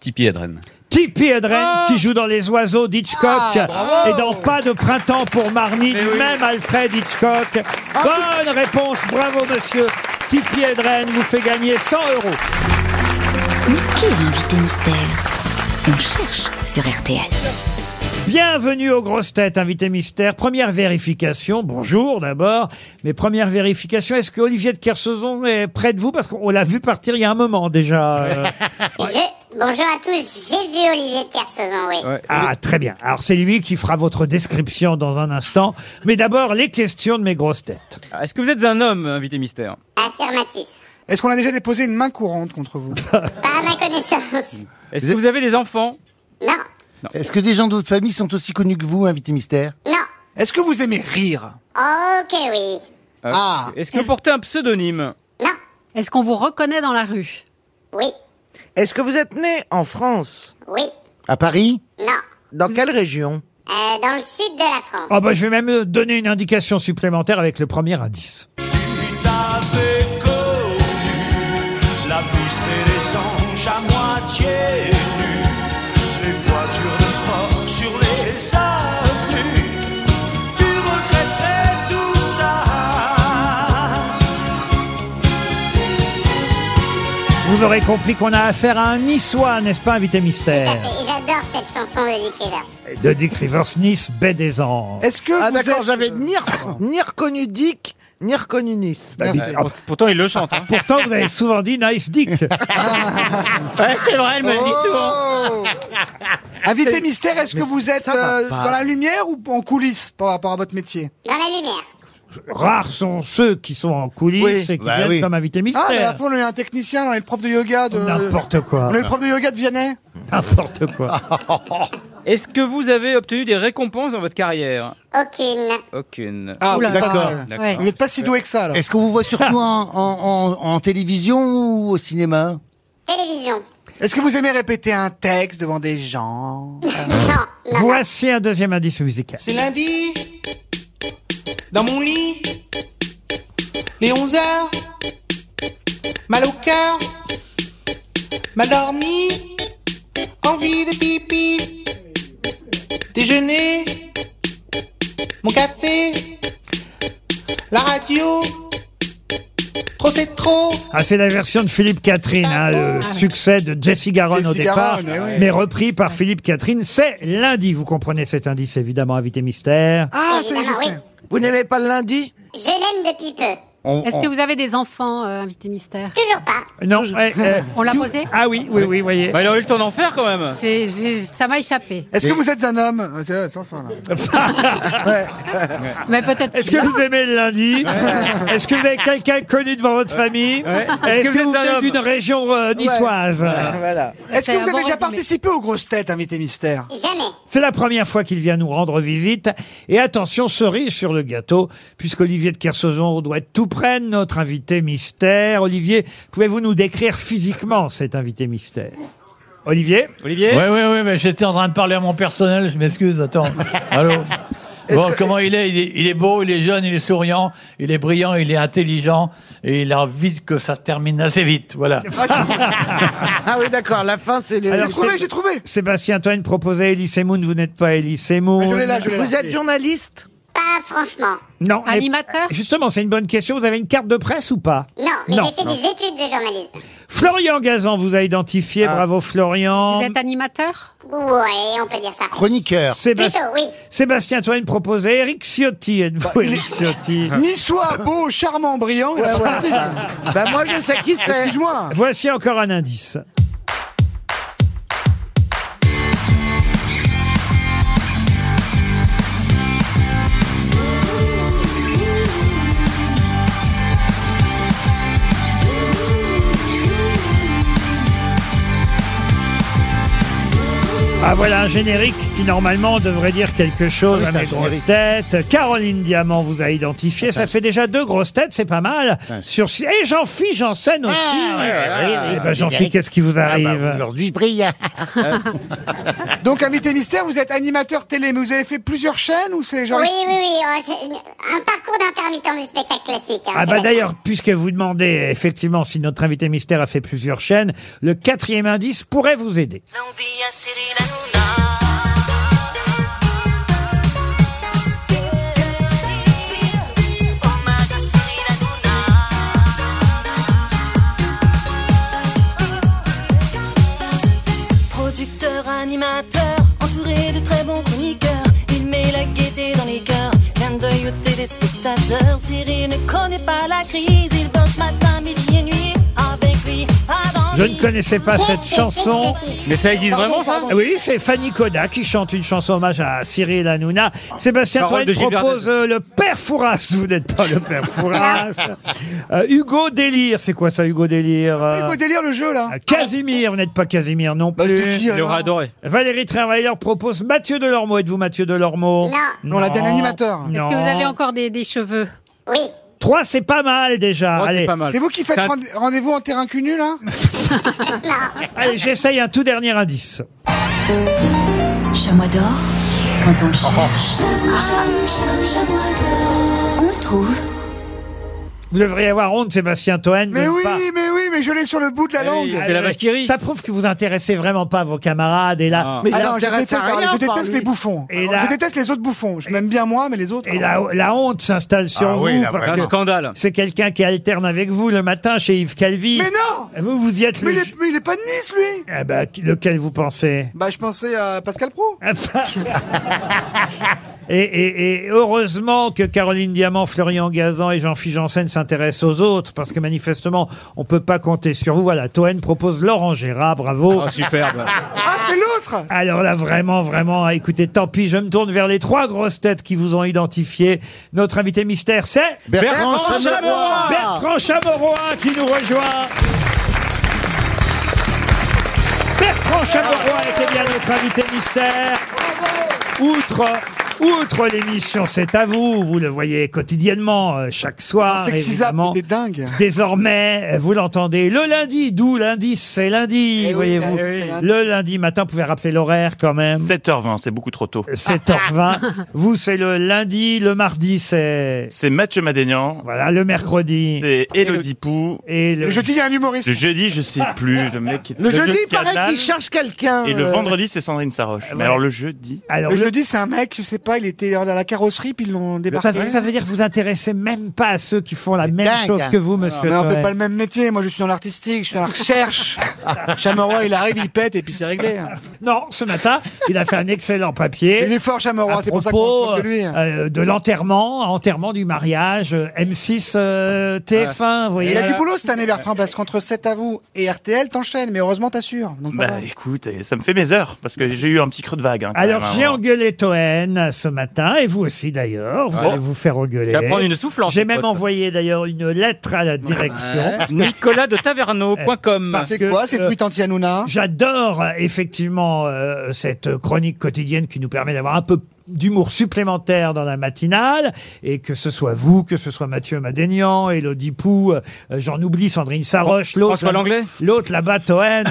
Tipeee Adren. Tippi Hedren qui joue dans Les Oiseaux d'Hitchcock et dans Pas de printemps pour Marnie, du même Alfred Hitchcock. Bonne réponse, bravo monsieur. Tippi Hedren vous fait gagner 100 euros. Mais qui est l'invité mystère On cherche sur RTL. Bienvenue aux grosses têtes, invité mystère. Première vérification, bonjour d'abord. Mais première vérification, est-ce que Olivier de Kersauzon est près de vous Parce qu'on l'a vu partir il y a un moment déjà. euh. Je- Bonjour à tous, j'ai vu Olivier de Kersauzon, oui. Ah, très bien. Alors c'est lui qui fera votre description dans un instant. Mais d'abord, les questions de mes grosses têtes. Ah, Est-ce que vous êtes un homme, invité mystère Affirmatif. Est-ce qu'on a déjà déposé une main courante contre vous Pas à ma connaissance. Est-ce que vous avez des enfants Non, Est-ce que des gens de votre famille sont aussi connus que vous, invité mystère non. Est-ce que vous aimez rire Ok, oui. Euh, Ah. Est-ce que vous portez un pseudonyme Est-ce qu'on vous reconnaît dans la rue Oui, Est-ce que vous êtes né en France oui, À Paris non. Dans quelle région Euh, dans le sud de la France. bah, Ah bah je vais même donner une indication supplémentaire avec le premier indice. Suite avec Vous aurez compris qu'on a affaire à un niçois, n'est-ce pas, invité mystère Et j'adore cette chanson de Dick Rivers. De Dick Rivers, Nice, baie des anges. Est-ce que ah d'accord, j'avais ni, re- ni reconnu Dick, ni reconnu Nice. Bah, Merci. Dick- ah, Pourtant, il le chante. hein. Pourtant, vous avez souvent dit Nice Dick. Ah. Ouais, c'est vrai, elle me le dit souvent. Oh Invité mystère, est-ce que vous êtes va euh, pas. dans la lumière ou en coulisses par rapport à votre métier Dans la lumière. Rares sont ceux qui sont en coulisses et qui viennent comme invité Ah, mais à mystère. fond, on est un technicien, on est le prof de yoga de. N'importe quoi. On est le prof de yoga de Vianney N'importe quoi. Est-ce que vous avez obtenu des récompenses dans votre carrière Aucune. Aucune. Ah, Oula. d'accord. D'accord. Ouais. Vous n'êtes pas si doué que ça, alors. Est-ce qu'on vous voit surtout en, en- en- en télévision ou au cinéma Télévision. Est-ce que vous aimez répéter un texte devant des gens Voici un deuxième indice musical. C'est lundi, dans mon lit, les 11 heures, mal au cœur, mal dormi, envie de pipi, déjeuner, mon café, la radio, trop c'est trop. Ah, c'est la version de Philippe Catherine, hein, le succès de Jesse Garonne Jesse au départ, Garonne, eh oui. mais repris par Philippe Catherine. C'est lundi, vous comprenez cet indice, évidemment, invité mystère. Ah, Évidemment, c'est- je oui. sais. Vous n'aimez pas le lundi Je l'aime depuis peu. Est-ce que vous avez des enfants, euh, invité mystère Toujours pas. Non, eh, eh, On l'a tout- posé Ah oui, oui, oui, voyez. Bah, il aurait eu le temps d'en faire quand même. J'ai- j'ai- Ça m'a échappé. Est-ce que vous êtes un homme Euh, C'est sans fin, là. Mais peut-être. Est-ce que vous aimez le lundi Est-ce que vous avez quelqu'un connu devant votre famille Ouais. Est-ce que vous venez d'une région euh, niçoise Est-ce C'est que un vous avez bon déjà résumé. participé aux grosses têtes, invité mystère Jamais. C'est la première fois qu'il vient nous rendre visite. Et attention, cerise sur le gâteau, puisqu'Olivier de Kersauzon doit être tout près de notre invité mystère. Olivier, pouvez-vous nous décrire physiquement cet invité mystère Olivier Olivier Oui, oui, oui, mais j'étais en train de parler à mon personnel, je m'excuse, attends. Allô Bon, comment il est, il est Il est beau, il est jeune, il est souriant, il est brillant, il est intelligent, et il a envie que ça se termine assez vite, voilà. Ah oui, d'accord, la fin, c'est le. Alors, c'est- Sébastien Toen proposait Elie Semoun, vous n'êtes pas Elie Semoun. Ah, Vous êtes journaliste Pas franchement. Non. mais- Animateur Justement, c'est une bonne question. Vous avez une carte de presse ou pas Non, mais j'ai fait des études de journalisme. Florian Gazan vous a identifié. Bravo, Florian. Vous êtes animateur Ouais, on peut dire ça. Chroniqueur. Plutôt, oui. Sébastien Toine proposait Eric Ciotti. Êtes-vous Eric Ciotti Ah. Niçois, beau, charmant, brillant. Ouais, ouais. Ben, Bah, moi, je sais qui c'est. Excuse-moi. Voici encore un indice. Ah voilà un générique qui normalement devrait dire quelque chose Ah oui, à c'est mes un grosses têtes. Caroline Diamant vous a identifié, ça fait déjà deux grosses têtes, c'est pas mal. Sur et Jean-Phi Janssen aussi. Ah, ouais, ouais, ouais, ouais, Eh ben, c'est Jean-Phi, générique. qu'est-ce qui vous arrive Ah bah, Aujourd'hui, je brille. Donc, invité mystère, vous êtes animateur télé, mais vous avez fait plusieurs chaînes ou c'est genre. Oui, oui, oui. oh, j'ai- un parcours d'intermittent du spectacle classique. hein, Ah bah Sébastien. d'ailleurs, puisque vous demandez effectivement si notre invité mystère a fait plusieurs chaînes, le quatrième indice pourrait vous aider. Producteur, animateur, entouré de très bons chroniqueurs, il met la gaieté dans les cœurs. Clin d'œil aux téléspectateurs, Cyril ne connaît pas la crise, il bosse matin, midi et nuit. Avec lui, pas Je ne connaissais pas cette chanson. Ah Mais ça existe vraiment, ça Oui, c'est Fanny Koda qui chante une chanson hommage à Cyril Hanouna. Sébastien Parole Toine de Gilbert propose euh, le Père Fouras. Vous n'êtes pas le Père Fouras. Ah. Euh, Hugo Délire, c'est quoi ça Hugo Délire euh, Hugo Délire, Bah, le jeu, là. euh, Casimir, vous n'êtes pas Casimir non plus. Il aurait adoré. Valérie Travailleur propose Mathieu Delormeau. Êtes-vous Mathieu Delormeau Non. Non, la Non. donne animateur. Est-ce Non. que vous avez encore des, des cheveux Oui. Trois, c'est pas Oh, mal déjà. Allez. C'est vous qui faites rende- rendez-vous en terrain cunu, là Allez, j'essaye un tout dernier indice. Chamois d'or, quand on le Oh, Ah. cherche, on le trouve. Vous devriez avoir honte, Sébastien Toen. de Mais ne oui, pas- Eh mais oui, mais je l'ai sur le bout de la langue. Ça prouve que vous intéressez vraiment pas vos camarades. Et là, Mais et il là- a Alors, je déteste, alors, je déteste les bouffons. Et Alors, là- Je déteste les autres bouffons. Je m'aime bien moi, mais les autres. Et la, la honte s'installe sur Ah vous. oui, là, parce vraiment. que Un scandale. C'est quelqu'un qui alterne avec vous le matin chez Yves Calvi. Mais non Vous, vous y êtes Mais le... il est- Mais il est pas de Nice, lui Ah bah, qui- lequel vous pensez Bah, je pensais à Pascal Pro. et, et- et heureusement que Caroline Diamant, Florian Gazan et Jean-Philippe Janssen s'intéressent aux autres, parce que manifestement, on peut pas compter sur vous. Voilà, Toen propose Laurent Gérard, Oh, bravo. Ah, c'est l'autre Alors là, vraiment, vraiment, écoutez, tant pis, je me tourne vers les trois grosses têtes qui vous ont identifié. Notre invité mystère, c'est Bertrand Bertrand Chameroy. Chameroy. Bertrand Chameroy qui nous rejoint. Bertrand Chameroy était bien notre invité mystère. Outre... Outre l'émission C'est à vous, vous le voyez quotidiennement, euh, chaque soir. C'est que Sisa, évidemment. des dingues. Désormais, euh, vous l'entendez le lundi, d'où lundi, c'est lundi, Eh oui, voyez-vous. eh oui, c'est lundi. Le lundi matin, vous pouvez rappeler l'horaire quand même. 7h20, c'est beaucoup trop tôt. 7h20. vous, c'est le lundi, le mardi, c'est... C'est Mathieu Madénian. Voilà, le mercredi. C'est Elodie Pou. Et le... Ah. Le jeudi, il y a un humoriste. Le jeudi, je sais plus, le mec qui Le jeu jeudi, de il paraît Canal. qu'il cherche quelqu'un. Et le euh, vendredi, c'est Sandrine Saroche. Mais alors le jeudi. Alors, hein. le jeudi, c'est un mec, je sais pas, il était à la carrosserie, puis ils l'ont débarqué. Ça, veut- ça veut dire que vous intéressez même pas à ceux qui font la même chose que vous, monsieur. Mais on fait Toen. pas le même métier. Moi, je suis dans l'artistique, je suis dans la recherche. Chameroy, il arrive, il pète, et puis c'est réglé. hein. Non, ce matin, il a fait un excellent papier. Il est fort, Chameroy, à c'est pour ça propos, qu'on se moque de lui. hein. euh, de l'enterrement, enterrement du mariage, euh, M6, euh, TF1, vous voyez. Il a du boulot cette année, Bertrand, parce qu'entre 7 à vous et RTL, t'enchaînes, mais heureusement, t'assures. Donc, ça va. Bah écoute, eh, ça me fait mes heures parce que j'ai eu un petit creux de vague. hein, quand Ah, Alors ben, même, j'ai hein. engueulé Toen ce matin et vous aussi d'ailleurs. Vous Ouais. allez vous faire engueuler. Tu vas prendre une soufflante, J'ai mon même pote. envoyé d'ailleurs une lettre à la direction. Ouais. Nicolas de Eh, Taverneau.com. C'est quoi, c'est tweet anti-Hanouna euh, J'adore euh, effectivement euh, cette chronique quotidienne qui nous permet d'avoir un peu d'humour supplémentaire dans la matinale et que ce soit vous, que ce soit Mathieu Madénian, Elodie Pou, euh, j'en oublie Sandrine Saroche, Fran- l'autre François Langlais l'autre là-bas Toen.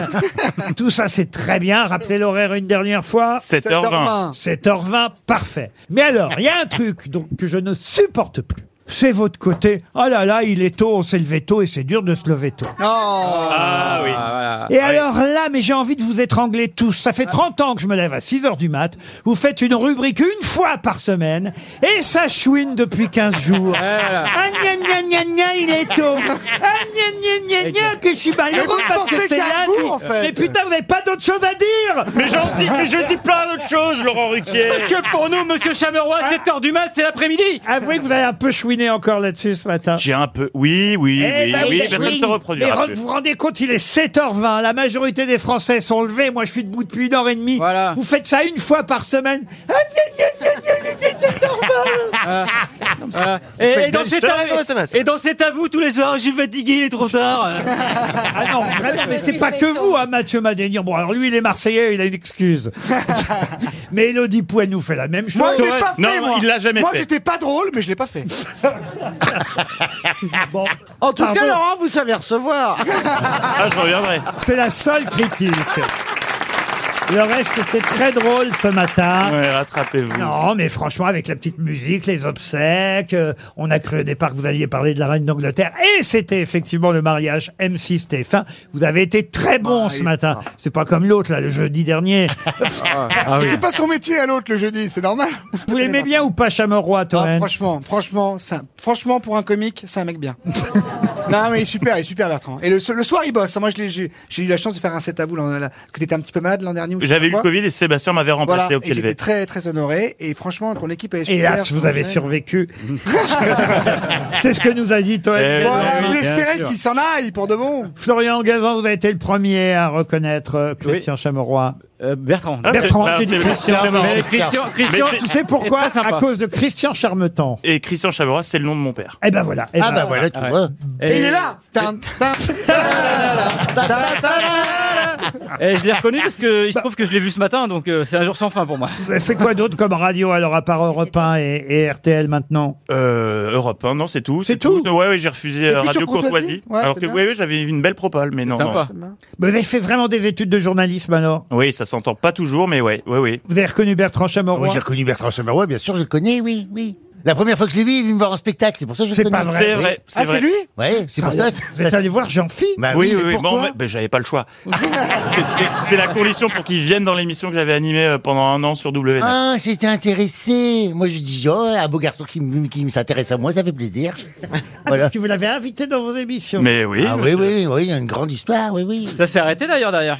Tout ça c'est très bien, rappelez l'horaire une dernière fois. 7h20. 7h20, parfait. Mais alors, il y a un truc donc que je ne supporte plus. C'est votre côté. Oh là là, il est tôt, on s'est levé tôt et c'est dur de se lever tôt. Oh. Ah oui. Et alors là, mais j'ai envie de vous étrangler tous. Ça fait 30 ans que je me lève à 6 heures du mat. Vous faites une rubrique une fois par semaine. Et ça chouine depuis 15 jours. Ah, gna, gna, gna, gna, il est tôt. Ah, gna, gna, gna, gna, que je suis malheureux Mais vous parce que pensez c'est qu'à là. vous, en fait. Mais putain, Ah, vous n'avez pas d'autre chose à dire. Mais j'en dis- mais je dis plein d'autres choses, Laurent Ah. Ruquier. Parce que pour nous, monsieur Chameroy, 7h du mat, c'est l'après-midi. Avouez que vous avez un peu chouiné encore là-dessus ce matin. J'ai un peu. Oui, oui, Eh oui, ben oui, oui. personne ne se Mais reproduira. re- plus. vous vous rendez compte, il est 7h20. La majorité des Français sont levés. Moi, je suis debout depuis une heure et demie. Vous faites ça une fois par semaine. Ah, gna, gna, gna, gna, gna, gna, 7h20. Voilà. C'est pas Euh, Et, une et dans belle cet chose. av- Non, mais ça va, et dans cet avou, tous les soirs, j'ai fatigué, il est trop tard. Ah non, vraiment, mais c'est pas que vous, hein, Mathieu Madénian. Bon, alors lui, il est Marseillais, il a une excuse. mais Elodie Pouet nous fait la même chose. Moi, je l'ai pas fait, moi. Moi, j'étais pas drôle, mais je l'ai pas fait. bon. En tout Pardon. cas, Laurent, vous savez recevoir. Ah, je reviendrai. C'est la seule critique. Le reste était très drôle ce matin. Ouais, rattrapez-vous. Non, mais franchement, avec la petite musique, les obsèques, euh, on a cru au départ que vous alliez parler de la reine d'Angleterre. Et c'était effectivement le mariage M6 TF1. Vous avez été très Bah, bon ce matin. Ah. C'est pas comme l'autre, là, le jeudi dernier. ah, Mais C'est pas son métier à l'autre le jeudi, c'est normal. Vous l'aimez bien ou pas, hein Chamorrois, Ah, Toen franchement, franchement, c'est un- franchement, pour un comique, c'est un mec bien. non, mais il est super, il est super, Bertrand. Et le, so- le soir, il bosse. Moi, je l'ai- j'ai j'ai eu la chance de faire un set à vous, l'an- la- parce que t'étais un petit peu malade l'an dernier. ou je sais J'avais eu pas le quoi. Covid et Sébastien m'avait remplacé Voilà, au et j'étais PLV. très, très honoré. Et franchement, ton équipe est super. Hélas, vous avez survécu. C'est ce que nous a dit Toen. Eh Bon, Gazan. vous espérez qu'il s'en aille pour de bon. Florian Gazan, vous avez été le premier à reconnaître euh, Christian Chamorrois. Euh, Bertrand. Bertrand, Ah, qui dit c'est- Christian. c'est- Mais Christian- Christian, tu sais pourquoi est très sympa. À cause de Christian Charmetan. Et Christian Chameroy, c'est le nom de mon père. Eh ben voilà. eh Ah ben bah voilà, tu vois. Et, il est là. Tin, tin, tin, tin, tin. Et je l'ai reconnu parce que il se trouve que je l'ai vu ce matin, donc euh, c'est un jour sans fin pour moi. Bah- Vous avez fait Euh, quoi d'autre comme radio alors à part Europe 1 et, et RTL maintenant Euh, Europe 1, non, c'est tout. C'est tout, Ouais, ouais, j'ai refusé euh, puis Radio sur Courtoisie Courtoisie. Ouais, alors c'est que, bien. ouais, ouais, j'avais une belle propale, mais non. sympa. non. Vous avez fait vraiment des études de journalisme alors Oui, ça s'entend pas toujours, mais ouais, ouais, ouais. Vous avez reconnu Bertrand Chamorro Oui, j'ai reconnu Bertrand Chameroy, bien sûr, je le connais, oui, oui. La première fois que je l'ai vu, il est venu me voir en spectacle. C'est pour ça que je C'est le pas connais. vrai. C'est vrai, c'est Ah, c'est vrai. lui Oui, c'est pour ça. Vous êtes allé voir jean philippe Bah oui, oui, oui, mais oui. pourquoi Bon, ben, ben, j'avais pas le choix. C'était- C'était la condition pour qu'il vienne dans l'émission que j'avais animée euh, pendant un an sur W9. Ah, j'étais intéressé. Moi, je dis, oh, un beau garçon qui, m- qui s'intéresse à moi, ça fait plaisir. Voilà. Parce que vous l'avez invité dans vos émissions. Mais oui. Ah oui, oui, oui, oui, il y a une grande histoire, oui, oui. Ça s'est arrêté d'ailleurs derrière.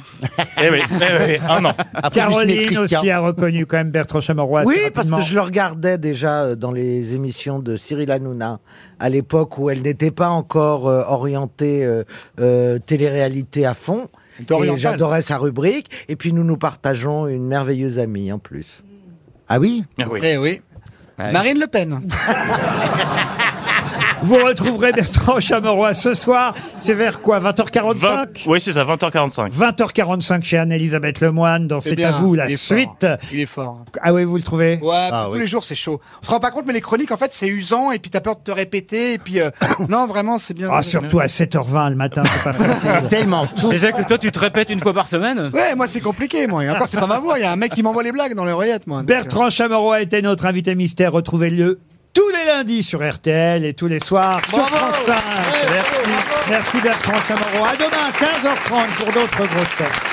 Eh oui, eh oui, un an. Après, je me suis mis avec Caroline Christian. aussi a reconnu quand même Bertrand Chamorrois. Oui, assez parce rapidement. que je le regardais déjà euh, dans les émissions de Cyril Hanouna, à l'époque où elle n'était pas encore euh, orientée euh, euh, télé-réalité à fond. était orientale. Et J'adorais sa rubrique. Et puis nous nous partageons une merveilleuse amie en plus. Ah oui oui. Eh oui. Marine Le Pen. Vous retrouverez Bertrand Chamorrois ce soir. C'est vers quoi 20h45 Oui, c'est ça, 20h45. 20h45 chez Anne-Elisabeth Lemoine dans C'est C'est à Eh bien, vous la il est suite. fort. Il est fort. Ah oui, vous le trouvez Ouais, Ah tous les jours c'est chaud. On se rend pas compte, mais les chroniques en fait c'est usant et puis t'as peur de te répéter et puis euh, non vraiment c'est bien. Ah, surtout à 7h20 le matin, c'est pas facile. Tellement. Déjà que toi, tu te répètes une fois par semaine. Ouais, moi c'est compliqué moi. Et encore c'est pas ma voix. Il y a un mec qui m'envoie les blagues dans l'oreillette moi. Bertrand Chamorrois était notre invité mystère. Retrouvez-le tous les lundis sur RTL et tous les soirs sur France 5. Merci. Merci Bertrand Chamorrois. À demain, 15h30 pour d'autres grosses têtes.